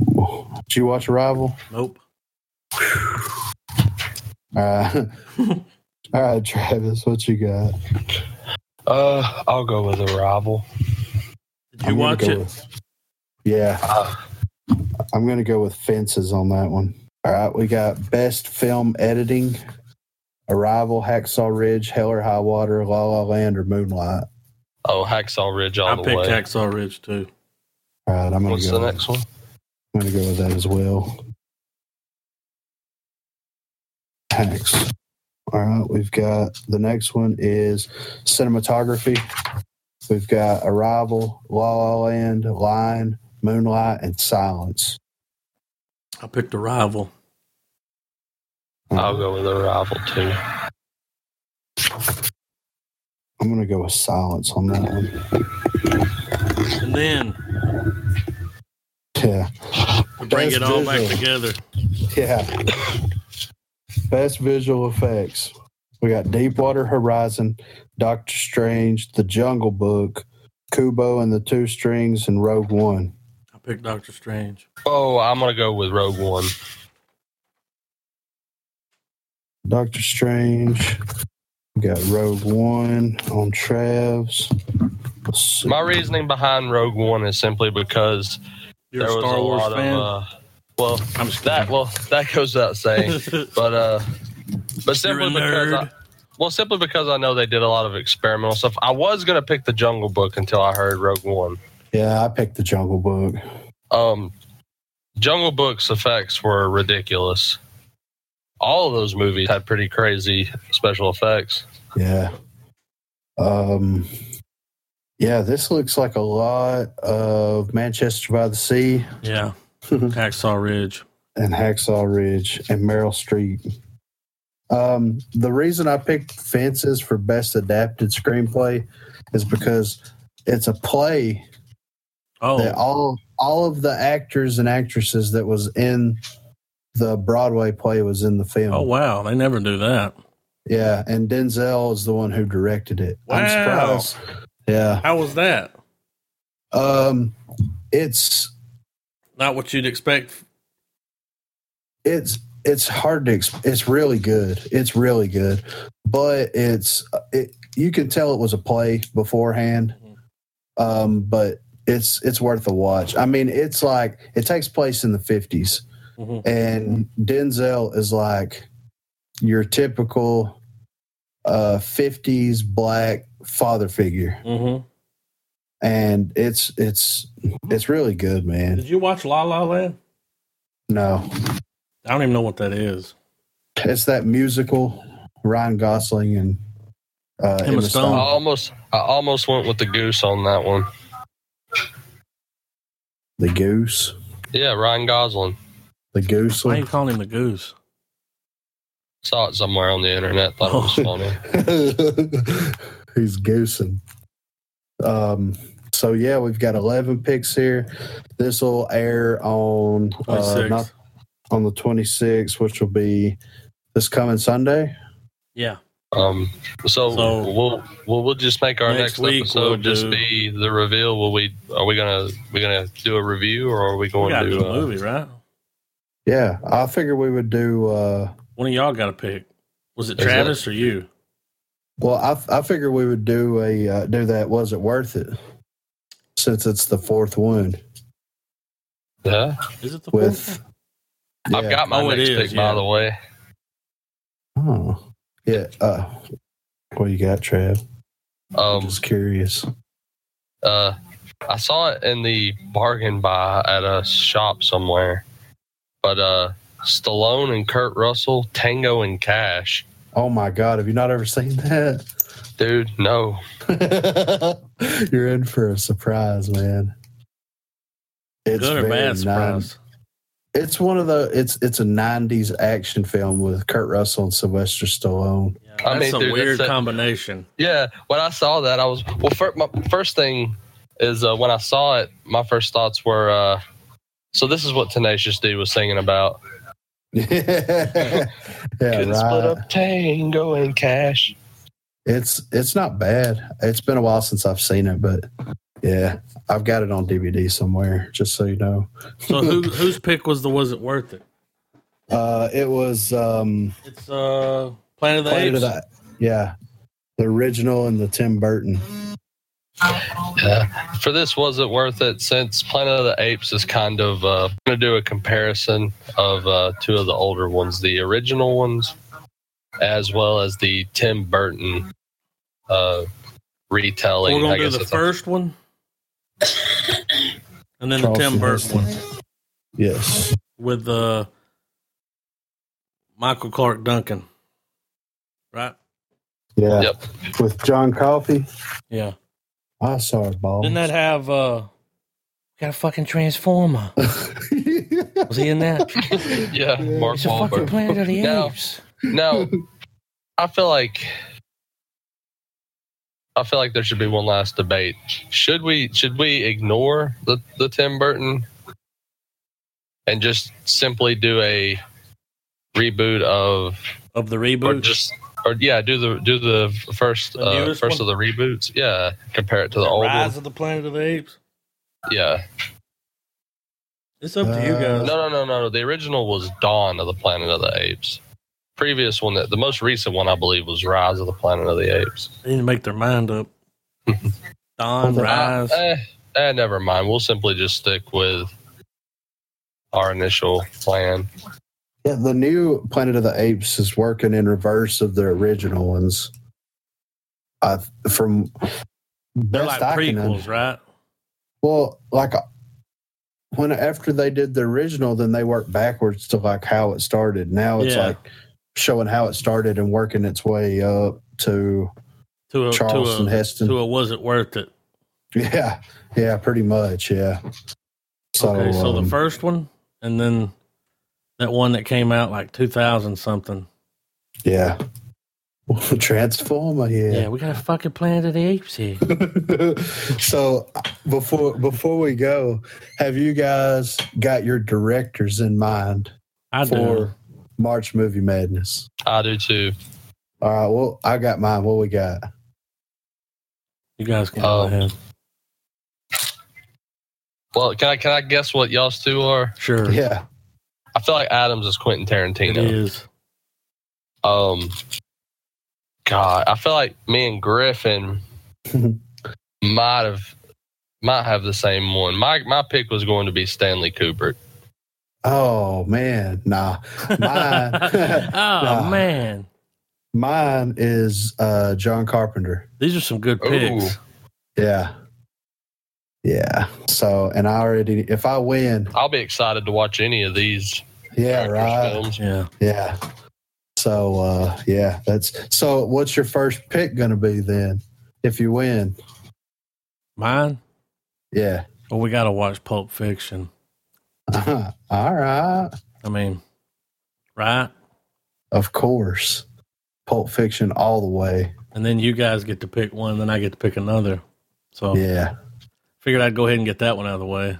Speaker 1: Did you watch Arrival?
Speaker 3: Nope.
Speaker 1: Uh, all right, Travis, what you got?
Speaker 2: Uh, I'll go with Arrival.
Speaker 3: Did
Speaker 1: I'm
Speaker 3: you
Speaker 1: gonna
Speaker 3: watch
Speaker 1: go
Speaker 3: it?
Speaker 1: with- yeah,
Speaker 2: Uh,
Speaker 1: I'm going to go with Fences on that one. All right, we got Best Film Editing, Arrival, Hacksaw Ridge, Hell or High Water, La La Land, or Moonlight.
Speaker 2: oh, Hacksaw Ridge all
Speaker 3: I
Speaker 2: the
Speaker 3: picked
Speaker 2: way.
Speaker 3: Hacksaw Ridge too.
Speaker 1: All right, I'm going
Speaker 2: What's
Speaker 1: to
Speaker 2: the
Speaker 1: go.
Speaker 2: next one?
Speaker 1: I'm going to go with that as well. Hacks. All right, we've got the next one is cinematography. We've got Arrival, La La Land, Line, Moonlight, and Silence.
Speaker 3: I picked Arrival.
Speaker 2: I'll go with Arrival too.
Speaker 1: I'm going to go with Silence on that one.
Speaker 3: And then
Speaker 1: Yeah.
Speaker 3: we bring
Speaker 1: Best
Speaker 3: it all back
Speaker 1: visual.
Speaker 3: together.
Speaker 1: Yeah. Best visual effects. We got Deepwater Horizon, Doctor Strange, The Jungle Book, Kubo and the Two Strings, and Rogue One.
Speaker 3: I picked Doctor Strange.
Speaker 2: Oh, I'm gonna go with Rogue One.
Speaker 1: Doctor Strange. We got Rogue One on Trav's. Let's see.
Speaker 2: My reasoning behind Rogue One is simply because
Speaker 3: You're
Speaker 2: there
Speaker 3: a
Speaker 2: was
Speaker 3: Star
Speaker 2: a
Speaker 3: Wars
Speaker 2: lot
Speaker 3: fan.
Speaker 2: of. Uh, well,
Speaker 3: I'm just
Speaker 2: that well that goes without saying.
Speaker 3: kidding.
Speaker 2: but uh but
Speaker 3: You're
Speaker 2: simply
Speaker 3: a
Speaker 2: because I,
Speaker 3: nerd.
Speaker 2: well simply because i know they did a lot of experimental stuff i was gonna pick the jungle book until i heard rogue one
Speaker 1: Yeah, I picked The Jungle Book.
Speaker 2: um jungle book's effects were ridiculous all of those movies had pretty crazy special effects
Speaker 1: Yeah. Um. Yeah, this looks like a lot of Manchester by the Sea
Speaker 3: Yeah. Hacksaw Ridge.
Speaker 1: and Hacksaw Ridge and Meryl Streep. Um, the reason I picked Fences for best adapted screenplay is because it's a play that
Speaker 3: Oh,
Speaker 1: all all of the actors and actresses that was in the Broadway play was in the film.
Speaker 3: oh wow! They never do that.
Speaker 1: Yeah, and Denzel is the one who directed it.
Speaker 3: Wow.
Speaker 1: I'm surprised. Yeah.
Speaker 3: How was that?
Speaker 1: Um it's
Speaker 3: Not what you'd expect.
Speaker 1: it's it's hard to exp- it's really good it's really good but it's it you can tell it was a play beforehand um but it's it's worth a watch i mean it's like it takes place in the 50s
Speaker 3: Mhm.
Speaker 1: and denzel is like your typical uh 50s black father figure
Speaker 3: Mhm.
Speaker 1: and it's it's it's really good man
Speaker 3: Did you watch La La Land?
Speaker 1: no
Speaker 3: I don't even know what that is.
Speaker 1: It's that musical, Ryan Gosling and uh,
Speaker 3: Emma Stone.
Speaker 2: i
Speaker 3: Oh.
Speaker 2: almost i almost went with the goose on that one
Speaker 1: The Goose,
Speaker 2: yeah ryan gosling
Speaker 1: the Goose.
Speaker 3: Why are you calling him the goose?
Speaker 2: saw it somewhere on the internet thought it was
Speaker 3: Oh.
Speaker 2: funny
Speaker 1: He's goosing. Um. So yeah, we've got eleven picks here. This will air on uh,
Speaker 3: 26.
Speaker 1: not on the twenty sixth, which will be this coming Sunday.
Speaker 3: yeah.
Speaker 2: Um, so,
Speaker 3: So-
Speaker 2: we'll, we'll we'll just make our next,
Speaker 3: Next week
Speaker 2: episode
Speaker 3: we'll
Speaker 2: just
Speaker 3: do-
Speaker 2: be the reveal. Will we are we gonna we gonna do a review or are we
Speaker 3: We
Speaker 2: going
Speaker 3: got to
Speaker 2: to
Speaker 3: do a
Speaker 2: uh,
Speaker 3: movie, right?
Speaker 1: Yeah, I figure we would do. uh
Speaker 3: One of y'all got to pick. Was it
Speaker 2: Is
Speaker 3: Travis or you?
Speaker 1: Well, I I figure we would do a uh, do that. Was it worth it? Since it's the fourth one.
Speaker 2: Yeah,
Speaker 3: Is it the
Speaker 1: with.
Speaker 3: fourth?
Speaker 2: I've
Speaker 1: Yeah.
Speaker 2: got my
Speaker 3: Oh, it
Speaker 2: next
Speaker 3: is,
Speaker 2: pick
Speaker 3: yeah.
Speaker 2: by the way.
Speaker 1: Oh, yeah. Uh, what you got, Trav? I'm
Speaker 2: Um,
Speaker 1: just curious.
Speaker 2: uh, I saw it in the bargain buy at a shop somewhere, but uh, Stallone and Kurt Russell, Tango and Cash,
Speaker 1: Oh my God, have you not ever seen that?
Speaker 2: dude. No,
Speaker 1: You're in for a surprise, man. It's
Speaker 3: good or
Speaker 1: very
Speaker 3: bad
Speaker 1: nine-
Speaker 3: surprise?
Speaker 1: It's one of the it's it's a '90s action film with Kurt Russell and Sylvester Stallone.
Speaker 3: Yeah,
Speaker 2: I
Speaker 3: that's
Speaker 2: mean,
Speaker 3: a
Speaker 2: dude,
Speaker 3: weird
Speaker 2: that's a-
Speaker 3: combination.
Speaker 2: Yeah, when I saw that, I was well. First, my first thing is uh, when I saw it, my first thoughts were, uh, so this is what Tenacious D was singing about.
Speaker 1: yeah,
Speaker 2: Couldn't
Speaker 1: right.
Speaker 2: split up tango and cash.
Speaker 1: It's it's not bad. It's been a while since I've seen it, but yeah, I've got it on DVD somewhere. Just so you know,
Speaker 3: So who whose pick was the was it worth it?
Speaker 1: uh, it was um,
Speaker 3: It's uh Planet of the
Speaker 1: Planet of
Speaker 3: Apes.
Speaker 1: the yeah, the original and the Tim Burton.
Speaker 2: Yeah. For this, was it worth it? Since Planet of the Apes is kind of uh, I'm gonna do a comparison of uh, two of the older ones, the original ones, as well as the Tim Burton uh, retelling.
Speaker 3: We're gonna
Speaker 2: I
Speaker 3: do
Speaker 2: guess
Speaker 3: the
Speaker 2: it's-
Speaker 3: first one, and then the
Speaker 1: Charleston
Speaker 3: Tim Burton one
Speaker 1: Yes,
Speaker 3: with uh, Michael Clark Duncan, right?
Speaker 1: yeah,
Speaker 2: Yep.
Speaker 1: with John Coffey.
Speaker 3: Yeah.
Speaker 1: I saw it, balls.
Speaker 3: Didn't that have uh, got a fucking transformer? Was he in that?
Speaker 2: Yeah, Mark
Speaker 3: It's a fucking
Speaker 2: Wahlberg.
Speaker 3: Planet of the
Speaker 2: No.
Speaker 3: Apes.
Speaker 2: No, I feel like I feel like there should be one last debate. Should we should we ignore the the Tim Burton and just simply do a reboot of
Speaker 3: Of the
Speaker 2: or
Speaker 3: reboot.
Speaker 2: just or yeah do the do the first
Speaker 3: The
Speaker 2: uh,
Speaker 3: newest
Speaker 2: first
Speaker 3: one?
Speaker 2: of the reboots yeah compare it to the, old one
Speaker 3: Rise of the Planet of the Apes.
Speaker 2: yeah
Speaker 3: It's up to you guys.
Speaker 2: no no no no the original was Dawn of the Planet of the Apes previous one that the most recent one I believe was Rise of the Planet of the Apes
Speaker 3: They need to make their mind up. Dawn,
Speaker 1: Hold on.
Speaker 3: rise.
Speaker 2: Eh, eh, never mind. We'll simply just stick with our initial plan.
Speaker 1: Yeah, the new Planet of the Apes is working in reverse of the original ones. I from
Speaker 3: They're
Speaker 1: best
Speaker 3: like
Speaker 1: I can
Speaker 3: prequels, right?
Speaker 1: Well, like uh, when after they did the original, then they worked backwards to like how it started. Now it's
Speaker 3: Yeah.
Speaker 1: like showing how it started and working its way up to
Speaker 3: To a,
Speaker 1: Charleston
Speaker 3: to a,
Speaker 1: Heston.
Speaker 3: to a was it worth it?
Speaker 1: yeah, yeah, pretty much, yeah. So,
Speaker 3: okay, so
Speaker 1: um,
Speaker 3: the first one, and then that one that came out like two thousand something.
Speaker 1: yeah, Transformer,
Speaker 3: Yeah.
Speaker 1: yeah.
Speaker 3: we got a fucking Planet of the Apes here.
Speaker 1: so before before we go, have you guys got your directors in mind
Speaker 3: I do.
Speaker 1: for March Movie Madness?
Speaker 2: I do too.
Speaker 1: All right, well, I got mine. What we got?
Speaker 3: You guys can go
Speaker 2: Um,
Speaker 3: ahead.
Speaker 2: Well, can I can I guess what y'all's two are?
Speaker 3: Sure,
Speaker 1: Yeah.
Speaker 2: I feel like Adams is Quentin
Speaker 3: it
Speaker 2: Tarantino.
Speaker 3: is.
Speaker 2: Um, God, I feel like me and Griffin might have might have the same one. My my pick was going to be Stanley Kubrick.
Speaker 1: Oh man, nah. Mine.
Speaker 3: oh
Speaker 1: Nah.
Speaker 3: man,
Speaker 1: Mine is uh John Carpenter.
Speaker 3: these are some good picks.
Speaker 2: Ooh.
Speaker 1: Yeah. Yeah. So and I already if I win,
Speaker 2: I'll be excited to watch any of these
Speaker 1: yeah,
Speaker 2: directors'
Speaker 1: right.
Speaker 2: films.
Speaker 3: Yeah,
Speaker 1: Yeah. So uh yeah, that's so what's your first pick gonna be then if you win?
Speaker 3: mine.
Speaker 1: Yeah.
Speaker 3: Well, we gotta watch Pulp Fiction.
Speaker 1: Uh-huh. All right.
Speaker 3: I mean, right?
Speaker 1: Of course. Pulp fiction all the way.
Speaker 3: And then you guys get to pick one, then I get to pick another. So
Speaker 1: Yeah.
Speaker 3: figured I'd go ahead and get that one out of the way.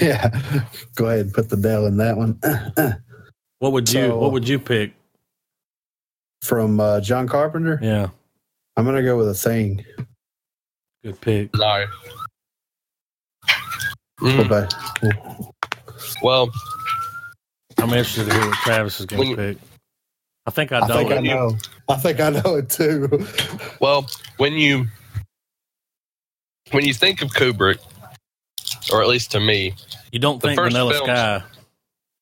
Speaker 1: Yeah. Go ahead and put the bell in that one.
Speaker 3: What would you
Speaker 1: So-
Speaker 3: What would you pick?
Speaker 1: From uh John Carpenter.
Speaker 3: Yeah,
Speaker 1: I'm gonna go with a thing.
Speaker 3: good pick.
Speaker 2: Sorry.
Speaker 1: What
Speaker 2: Mm,
Speaker 1: about
Speaker 2: well,
Speaker 3: I'm interested to hear what Travis is
Speaker 2: When
Speaker 3: going to
Speaker 2: you-
Speaker 3: pick. I think I
Speaker 1: I
Speaker 3: don't.
Speaker 1: think I
Speaker 2: When you-
Speaker 1: know. I think I know it too.
Speaker 2: Well, when you when you think of Kubrick, or at least to me,
Speaker 3: you don't
Speaker 2: The
Speaker 3: think
Speaker 2: first
Speaker 3: Vanilla
Speaker 2: films-
Speaker 3: Sky?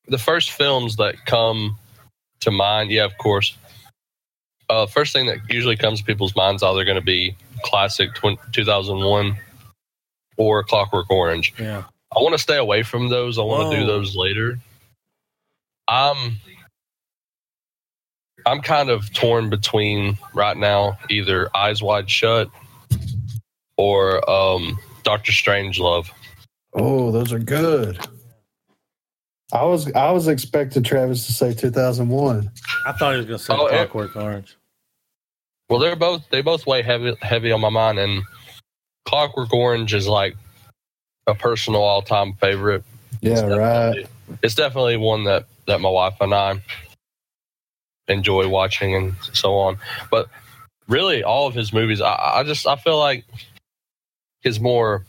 Speaker 2: the first films that come to mind, yeah, of course. Uh, first thing that usually comes to people's minds either going to be classic tw- 2001 or Clockwork Orange.
Speaker 3: Yeah,
Speaker 2: I want to stay away from those. I want to do
Speaker 3: Whoa.
Speaker 2: those later. I'm I'm kind of torn between right now either Eyes Wide Shut or um, Doctor Strangelove.
Speaker 1: Oh, those are good. I was I was expecting Travis to say 2001.
Speaker 3: I thought he was going to say
Speaker 2: Oh, yeah.
Speaker 3: Clockwork Orange.
Speaker 2: Well, they're both they both weigh heavy heavy on my mind, and Clockwork Orange is like a personal all time favorite.
Speaker 1: Yeah, right.
Speaker 2: It's definitely one that that my wife and I enjoy watching and so on. But really, all of his movies, I, I just I feel like his more.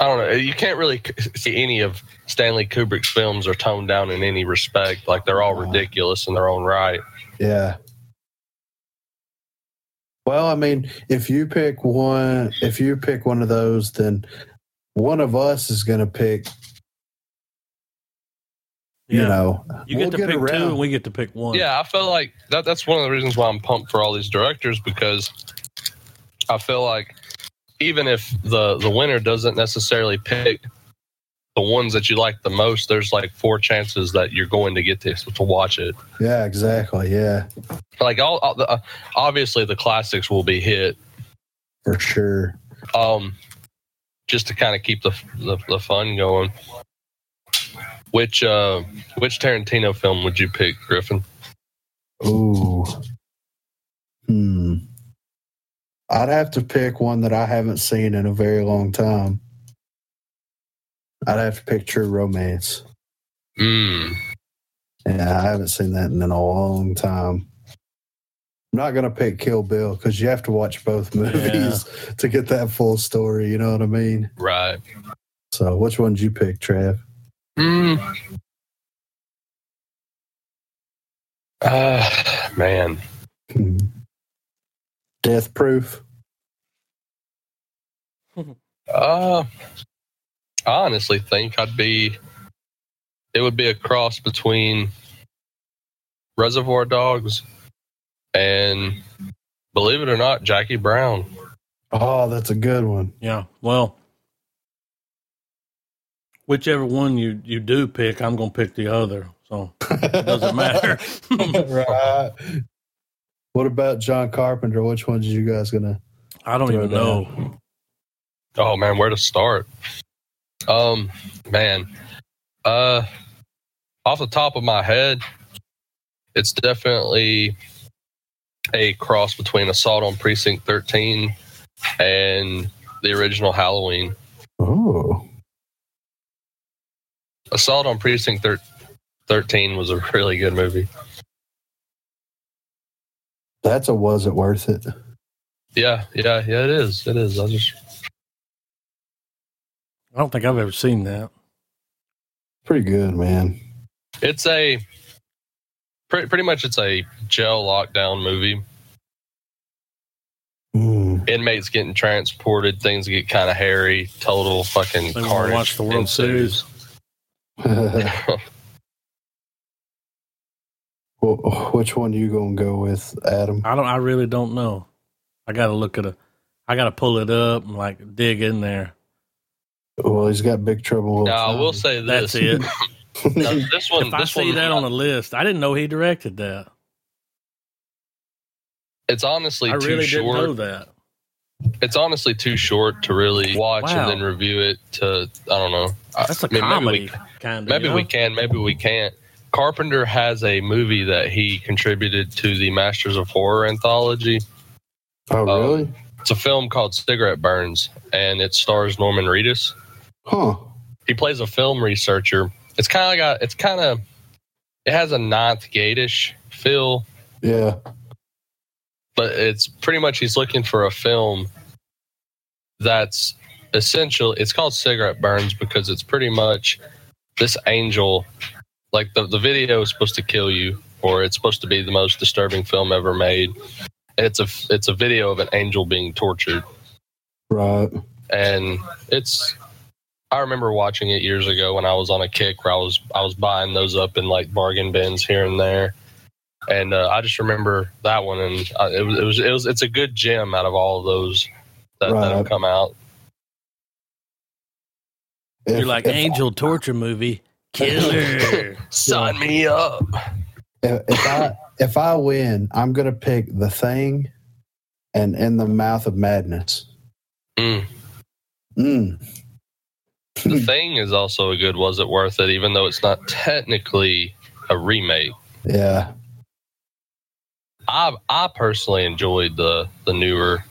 Speaker 2: I don't know. You can't really see any of Stanley Kubrick's films are toned down in any respect. Like they're all
Speaker 1: Wow.
Speaker 2: ridiculous in their own right.
Speaker 1: Yeah. Well, I mean, if you pick one, if you pick one of those, then one of us is going to pick. You know,
Speaker 3: you
Speaker 1: we'll
Speaker 3: get to
Speaker 1: get
Speaker 3: pick two,
Speaker 1: around.
Speaker 3: and we get to pick one.
Speaker 2: Yeah, I feel like that. That's one of the reasons why I'm pumped for all these directors because I feel like even if the the winner doesn't necessarily pick the ones that you like the most, there's like four chances that you're going to get this to watch it.
Speaker 1: yeah, exactly, yeah,
Speaker 2: Like all, all the, uh, obviously the classics will be hit.
Speaker 1: for sure.
Speaker 2: Um, just to kind of keep the, the the fun going. Which uh, which Tarantino film would you pick, Griffin?
Speaker 1: Ooh, hmm. I'd have to pick one that I haven't seen in a very long time. I'd have to pick True Romance.
Speaker 2: Mm,
Speaker 1: Yeah, I haven't seen that in a long time. I'm not gonna pick Kill Bill because you have to watch both movies to get that full story. You know what I mean?
Speaker 2: right.
Speaker 1: So, which one did you pick, Trav?
Speaker 2: Mm. Ah, man.
Speaker 1: Hmm. Death Proof.
Speaker 2: Uh, I honestly think I'd be. It would be a cross between Reservoir Dogs and, believe it or not, Jackie Brown.
Speaker 1: Oh, that's a good one.
Speaker 3: Yeah. Well, whichever one you you do pick, I'm going to pick the other. So it doesn't matter.
Speaker 1: right. What about John Carpenter? Which one did you guys gonna?
Speaker 3: I don't even know.
Speaker 2: Oh man, where to start? Um, man, uh, off the top of my head, it's definitely a cross between Assault on Precinct 13 and the original Halloween.
Speaker 1: Oh,
Speaker 2: Assault on Precinct thir- 13 was a really good movie.
Speaker 1: that's a was it worth it?
Speaker 2: Yeah, yeah, yeah, it is. It is. I just
Speaker 3: I don't think I've ever seen that.
Speaker 1: Pretty good, man.
Speaker 2: It's a pretty, pretty much it's a jail lockdown movie.
Speaker 1: Hmm.
Speaker 2: inmates getting transported, things get kind of hairy, total fucking
Speaker 3: They wanna
Speaker 2: carnage.
Speaker 3: watch the World
Speaker 2: ensues.
Speaker 1: Wh- which one you gonna go with, Adam?
Speaker 3: I don't. I really don't know. I got to look at a. I got to pull it up and like dig in there.
Speaker 1: Well, he's got big trouble.
Speaker 2: now, I will say this:
Speaker 3: That's it.
Speaker 2: Now,
Speaker 1: it.
Speaker 2: this one,
Speaker 3: if I
Speaker 2: this
Speaker 3: see
Speaker 2: one,
Speaker 3: that on a list, I didn't know he directed that.
Speaker 2: it's honestly
Speaker 3: I really
Speaker 2: too
Speaker 3: didn't know
Speaker 2: short.
Speaker 3: that.
Speaker 2: It's honestly too short to really watch
Speaker 3: Wow.
Speaker 2: and then review it. To I don't know. I-
Speaker 3: That's a
Speaker 2: I mean,
Speaker 3: comedy
Speaker 2: Maybe
Speaker 3: kind
Speaker 2: we,
Speaker 3: of.
Speaker 2: maybe we can, maybe we can't. Carpenter has a movie that he contributed to the Masters of Horror anthology.
Speaker 1: oh,
Speaker 2: uh,
Speaker 1: really?
Speaker 2: It's a film called Cigarette Burns, and it stars Norman Reedus.
Speaker 1: Huh.
Speaker 2: he plays a film researcher. It's kind of like a, it's kind of, it has a ninth gate-ish feel,
Speaker 1: Yeah.
Speaker 2: but it's pretty much he's looking for a film that's essential. It's called Cigarette Burns because it's pretty much this angel, like the, the video is supposed to kill you, or it's supposed to be the most disturbing film ever made. And it's a it's a video of an angel being tortured,
Speaker 1: Right.
Speaker 2: and it's I remember watching it years ago when I was on a kick where I was I was buying those up in like bargain bins here and there, and uh, I just remember that one and uh, it, was, it was it was it's a good gem out of all of those that, that have
Speaker 1: Right.
Speaker 2: come out.
Speaker 1: If-
Speaker 3: You're like
Speaker 1: if-
Speaker 3: angel torture movie killer.
Speaker 2: Sign me up.
Speaker 1: If, if I if I win, I'm gonna pick the thing, and in the mouth of madness.
Speaker 2: Mm.
Speaker 1: Mm.
Speaker 2: The Thing is also a good Was It Worth It, even though it's not technically a remake.
Speaker 1: Yeah.
Speaker 2: I I personally enjoyed the the newer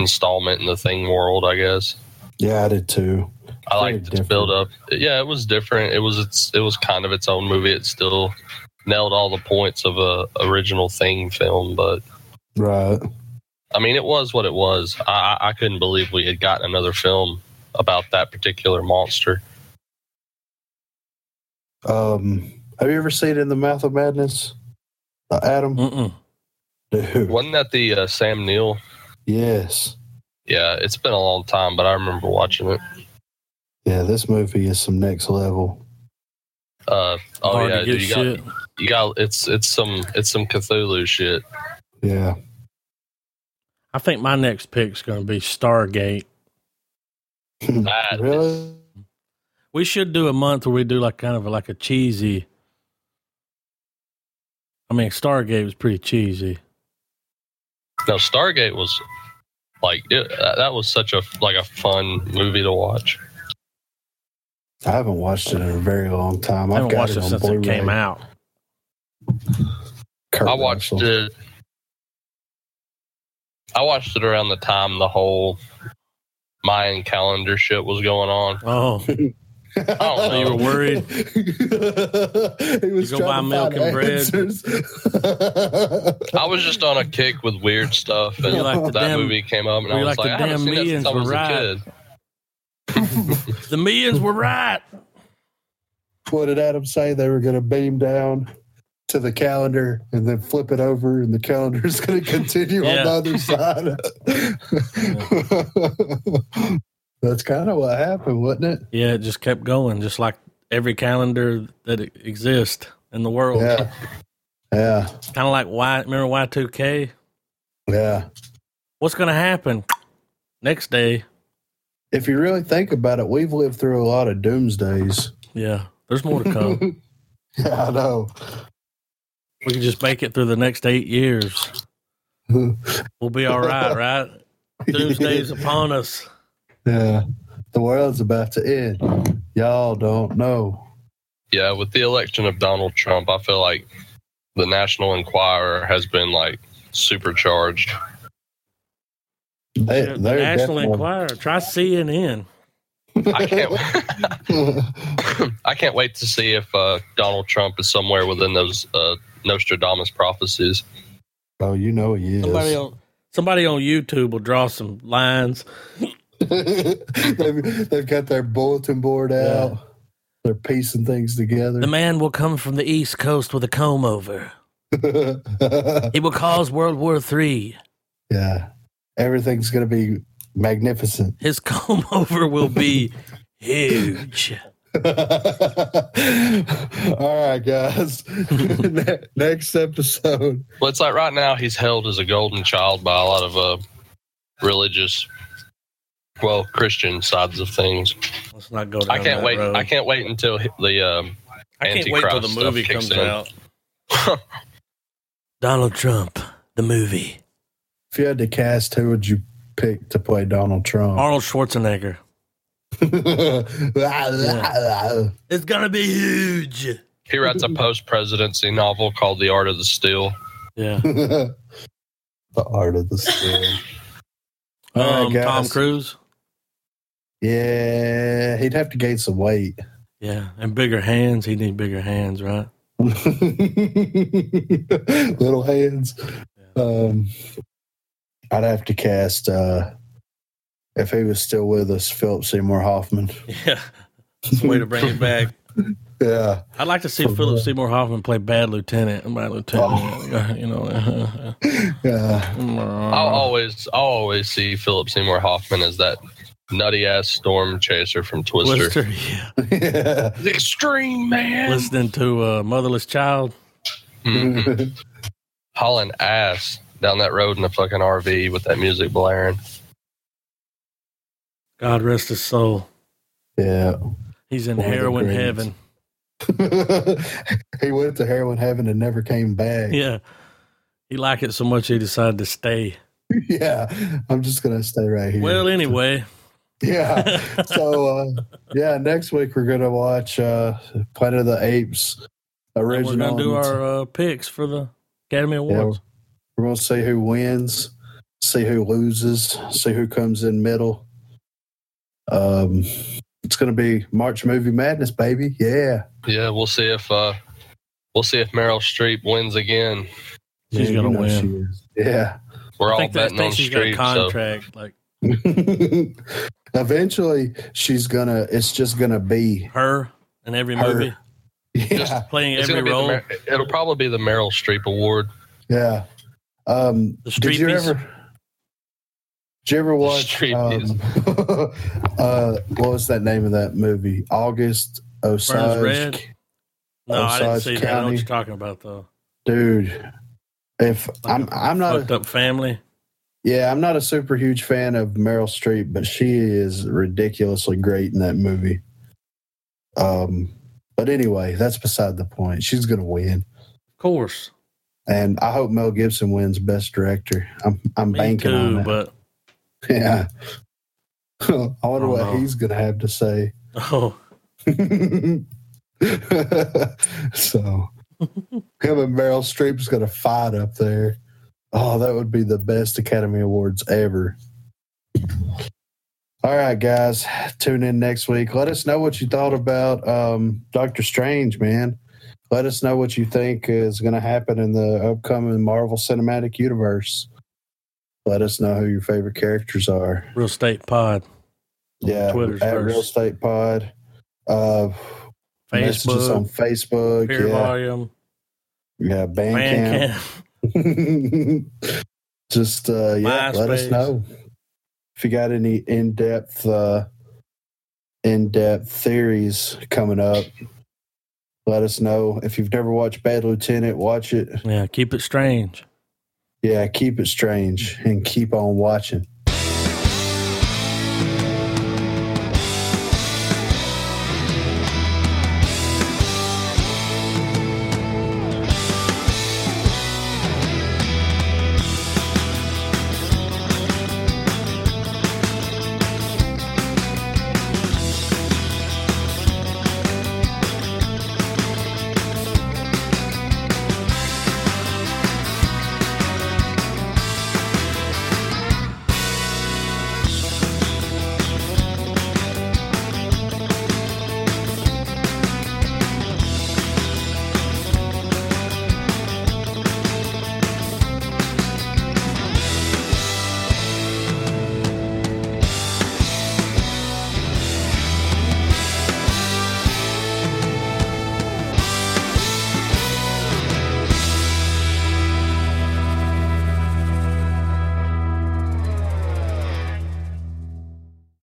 Speaker 2: installment in the Thing world. I guess
Speaker 1: Yeah, I did too.
Speaker 2: I
Speaker 1: Very
Speaker 2: liked its
Speaker 1: different.
Speaker 2: build up. Yeah, it was different. It was its it was kind of its own movie. It still nailed all the points of a original Thing film, but
Speaker 1: Right.
Speaker 2: I mean, it was what it was. I, I I couldn't believe we had gotten another film about that particular monster.
Speaker 1: Um, have you ever seen In the Mouth of Madness? Uh,
Speaker 2: Hmm?
Speaker 1: Adam?
Speaker 3: Mm-mm.
Speaker 1: Dude.
Speaker 2: Wasn't that the uh, Sam Neill?
Speaker 1: Yes.
Speaker 2: Yeah, it's been a long time, but I remember watching it.
Speaker 1: Yeah, this movie is some next level.
Speaker 2: Uh, oh
Speaker 3: Hard
Speaker 2: yeah,
Speaker 3: to
Speaker 2: dude,
Speaker 3: get
Speaker 2: you got,
Speaker 3: shit.
Speaker 2: you got it's it's some it's some Cthulhu shit.
Speaker 1: Yeah.
Speaker 3: I think my next pick's going to be Stargate.
Speaker 2: That is-
Speaker 1: really?
Speaker 3: We should do a month where we do like kind of like a cheesy. I mean, Stargate was pretty cheesy.
Speaker 2: no, Stargate was like it, that that was such a like a fun movie to watch.
Speaker 1: I haven't watched it in a very long time.
Speaker 3: I
Speaker 1: I've
Speaker 3: haven't
Speaker 1: got
Speaker 3: watched
Speaker 1: it
Speaker 3: it
Speaker 1: on
Speaker 3: since
Speaker 1: Blu-ray.
Speaker 3: it came out.
Speaker 1: Kurt
Speaker 2: I watched
Speaker 1: Russell.
Speaker 2: it. I watched it around the time the whole Mayan calendar shit was going on.
Speaker 3: Oh,
Speaker 2: don't know.
Speaker 3: you were worried.
Speaker 1: he was
Speaker 3: You go
Speaker 1: trying to
Speaker 3: buy milk and bread.
Speaker 1: bread.
Speaker 2: I was just on a kick with weird stuff, and
Speaker 3: You like the
Speaker 2: that
Speaker 3: damn-
Speaker 2: movie came up, and
Speaker 3: you
Speaker 2: I was
Speaker 3: like
Speaker 2: like,
Speaker 3: the
Speaker 2: I haven't
Speaker 3: damn
Speaker 2: seen that since I
Speaker 3: Mians were
Speaker 2: was
Speaker 3: right.
Speaker 2: a kid.
Speaker 3: The millions were right.
Speaker 1: what did Adam say? They were going to beam down to the calendar and then flip it over, and the calendar is going to continue
Speaker 3: Yeah.
Speaker 1: on the other side. That's kind of what happened, wasn't it?
Speaker 3: Yeah, it just kept going, just like every calendar that e- exists in the world.
Speaker 1: Yeah. Yeah.
Speaker 3: Kind of like Y. Remember Y two K?
Speaker 1: Yeah.
Speaker 3: What's going to happen next day?
Speaker 1: If you really think about it, we've lived through a lot of doomsdays.
Speaker 3: Yeah, there's more to come.
Speaker 1: Yeah, I know.
Speaker 3: we can just make it through the next eight years. We'll be all right, right? Doomsday's upon us.
Speaker 1: Yeah. The world's about to end. Y'all don't know.
Speaker 2: Yeah, with the election of Donald Trump, I feel like the National Enquirer has been like supercharged.
Speaker 1: They,
Speaker 3: Yeah,
Speaker 1: they're
Speaker 3: National
Speaker 1: definitely-
Speaker 3: Enquirer. Try CNN.
Speaker 2: I can't. I can't wait to see if uh, Donald Trump is somewhere within those uh, Nostradamus prophecies.
Speaker 1: oh, you know he is.
Speaker 3: Somebody on somebody on YouTube will draw some lines.
Speaker 1: they've, they've got their bulletin board out. They're piecing things together.
Speaker 3: The man will come from the East Coast with a comb over. He will cause World War Three.
Speaker 1: yeah. Everything's going to be magnificent.
Speaker 3: His comb over will be huge.
Speaker 1: All right, guys. Ne- Next episode.
Speaker 2: Well, it's like right now he's held as a golden child by a lot of uh, religious, well, Christian sides of things.
Speaker 3: Let's not go down
Speaker 2: I can't
Speaker 3: that
Speaker 2: wait.
Speaker 3: road.
Speaker 2: I can't wait until he- the. Um,
Speaker 3: I can't wait till
Speaker 2: Antichrist
Speaker 3: the
Speaker 2: stuff
Speaker 3: movie
Speaker 2: kicks
Speaker 3: comes
Speaker 2: in.
Speaker 3: out. Donald Trump, the movie.
Speaker 1: If you had to cast, who would you pick to play Donald Trump?
Speaker 3: Arnold Schwarzenegger. It's gonna be huge.
Speaker 2: he writes a post-presidency novel called The Art of the Steal.
Speaker 3: Yeah.
Speaker 1: the art of the story. All right,
Speaker 3: Um,
Speaker 1: guys.
Speaker 3: Tom Cruise.
Speaker 1: Yeah, he'd have to gain some weight.
Speaker 3: Yeah, and bigger hands. He need bigger hands, right?
Speaker 1: little hands. Um, I'd have to cast uh, if he was still with us, Philip Seymour Hoffman.
Speaker 3: Yeah, that's the way to bring it back.
Speaker 1: Yeah,
Speaker 3: I'd like to see
Speaker 1: For
Speaker 3: Philip
Speaker 1: what?
Speaker 3: Seymour Hoffman play bad lieutenant. Bad
Speaker 1: Oh.
Speaker 3: lieutenant, you know.
Speaker 1: yeah,
Speaker 3: Uh-huh.
Speaker 2: I'll always, I'll always see Philip Seymour Hoffman as that nutty ass storm chaser from Twister.
Speaker 3: Twister, yeah.
Speaker 1: yeah.
Speaker 2: The extreme man.
Speaker 3: Listening to uh, Motherless Child.
Speaker 2: Mm. hauling ass down that road in a fucking RV with that music blaring.
Speaker 3: God rest his soul.
Speaker 1: yeah.
Speaker 3: He's in
Speaker 1: One of the
Speaker 3: heroin
Speaker 1: greatest.
Speaker 3: heaven.
Speaker 1: he went to heroin heaven and never came back.
Speaker 3: Yeah. He liked it so much he decided to stay.
Speaker 1: Yeah, I'm just gonna stay right here.
Speaker 3: Well, anyway,
Speaker 1: Yeah. so uh, yeah, next week we're gonna watch uh, Planet of the Apes
Speaker 3: And
Speaker 1: original.
Speaker 3: we're gonna do our uh, picks for the Academy
Speaker 1: Yeah,
Speaker 3: Awards.
Speaker 1: We're gonna see who wins, see who loses, see who comes in middle. Um, it's gonna be March Movie Madness, baby. Yeah,
Speaker 2: Yeah, we'll see if uh, we'll see if Meryl Streep wins again.
Speaker 3: She's gonna win.
Speaker 1: is. Yeah.
Speaker 2: We're
Speaker 3: I
Speaker 2: all
Speaker 3: think that
Speaker 2: betting on
Speaker 3: thinks she's got a
Speaker 2: Streep. So
Speaker 3: contract. Like
Speaker 1: Eventually, she's gonna. It's just gonna be.
Speaker 3: her in every
Speaker 1: Her.
Speaker 3: movie,
Speaker 1: Yeah,
Speaker 3: playing
Speaker 2: it's
Speaker 3: every
Speaker 2: gonna be the
Speaker 3: role.
Speaker 2: Mer- it'll probably be the Meryl Streep Award.
Speaker 1: yeah. Um,
Speaker 3: The
Speaker 1: did you
Speaker 3: Streepies.
Speaker 1: ever? Did you ever watch? Um,
Speaker 2: Streepies.
Speaker 1: uh, what was that name of that movie? August Osage.
Speaker 3: Red? no, I didn't
Speaker 1: Osage
Speaker 3: see that. I know what
Speaker 1: County.
Speaker 3: you're talking about though.
Speaker 1: dude if i'm i'm not
Speaker 3: Fucked up family.
Speaker 1: yeah i'm not a super huge fan of meryl streep but she is ridiculously great in that movie um but anyway that's beside the point she's gonna win
Speaker 3: Of course,
Speaker 1: and i hope mel gibson wins best director i'm i'm
Speaker 3: me
Speaker 1: banking on
Speaker 3: too.
Speaker 1: that
Speaker 3: But
Speaker 1: yeah i wonder
Speaker 3: Oh,
Speaker 1: what
Speaker 3: no.
Speaker 1: he's gonna have to say
Speaker 3: oh,
Speaker 1: so him and Meryl Streep's gonna fight up there. Oh, that would be the best Academy Awards ever. All right, guys, tune in next week. Let us know what you thought about um, Doctor Strange, man. Let us know what you think is going to happen in the upcoming Marvel Cinematic Universe. Let us know who your favorite characters are.
Speaker 3: real estate pod,
Speaker 1: Yeah,
Speaker 3: Twitter's
Speaker 1: at
Speaker 3: first.
Speaker 1: Real Estate Pod. Uh, message us on
Speaker 3: Facebook,
Speaker 1: Facebook.
Speaker 3: peer
Speaker 1: yeah.
Speaker 3: volume,
Speaker 1: Yeah,
Speaker 3: man
Speaker 1: Bandcamp.
Speaker 3: camp.
Speaker 1: Just uh, yeah, let us
Speaker 3: MySpace.
Speaker 1: know if you got any in depth uh, in depth theories coming up. Let us know if you've never watched Bad Lieutenant, watch it.
Speaker 3: Yeah, keep it strange.
Speaker 1: Yeah, keep it strange and keep on watching.